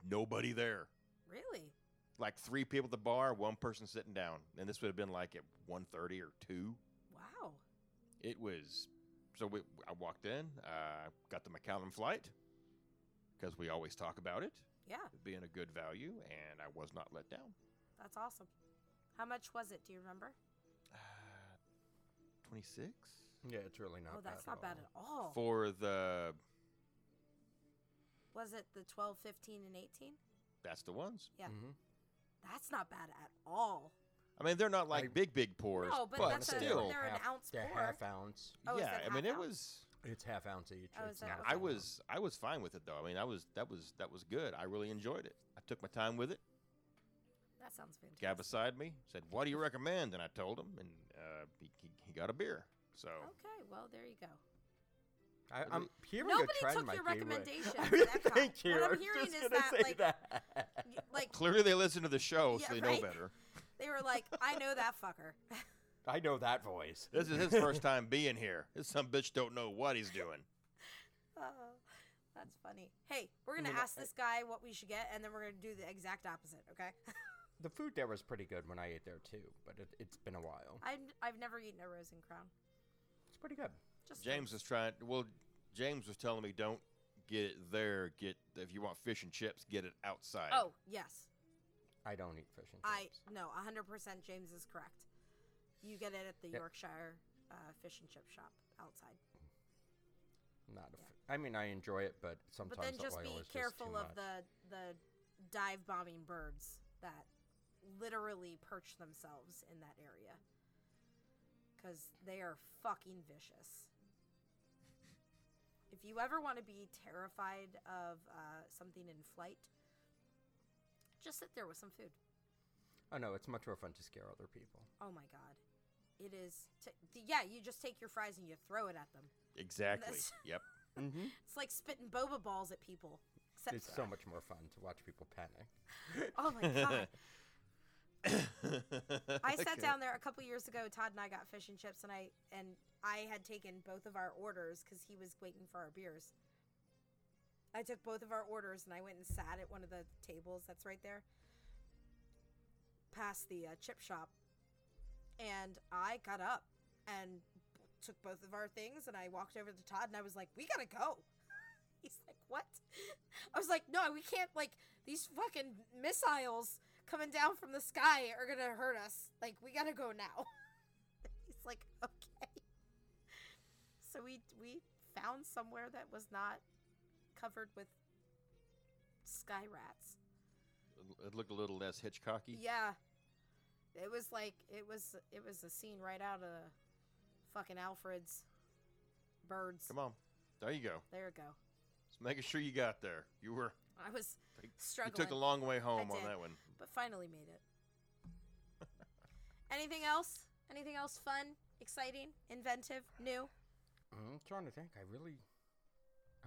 [SPEAKER 1] Nobody there.
[SPEAKER 3] Really?
[SPEAKER 1] Like three people at the bar, one person sitting down, and this would have been like at 1.30 or two.
[SPEAKER 3] Wow.
[SPEAKER 1] It was. So we, I walked in. Uh, got the McAllen flight because we always talk about it
[SPEAKER 3] Yeah,
[SPEAKER 1] being a good value, and I was not let down.
[SPEAKER 3] that's awesome. How much was it? Do you remember?
[SPEAKER 1] Twenty six
[SPEAKER 2] yeah, it's really not.
[SPEAKER 3] oh, that's
[SPEAKER 2] bad
[SPEAKER 3] not bad at all.
[SPEAKER 1] for the.
[SPEAKER 3] Was it the 12, 15, and 18?
[SPEAKER 1] That's the ones.
[SPEAKER 3] Yeah.
[SPEAKER 2] Mhm.
[SPEAKER 3] That's not bad at all.
[SPEAKER 1] I mean, they're not like
[SPEAKER 2] I-
[SPEAKER 1] big, big pours.
[SPEAKER 3] No, but that's a-
[SPEAKER 1] still,
[SPEAKER 3] they're an
[SPEAKER 2] half,
[SPEAKER 3] ounce
[SPEAKER 2] they're
[SPEAKER 3] pour.
[SPEAKER 2] half ounce.
[SPEAKER 3] Oh, is
[SPEAKER 1] yeah.
[SPEAKER 3] it
[SPEAKER 1] I mean,
[SPEAKER 3] half
[SPEAKER 1] it
[SPEAKER 3] ounce?
[SPEAKER 1] was.
[SPEAKER 2] It's half ounce each.
[SPEAKER 3] Oh, is
[SPEAKER 2] it's
[SPEAKER 3] that
[SPEAKER 2] not
[SPEAKER 3] what
[SPEAKER 2] a
[SPEAKER 1] I
[SPEAKER 3] Okay.
[SPEAKER 2] full ounce.
[SPEAKER 1] was I was fine with it though. I mean, I was that was that was good. I really enjoyed it. I took my time with it.
[SPEAKER 3] That sounds fantastic.
[SPEAKER 1] Guy beside me said, "What do you recommend?" And I told him, and uh, he, he, he got a beer. So
[SPEAKER 3] Okay, well, there you go.
[SPEAKER 2] I, I'm hearing
[SPEAKER 3] Nobody
[SPEAKER 2] a trend,
[SPEAKER 3] took
[SPEAKER 2] Mikey,
[SPEAKER 3] your
[SPEAKER 2] but-
[SPEAKER 3] recommendations
[SPEAKER 2] (laughs) I
[SPEAKER 3] at
[SPEAKER 2] mean,
[SPEAKER 3] Epcot.
[SPEAKER 2] thank you.
[SPEAKER 3] What I'm
[SPEAKER 2] I was
[SPEAKER 3] hearing
[SPEAKER 2] just
[SPEAKER 3] is
[SPEAKER 2] gonna
[SPEAKER 3] that,
[SPEAKER 2] say
[SPEAKER 3] like-
[SPEAKER 2] that. (laughs)
[SPEAKER 3] Y- Like,
[SPEAKER 1] clearly they listen to the show,
[SPEAKER 3] Yeah,
[SPEAKER 1] so they
[SPEAKER 3] right?
[SPEAKER 1] know better.
[SPEAKER 3] they were like, I know that fucker. (laughs)
[SPEAKER 2] I know that voice.
[SPEAKER 1] This is his first time being here. This some bitch don't know what he's
[SPEAKER 3] (laughs)
[SPEAKER 1] doing.
[SPEAKER 3] Oh, that's funny. Hey, we're going to
[SPEAKER 2] mean, I-
[SPEAKER 3] ask this guy what we should get, and then we're going to do the exact opposite, okay? (laughs)
[SPEAKER 2] The food there was pretty good when I ate there too, but it, it's been a while.
[SPEAKER 3] I've, I've never eaten a Rose and Crown.
[SPEAKER 2] It's pretty good.
[SPEAKER 3] Just
[SPEAKER 1] James was trying. Well, James was telling me, "Don't get it there. Get if you want fish and chips, get it outside."
[SPEAKER 3] Oh, yes.
[SPEAKER 2] I don't eat fish and chips.
[SPEAKER 3] I no, 100% James is correct. You get it at the uh,
[SPEAKER 2] Yeah. fish and chip shop outside. Not a fi- I mean, I enjoy it, but sometimes
[SPEAKER 3] But then just
[SPEAKER 2] the oil
[SPEAKER 3] be
[SPEAKER 2] is
[SPEAKER 3] careful
[SPEAKER 2] just too
[SPEAKER 3] of
[SPEAKER 2] much.
[SPEAKER 3] the the dive bombing birds that literally perch themselves in that area. Cuz they are fucking
[SPEAKER 2] (laughs)
[SPEAKER 3] vicious. If you ever want to be terrified of uh, something in flight, just sit there with some food.
[SPEAKER 2] Oh no, it's much more fun to scare other people.
[SPEAKER 3] Oh my god. It is. T- yeah, you just take your fries and you throw it at them.
[SPEAKER 1] exactly.
[SPEAKER 3] (laughs) That's-
[SPEAKER 1] Yep.
[SPEAKER 3] It's like spitting boba balls at people. Except,
[SPEAKER 2] It's so much more fun to watch people panic.
[SPEAKER 3] (laughs) oh my god! I sat down there a couple years ago. Todd and I got fish and chips, and I and I had taken both of our orders because he was waiting for our beers. I took both of our orders and I went and sat at one of the tables that's right there, past the uh, chip shop, and I got up and took both of our things and I walked over to Todd and I was like, "We gotta go." (laughs) He's like, "What?" I was like, "No, we can't. Like these fucking missiles coming down from the sky are gonna hurt us. Like we gotta go now." (laughs) He's like, "Okay." So we we found somewhere that was not covered with sky rats.
[SPEAKER 1] It looked a little less Hitchcocky.
[SPEAKER 3] Yeah. It was like it was it was a scene right out of fucking Alfred's birds.
[SPEAKER 1] Come on. There you go.
[SPEAKER 3] There you go.
[SPEAKER 1] Just making sure you got there. You were
[SPEAKER 3] I was
[SPEAKER 1] Like,
[SPEAKER 3] struggling.
[SPEAKER 1] You took the long way home on
[SPEAKER 3] did.
[SPEAKER 1] that one.
[SPEAKER 3] but finally made it. (laughs) Anything else? Anything else fun, exciting, inventive, new?
[SPEAKER 2] I'm trying to think. I really,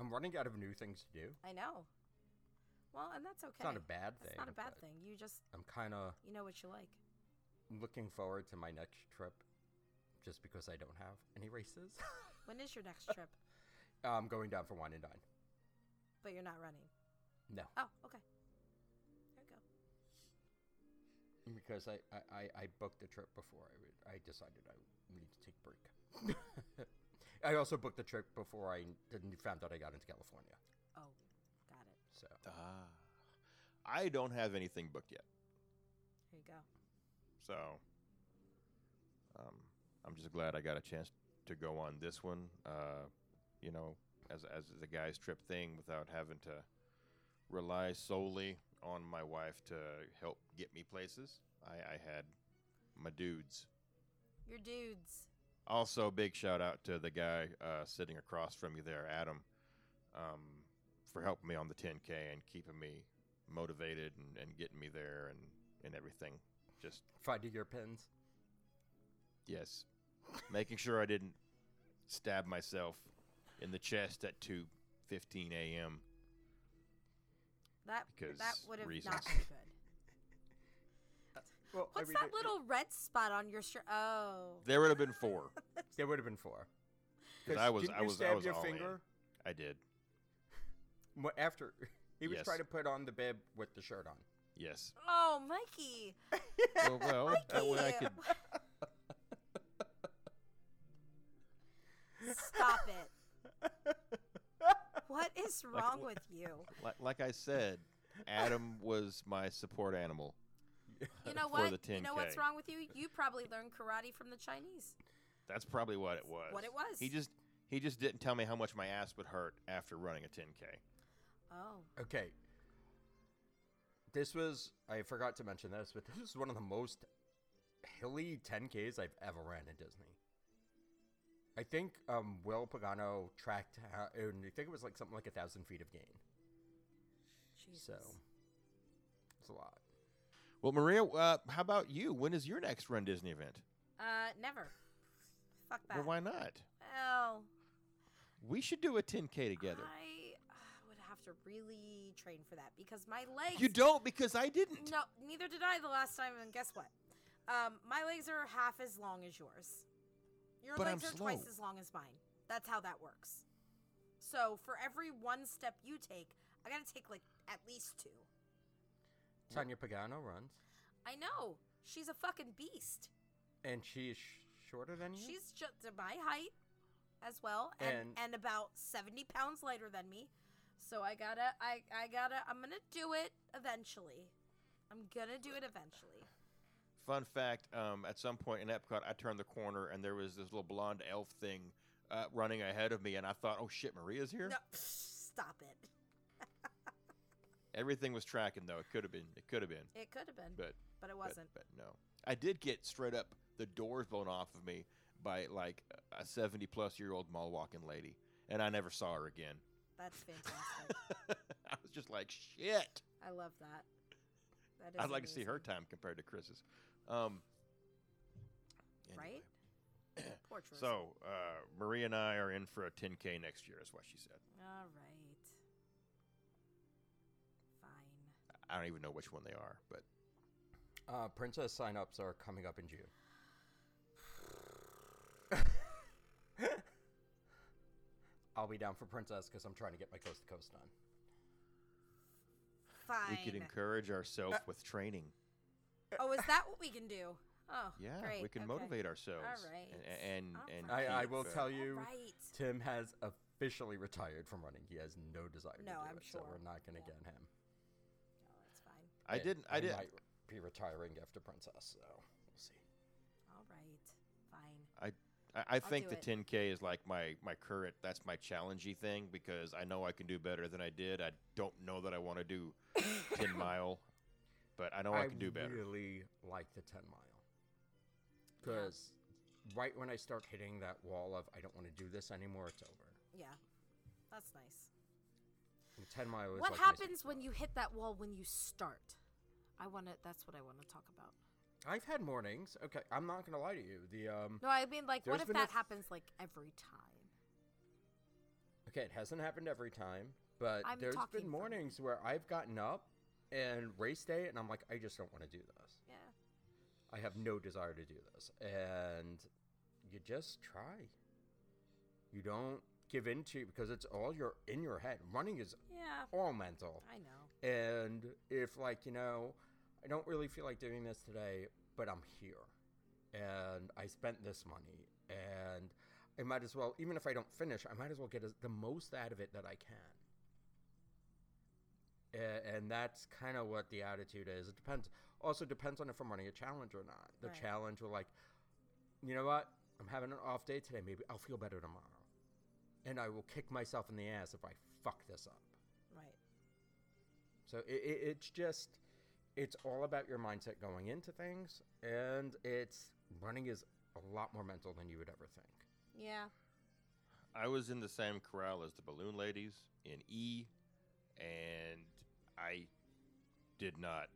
[SPEAKER 2] I'm running out of new things to do.
[SPEAKER 3] I know. Well, and that's okay.
[SPEAKER 2] It's not a bad thing.
[SPEAKER 3] It's not a bad
[SPEAKER 2] but
[SPEAKER 3] thing. You just
[SPEAKER 2] I'm kind of
[SPEAKER 3] you know what you like.
[SPEAKER 2] looking forward to my next trip, just because I don't have any races. (laughs)
[SPEAKER 3] When is your next trip?
[SPEAKER 2] I'm going down for wine and dine.
[SPEAKER 3] But you're not running.
[SPEAKER 2] No,
[SPEAKER 3] Oh, okay. There you go.
[SPEAKER 2] because I I, I, I booked the trip before I, would- I decided I need to take a break. (laughs) I also booked the trip before I didn't found out I got into California.
[SPEAKER 3] Oh, got it.
[SPEAKER 2] So
[SPEAKER 1] Ah. I don't have anything booked yet.
[SPEAKER 3] There you go.
[SPEAKER 1] So um, I'm just glad I got a chance to go on this one, uh, you know, as as the guys trip thing without having to rely solely on my wife to help get me places. I, I had my dudes.
[SPEAKER 3] Your dudes.
[SPEAKER 1] Also, big shout out to the guy uh, sitting across from you there, Adam, um, for helping me on the 10K and keeping me motivated and, and getting me there and, and everything. Just,
[SPEAKER 2] Finding your pins.
[SPEAKER 1] yes, making sure I didn't stab myself in the chest at 2.15 a.m.
[SPEAKER 3] That that
[SPEAKER 1] Because
[SPEAKER 3] would have
[SPEAKER 1] reasons.
[SPEAKER 3] not been
[SPEAKER 2] (laughs)
[SPEAKER 3] good.
[SPEAKER 2] Well, I
[SPEAKER 3] What's
[SPEAKER 2] mean,
[SPEAKER 3] that
[SPEAKER 2] it- it-
[SPEAKER 3] little red spot on your shirt? Oh,
[SPEAKER 1] There would have been four.
[SPEAKER 2] There would have been four.
[SPEAKER 1] 'Cause I was-
[SPEAKER 2] didn't
[SPEAKER 1] I
[SPEAKER 2] you
[SPEAKER 1] was- I
[SPEAKER 2] stab
[SPEAKER 1] was
[SPEAKER 2] your
[SPEAKER 1] all in.
[SPEAKER 2] finger
[SPEAKER 1] I did.
[SPEAKER 2] Mo- after (laughs) he was
[SPEAKER 1] Yes.
[SPEAKER 2] trying to put on the bib with the shirt on.
[SPEAKER 1] Yes.
[SPEAKER 3] oh, Mikey.
[SPEAKER 1] well, well, that way I
[SPEAKER 3] Mikey.
[SPEAKER 1] could.
[SPEAKER 3] Stop it. (laughs) What is wrong with
[SPEAKER 1] (laughs)
[SPEAKER 3] you?
[SPEAKER 1] Like, like I said, Adam was my support animal.
[SPEAKER 3] You
[SPEAKER 1] For
[SPEAKER 3] know what?
[SPEAKER 1] the
[SPEAKER 3] You know what's
[SPEAKER 1] 10K.
[SPEAKER 3] wrong with you? You probably learned karate from the Chinese.
[SPEAKER 1] That's probably what it was.
[SPEAKER 3] What it was.
[SPEAKER 1] He just he just didn't tell me how much my ass would hurt after running a 10k.
[SPEAKER 3] Oh,
[SPEAKER 2] Okay. This was I forgot to mention this, but (laughs) this is one of the most hilly 10Ks I've ever ran in Disney. I think um, Will Pagano tracked, how, and I think it was like something like a thousand feet of gain.
[SPEAKER 3] Jesus.
[SPEAKER 2] So it's a lot.
[SPEAKER 1] Well, Maria, uh, how about you? When is your next Run Disney event?
[SPEAKER 3] Uh, never. Fuck that.
[SPEAKER 1] Well, why not?
[SPEAKER 3] Well,
[SPEAKER 1] We should do a 10k together.
[SPEAKER 3] I uh, would have to really train for that because my legs.
[SPEAKER 1] You don't because I didn't.
[SPEAKER 3] No, neither did I the last time. And guess what? Um, my legs are half as long as yours. Your
[SPEAKER 1] But
[SPEAKER 3] legs
[SPEAKER 1] I'm
[SPEAKER 3] are twice
[SPEAKER 1] slow.
[SPEAKER 3] as long as mine. That's how that works. So for every one step you take, I gotta take like at least two.
[SPEAKER 2] Tanya Pagano runs,
[SPEAKER 3] I know she's a fucking beast.
[SPEAKER 2] and she is sh- shorter than
[SPEAKER 1] Mm-hmm.
[SPEAKER 2] you.
[SPEAKER 3] She's just my height as well, and, and
[SPEAKER 2] And-
[SPEAKER 3] about seventy pounds lighter than me. So I gotta, I, I gotta, I'm gonna do it eventually. I'm gonna do it eventually.
[SPEAKER 1] Fun fact: um, At some point in Epcot, I turned the corner and there was this little blonde elf thing uh, running ahead of me, and I thought, "Oh shit, Maria's here."
[SPEAKER 3] No, (laughs) stop it.
[SPEAKER 1] Everything was tracking though. It could have been. It could have been.
[SPEAKER 3] It could have been, but,
[SPEAKER 1] But
[SPEAKER 3] it
[SPEAKER 1] but-
[SPEAKER 3] wasn't.
[SPEAKER 1] But, no, I did get straight up the doors blown off of me by like a seventy-plus-year-old mall-walking lady, and I never saw her again. (laughs)
[SPEAKER 3] That's fantastic.
[SPEAKER 1] I was just like, shit.
[SPEAKER 3] I love that. That is
[SPEAKER 1] I'd like to see her
[SPEAKER 3] amazing.
[SPEAKER 1] time compared to Chris's. Um,
[SPEAKER 3] Right?
[SPEAKER 1] anyway.
[SPEAKER 3] (coughs) Poor Tristan.
[SPEAKER 1] So uh, Maria and I are in for a 10k next year, is what she said.
[SPEAKER 3] All right. Fine.
[SPEAKER 1] I don't even know which one they are, but
[SPEAKER 2] uh, princess sign-ups are coming up in June. (laughs) I'll be down for princess because I'm trying to get my coast to coast on.
[SPEAKER 3] Fine. Uh,
[SPEAKER 1] we could encourage ourselves with training.
[SPEAKER 3] oh, is that what we can do? Oh,
[SPEAKER 1] Yeah,
[SPEAKER 3] great.
[SPEAKER 1] we can
[SPEAKER 3] okay.
[SPEAKER 1] motivate ourselves.
[SPEAKER 3] right.
[SPEAKER 1] And and,
[SPEAKER 3] All
[SPEAKER 1] and
[SPEAKER 2] I, I
[SPEAKER 1] keep,
[SPEAKER 2] will
[SPEAKER 1] uh,
[SPEAKER 2] tell you,
[SPEAKER 3] right.
[SPEAKER 2] Tim has officially retired from running. He has no desire to
[SPEAKER 3] No,
[SPEAKER 2] do
[SPEAKER 3] I'm
[SPEAKER 2] it, so
[SPEAKER 3] sure.
[SPEAKER 2] we're not going to get him.
[SPEAKER 3] No, Oh, that's fine.
[SPEAKER 1] I
[SPEAKER 2] And
[SPEAKER 1] didn't. I
[SPEAKER 2] he
[SPEAKER 1] didn't.
[SPEAKER 2] might be retiring after Princess, so we'll see.
[SPEAKER 3] All right. Fine.
[SPEAKER 1] I, I think
[SPEAKER 3] do
[SPEAKER 1] the
[SPEAKER 3] it.
[SPEAKER 1] 10K is like my my current. That's my challengey thing because I know I can do better than I did. I don't know that I want to
[SPEAKER 3] (laughs)
[SPEAKER 1] do 10 mile, but I know I, can do better.
[SPEAKER 2] really like the 10 mile. Because right when I start hitting that wall of I don't want to do this anymore, it's over.
[SPEAKER 3] Yeah. That's nice.
[SPEAKER 2] And 10 mile is like
[SPEAKER 3] What
[SPEAKER 2] my sweet
[SPEAKER 3] happens when
[SPEAKER 2] spot.
[SPEAKER 3] you hit that wall when you start? I want to. That's what I want to talk about.
[SPEAKER 2] I've had mornings. Okay, I'm not going to lie to you. The um,
[SPEAKER 3] No, I mean, like, what
[SPEAKER 2] There's
[SPEAKER 3] if
[SPEAKER 2] been a
[SPEAKER 3] that
[SPEAKER 2] th-
[SPEAKER 3] happens like every time?
[SPEAKER 2] Okay, it hasn't happened every time, but
[SPEAKER 3] I'm
[SPEAKER 2] there's
[SPEAKER 3] talking
[SPEAKER 2] been
[SPEAKER 3] from-
[SPEAKER 2] mornings where I've gotten up and race day, and I'm like, I just don't want to do this.
[SPEAKER 3] Yeah.
[SPEAKER 2] I have no desire to do this. And you just try. You don't give in to because it's all your in your head. Running is
[SPEAKER 3] Yeah.
[SPEAKER 2] all mental.
[SPEAKER 3] I know.
[SPEAKER 2] And if like, you know, I don't really feel like doing this today, but I'm here. And I spent this money and I might as well even if I don't finish, I might as well get as, the most out of it that I can. A- And that's kind of what the attitude is. It depends. Also depends on if I'm running a challenge or not. The
[SPEAKER 3] Right.
[SPEAKER 2] challenge will like, you know what? I'm having an off day today. Maybe I'll feel better tomorrow. And I will kick myself in the ass if I fuck this up.
[SPEAKER 3] Right.
[SPEAKER 2] So it, it, it's just, it's all about your mindset going into things. And it's running is a lot more mental than you would ever think.
[SPEAKER 3] Yeah.
[SPEAKER 1] I was in the same corral as the balloon ladies in E, and I did not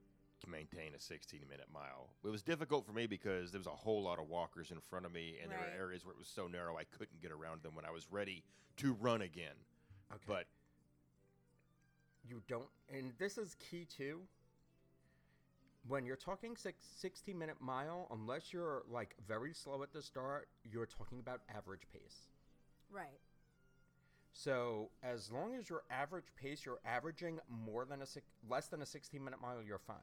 [SPEAKER 1] maintain a 16 minute mile. It was difficult for me because there was a whole lot of walkers in front of me, and there
[SPEAKER 3] Right.
[SPEAKER 1] were areas where it was so narrow I couldn't get around them when I was ready to run again.
[SPEAKER 2] Okay.
[SPEAKER 1] But
[SPEAKER 2] you don't and this is key too when you're talking six, 60 minute mile unless you're like very slow at the start you're talking about average pace
[SPEAKER 3] Right.
[SPEAKER 2] so as long as your average pace you're averaging more than a six, less than a 16 minute mile you're fine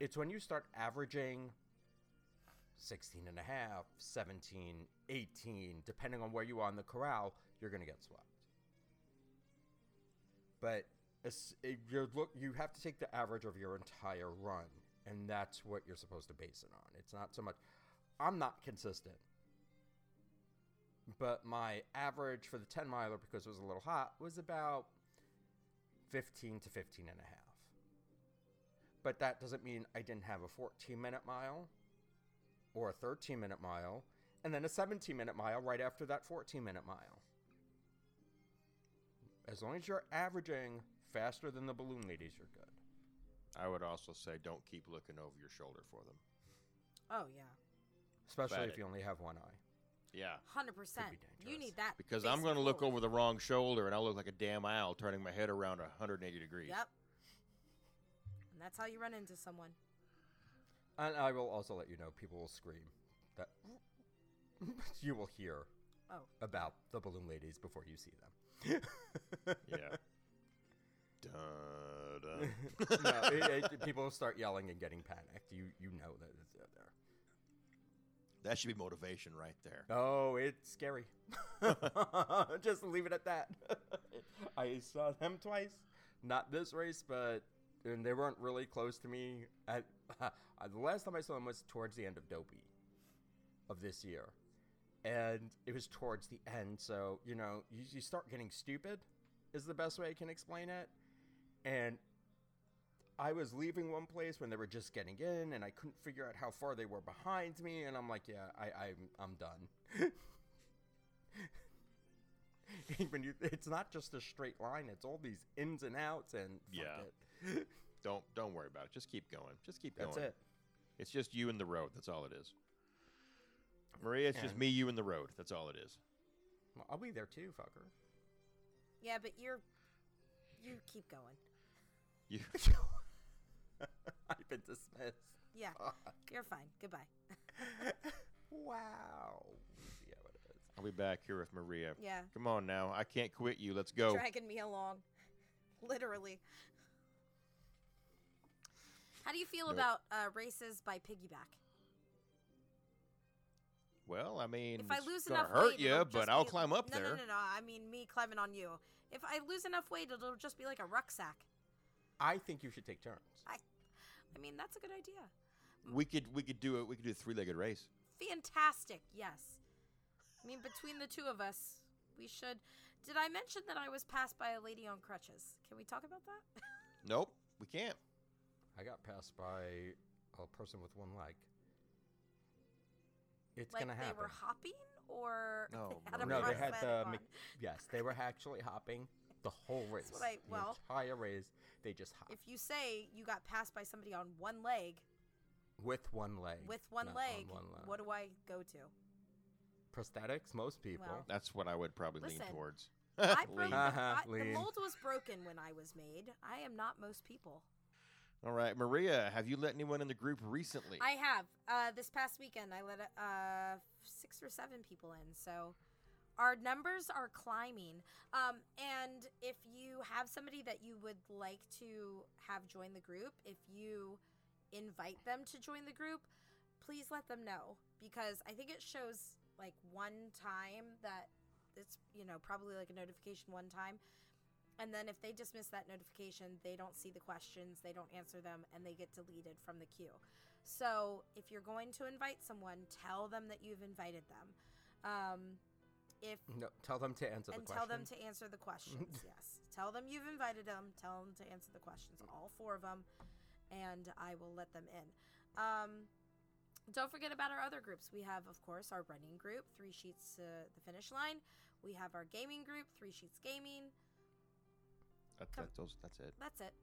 [SPEAKER 2] it's when you start averaging 16 and a half 17 18 depending on where you are in the corral you're going to get swept but as- if you're look you have to take the average of your entire run and that's what you're supposed to base it on it's not so much i'm not consistent but my average for the 10 miler because it was a little hot was about 15 to 15 and a half but that doesn't mean i didn't have a 14 minute mile or a 13 minute mile and then a 17 minute mile right after that 14 minute mile as long as you're averaging faster than the balloon ladies, you're good.
[SPEAKER 1] I would also say don't keep looking over your shoulder for them.
[SPEAKER 3] Oh yeah.
[SPEAKER 2] Especially
[SPEAKER 1] Got
[SPEAKER 2] if
[SPEAKER 1] it.
[SPEAKER 2] you only have one eye.
[SPEAKER 1] Yeah.
[SPEAKER 3] Hundred percent. You
[SPEAKER 2] dangerous.
[SPEAKER 3] need that
[SPEAKER 1] Because
[SPEAKER 3] face
[SPEAKER 1] I'm going to look over
[SPEAKER 3] forward.
[SPEAKER 1] the wrong shoulder and I'll look like a damn owl turning my head around 180 degrees.
[SPEAKER 3] Yep. And that's how you run into someone.
[SPEAKER 2] And I will also let you know people will scream that (laughs) you will hear
[SPEAKER 3] Oh.
[SPEAKER 2] about the balloon ladies before you see them.
[SPEAKER 1] Yeah. (laughs) Dun, dun.
[SPEAKER 2] (laughs) no, it, it, people will start yelling and getting panicked. You you know that it's out there.
[SPEAKER 1] that should be motivation right there.
[SPEAKER 2] Oh, it's scary. (laughs) Just leave it at that. I saw them twice. Not this race, but and they weren't really close to me. At, (laughs) the last time I saw them was towards the end of Dopey of this year. And it was towards the end, so you know, you, you start getting stupid is the best way I can explain it. And I was leaving one place when they were just getting in, and I couldn't figure out how far they were behind me, and I'm like, yeah, I, I'm, I'm done. (laughs) When you, it's not just a straight line; it's all these ins and outs, and fuck
[SPEAKER 1] Yeah.
[SPEAKER 2] it.
[SPEAKER 1] Don't don't worry about it. Just keep going. Just keep going.
[SPEAKER 2] that's it.
[SPEAKER 1] It's just you and the road. That's all it is. Maria, it's just
[SPEAKER 2] And-
[SPEAKER 1] me, you, and the road. That's all it is.
[SPEAKER 2] Well, I'll be there too, fucker. (laughs)
[SPEAKER 3] Yeah, but you're you keep going. (laughs)
[SPEAKER 1] You,
[SPEAKER 2] I've been dismissed.
[SPEAKER 3] Yeah.
[SPEAKER 1] Ah.
[SPEAKER 3] You're fine. Goodbye.
[SPEAKER 2] Wow. Yeah, what it is.
[SPEAKER 1] I'll be back here with Maria.
[SPEAKER 3] Yeah.
[SPEAKER 1] Come on now. I can't quit you. Let's go.
[SPEAKER 3] Dragging me along. (laughs) Literally. How do you feel
[SPEAKER 1] Nope.
[SPEAKER 3] about uh, races by piggyback?
[SPEAKER 1] Well, I mean,
[SPEAKER 3] If I
[SPEAKER 1] it's
[SPEAKER 3] lose
[SPEAKER 1] gonna
[SPEAKER 3] enough
[SPEAKER 1] hurt
[SPEAKER 3] weight,
[SPEAKER 1] you,
[SPEAKER 3] it'll
[SPEAKER 1] but
[SPEAKER 3] just
[SPEAKER 1] I'll
[SPEAKER 3] be-
[SPEAKER 1] climb up
[SPEAKER 3] no,
[SPEAKER 1] there.
[SPEAKER 3] No, no, no. I mean, me climbing on you. If I lose enough weight, it'll just be like a rucksack.
[SPEAKER 2] I think you should take turns.
[SPEAKER 3] I, I mean, that's a good idea.
[SPEAKER 1] We could we could do it. We could do a three-legged race.
[SPEAKER 3] Fantastic. Yes. I mean, between the two of us, we should. Did I mention that I was passed by a lady on crutches? Can we talk about that?
[SPEAKER 1] Nope, we can't.
[SPEAKER 2] I got passed by a person with one leg. It's
[SPEAKER 3] like
[SPEAKER 2] gonna
[SPEAKER 3] they
[SPEAKER 2] happen.
[SPEAKER 3] were hopping, or (laughs)
[SPEAKER 1] No,
[SPEAKER 3] they had a
[SPEAKER 1] no,
[SPEAKER 2] no, they had
[SPEAKER 3] prosthetic
[SPEAKER 2] the
[SPEAKER 3] on?
[SPEAKER 2] mech- yes, they were actually hopping the whole race.
[SPEAKER 3] what I- well-
[SPEAKER 2] the entire race, they just hopped
[SPEAKER 3] If you say you got passed by somebody on one leg,
[SPEAKER 2] with one leg.
[SPEAKER 3] with one
[SPEAKER 2] not on
[SPEAKER 3] leg,
[SPEAKER 2] one leg.
[SPEAKER 3] what do I go to?
[SPEAKER 2] prosthetics? Most people.
[SPEAKER 3] Well,
[SPEAKER 1] That's what I would probably lean
[SPEAKER 3] Listen,
[SPEAKER 1] towards.
[SPEAKER 2] (laughs)
[SPEAKER 3] I broke
[SPEAKER 1] Lean.
[SPEAKER 3] the,
[SPEAKER 2] Uh-huh,
[SPEAKER 3] I, the
[SPEAKER 2] lean.
[SPEAKER 3] mold was broken when I was made. I am not most people.
[SPEAKER 1] All right, Maria, have you let anyone in the group recently?
[SPEAKER 3] I have. Uh, this past weekend, I let uh, six or seven people in. So our numbers are climbing. Um, and if you have somebody that you would like to have join the group, if you invite them to join the group, please let them know because I think it shows like one time that it's, you know, probably like a notification one time. And then if they dismiss that notification, they don't see the questions, they don't answer them, and they get deleted from the queue. So if you're going to invite someone, tell them that you've invited them. Um, if
[SPEAKER 2] No, tell them to answer
[SPEAKER 3] and
[SPEAKER 2] the question.
[SPEAKER 3] tell them to answer the
[SPEAKER 2] (laughs)
[SPEAKER 3] questions. yes, tell them you've invited them. Tell them to answer the questions, all four of them, and I will let them in. Um, don't forget about our other groups. We have, of course, our running group, Three Sheets to the Finish Line. We have our gaming group, Three Sheets Gaming.
[SPEAKER 1] That,
[SPEAKER 3] Come-
[SPEAKER 1] that- those- that's it.
[SPEAKER 3] That's it.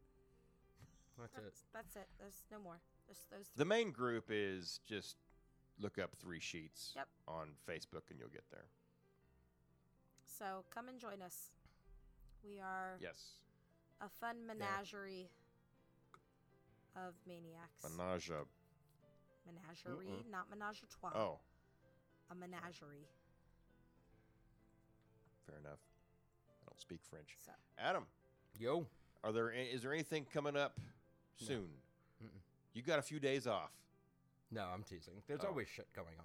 [SPEAKER 2] That's it.
[SPEAKER 3] That's, that's it. There's no more. There's those three.
[SPEAKER 1] The main group is just look up three sheets
[SPEAKER 3] Yep.
[SPEAKER 1] on Facebook and you'll get there.
[SPEAKER 3] So come and join us. We are
[SPEAKER 1] Yes.
[SPEAKER 3] a fun menagerie of maniacs.
[SPEAKER 1] Menage. a-
[SPEAKER 3] menagerie,
[SPEAKER 1] Mm-mm.
[SPEAKER 3] not menage a trois.
[SPEAKER 1] Oh,
[SPEAKER 3] A menagerie.
[SPEAKER 1] fair enough. I don't speak French.
[SPEAKER 3] So
[SPEAKER 1] Adam,
[SPEAKER 2] Yo.
[SPEAKER 1] are there a- is there anything coming up soon?
[SPEAKER 2] Mm-mm.
[SPEAKER 1] You got a few days off.
[SPEAKER 2] No, I'm teasing. There's
[SPEAKER 1] Oh.
[SPEAKER 2] always shit going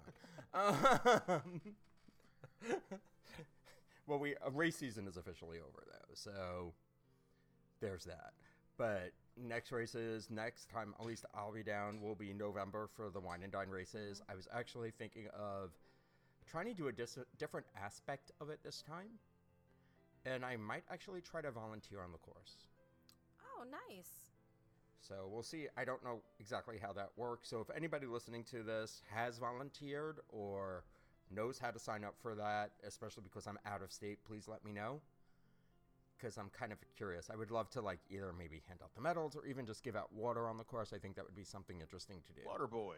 [SPEAKER 2] on. um, (laughs) well, we uh, race season is officially over though, so there's that. But next races, next time, at least I'll be down. Will be November for the wine and dine races. I was actually thinking of trying to do a dis- different aspect of it this time, and I might actually try to volunteer on the course.
[SPEAKER 3] Oh, nice.
[SPEAKER 2] So we'll see. I don't know exactly how that works. So if anybody listening to this has volunteered or knows how to sign up for that, especially because I'm out of state, please let me know. Because I'm kind of curious. I would love to like either maybe hand out the medals or even just give out water on the course. I think that would be something interesting to do.
[SPEAKER 1] Water boy.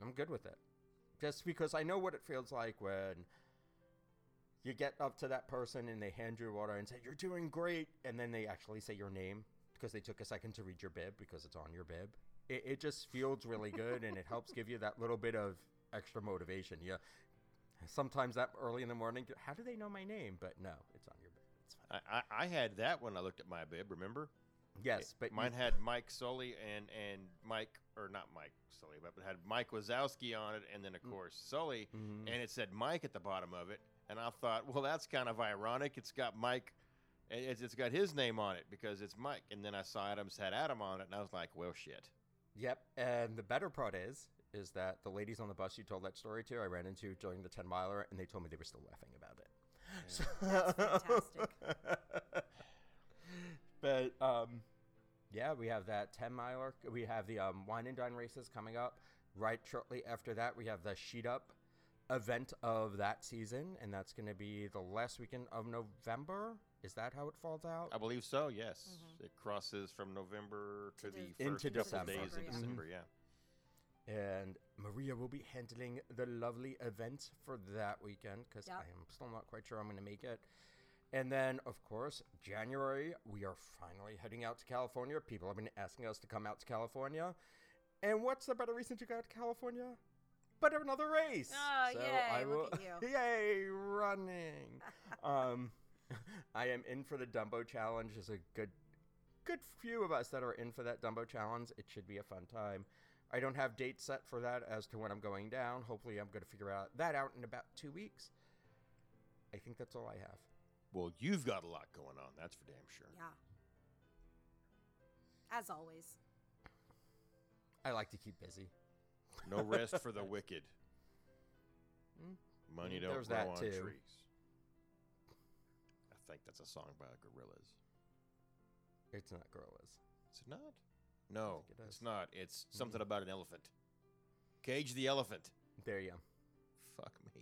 [SPEAKER 2] I'm good with it. Just because I know what it feels like when you get up to that person and they hand you water and say, You're doing great. And then they actually say your name because they took a second to read your bib because it's on your bib. It, it just feels really good and it helps give you that little bit of extra motivation. Yeah. Sometimes that early in the morning, how do they know my name? But no, it's on your bib. It's fine.
[SPEAKER 1] I, I, I had that when I looked at my bib. Remember?
[SPEAKER 2] Yes, but you-
[SPEAKER 1] Mine had Mike Sully and and Mike or not Mike Sully, but it had Mike Wazowski on it, and then
[SPEAKER 2] Mm.
[SPEAKER 1] of course Sully,
[SPEAKER 2] Mhm.
[SPEAKER 1] and it said Mike at the bottom of it, and I thought, well, that's kind of ironic. It's got Mike, it- it's, it's got his name on it because it's Mike, and then I saw Adams had Adam on it, and I was like, well, shit.
[SPEAKER 2] Yep. And the better part is, is that the ladies on the bus you told that story to, I ran into during the 10 miler, and they told me they were still laughing about it. So- (laughs) but, um, yeah, we have that 10 miler. We have the um, wine and dine races coming up. Right shortly after that, we have the sheet up event of that season, and that's going to be the last weekend of November. Is that how it falls out?
[SPEAKER 1] I believe so. Yes, it crosses from November to,
[SPEAKER 3] To
[SPEAKER 1] the
[SPEAKER 3] the-
[SPEAKER 1] first
[SPEAKER 2] Into
[SPEAKER 1] couple
[SPEAKER 2] Mm-hmm. December. Mm-hmm.
[SPEAKER 1] days in
[SPEAKER 3] December, yeah.
[SPEAKER 1] December. Yeah.
[SPEAKER 2] and Maria will be handling the lovely event for that weekend because
[SPEAKER 3] Yep.
[SPEAKER 2] I am still not quite sure I'm going to make it. And then, of course, January, we are finally heading out to California. People have been asking us to come out to California. And what's the better reason to go out to California? But another race.
[SPEAKER 3] Oh, yay, look at
[SPEAKER 2] (laughs)
[SPEAKER 3] you.
[SPEAKER 2] Yay,
[SPEAKER 3] (laughs)
[SPEAKER 2] running. um, I am in for the Dumbo Challenge. There's a good good few of us that are in for that Dumbo challenge. It should be a fun time. I don't have dates set for that as to when I'm going down. Hopefully, I'm going to figure out that out in about two weeks. I think that's all I have.
[SPEAKER 1] Well, you've got a lot going on. That's for damn sure.
[SPEAKER 3] Yeah. As always.
[SPEAKER 2] I like to keep busy.
[SPEAKER 1] No rest
[SPEAKER 2] (laughs)
[SPEAKER 1] for the wicked.
[SPEAKER 2] Mm.
[SPEAKER 1] Money
[SPEAKER 2] Mm,
[SPEAKER 1] don't
[SPEAKER 2] there's
[SPEAKER 1] grow
[SPEAKER 2] that
[SPEAKER 1] on
[SPEAKER 2] too.
[SPEAKER 1] trees. I think that's a song by the Gorillas.
[SPEAKER 2] It's not gorillas.
[SPEAKER 1] Is it not? No,
[SPEAKER 2] think it
[SPEAKER 1] it's
[SPEAKER 2] is. Mm-hmm.
[SPEAKER 1] not. It's something about an elephant. Cage the elephant.
[SPEAKER 2] There you go.
[SPEAKER 1] Fuck me.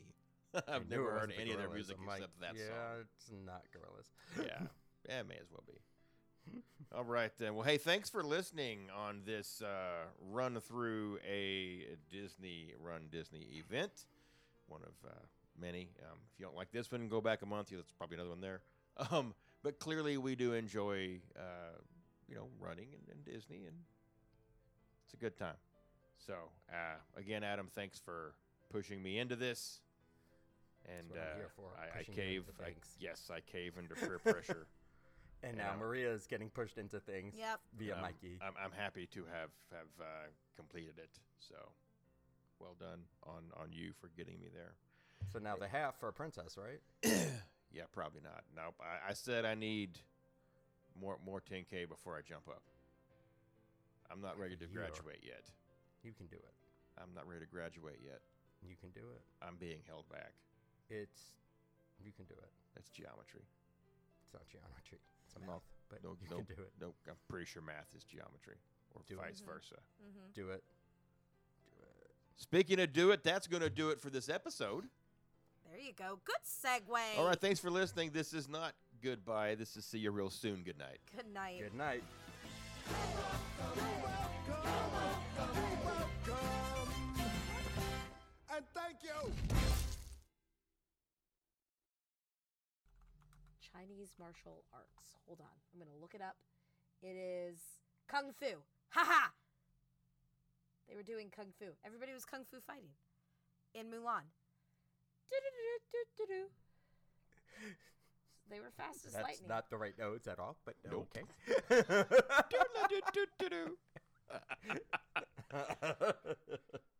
[SPEAKER 1] (laughs)
[SPEAKER 2] I
[SPEAKER 1] I've
[SPEAKER 2] knew
[SPEAKER 1] never
[SPEAKER 2] it
[SPEAKER 1] heard
[SPEAKER 2] wasn't the
[SPEAKER 1] any of their
[SPEAKER 2] gorillas.
[SPEAKER 1] music
[SPEAKER 2] I'm like,
[SPEAKER 1] except that
[SPEAKER 2] Yeah, it's not gorillas.
[SPEAKER 1] song. Yeah. (laughs) Yeah, may as well be. All right then. Well, hey, thanks for listening on this uh, run through a Disney run Disney event. One of uh, many. Um, if you don't like this one, go back a month. There's probably another one there. (laughs) Um, but clearly, we do enjoy uh, you know running and, and Disney, and it's a good time. So uh, again, Adam, thanks for pushing me into this. And
[SPEAKER 2] what I'm
[SPEAKER 1] uh,
[SPEAKER 2] here for,
[SPEAKER 1] I, I
[SPEAKER 2] pushing you
[SPEAKER 1] cave.
[SPEAKER 2] into
[SPEAKER 1] I,
[SPEAKER 2] things.
[SPEAKER 1] yes, I cave under peer pressure.
[SPEAKER 2] And now
[SPEAKER 1] Yeah.
[SPEAKER 2] Maria is getting pushed into things
[SPEAKER 3] Yep.
[SPEAKER 2] (laughs) via
[SPEAKER 1] Um,
[SPEAKER 2] Mikey.
[SPEAKER 1] I'm, I'm happy to have have uh, completed it. So, well done on on you for getting me there.
[SPEAKER 2] so now the half for a princess, right?
[SPEAKER 1] Yeah, probably not. Nope. I, I said I need more more 10k before I jump up. I'm not ready to
[SPEAKER 2] You are-
[SPEAKER 1] graduate yet.
[SPEAKER 2] You can do it.
[SPEAKER 1] I'm not ready to graduate yet.
[SPEAKER 2] You can do it.
[SPEAKER 1] I'm being held back.
[SPEAKER 2] It's you can do it.
[SPEAKER 1] That's geometry.
[SPEAKER 2] It's not geometry. It's
[SPEAKER 1] No,
[SPEAKER 2] math, but
[SPEAKER 1] no,
[SPEAKER 2] you
[SPEAKER 1] no,
[SPEAKER 2] can do it.
[SPEAKER 1] No, I'm pretty sure math is geometry, or
[SPEAKER 2] Do it.
[SPEAKER 1] vice versa.
[SPEAKER 2] Do it.
[SPEAKER 1] Speaking of do it, that's going to do it for this episode.
[SPEAKER 3] There you go. Good segue.
[SPEAKER 1] All right, thanks for listening. This is not goodbye. This is see you real soon. Good night.
[SPEAKER 3] Good night.
[SPEAKER 2] Good night.
[SPEAKER 5] And thank you.
[SPEAKER 3] Chinese martial arts. Hold on. I'm going to look it up. It is Kung Fu. Ha ha! They were doing Kung Fu. Everybody was Kung Fu fighting in Mulan. Do-do-do-do-do-do. They were fast as
[SPEAKER 2] That's
[SPEAKER 3] lightning.
[SPEAKER 2] not the right notes at all, but
[SPEAKER 1] Nope.
[SPEAKER 2] okay. (laughs)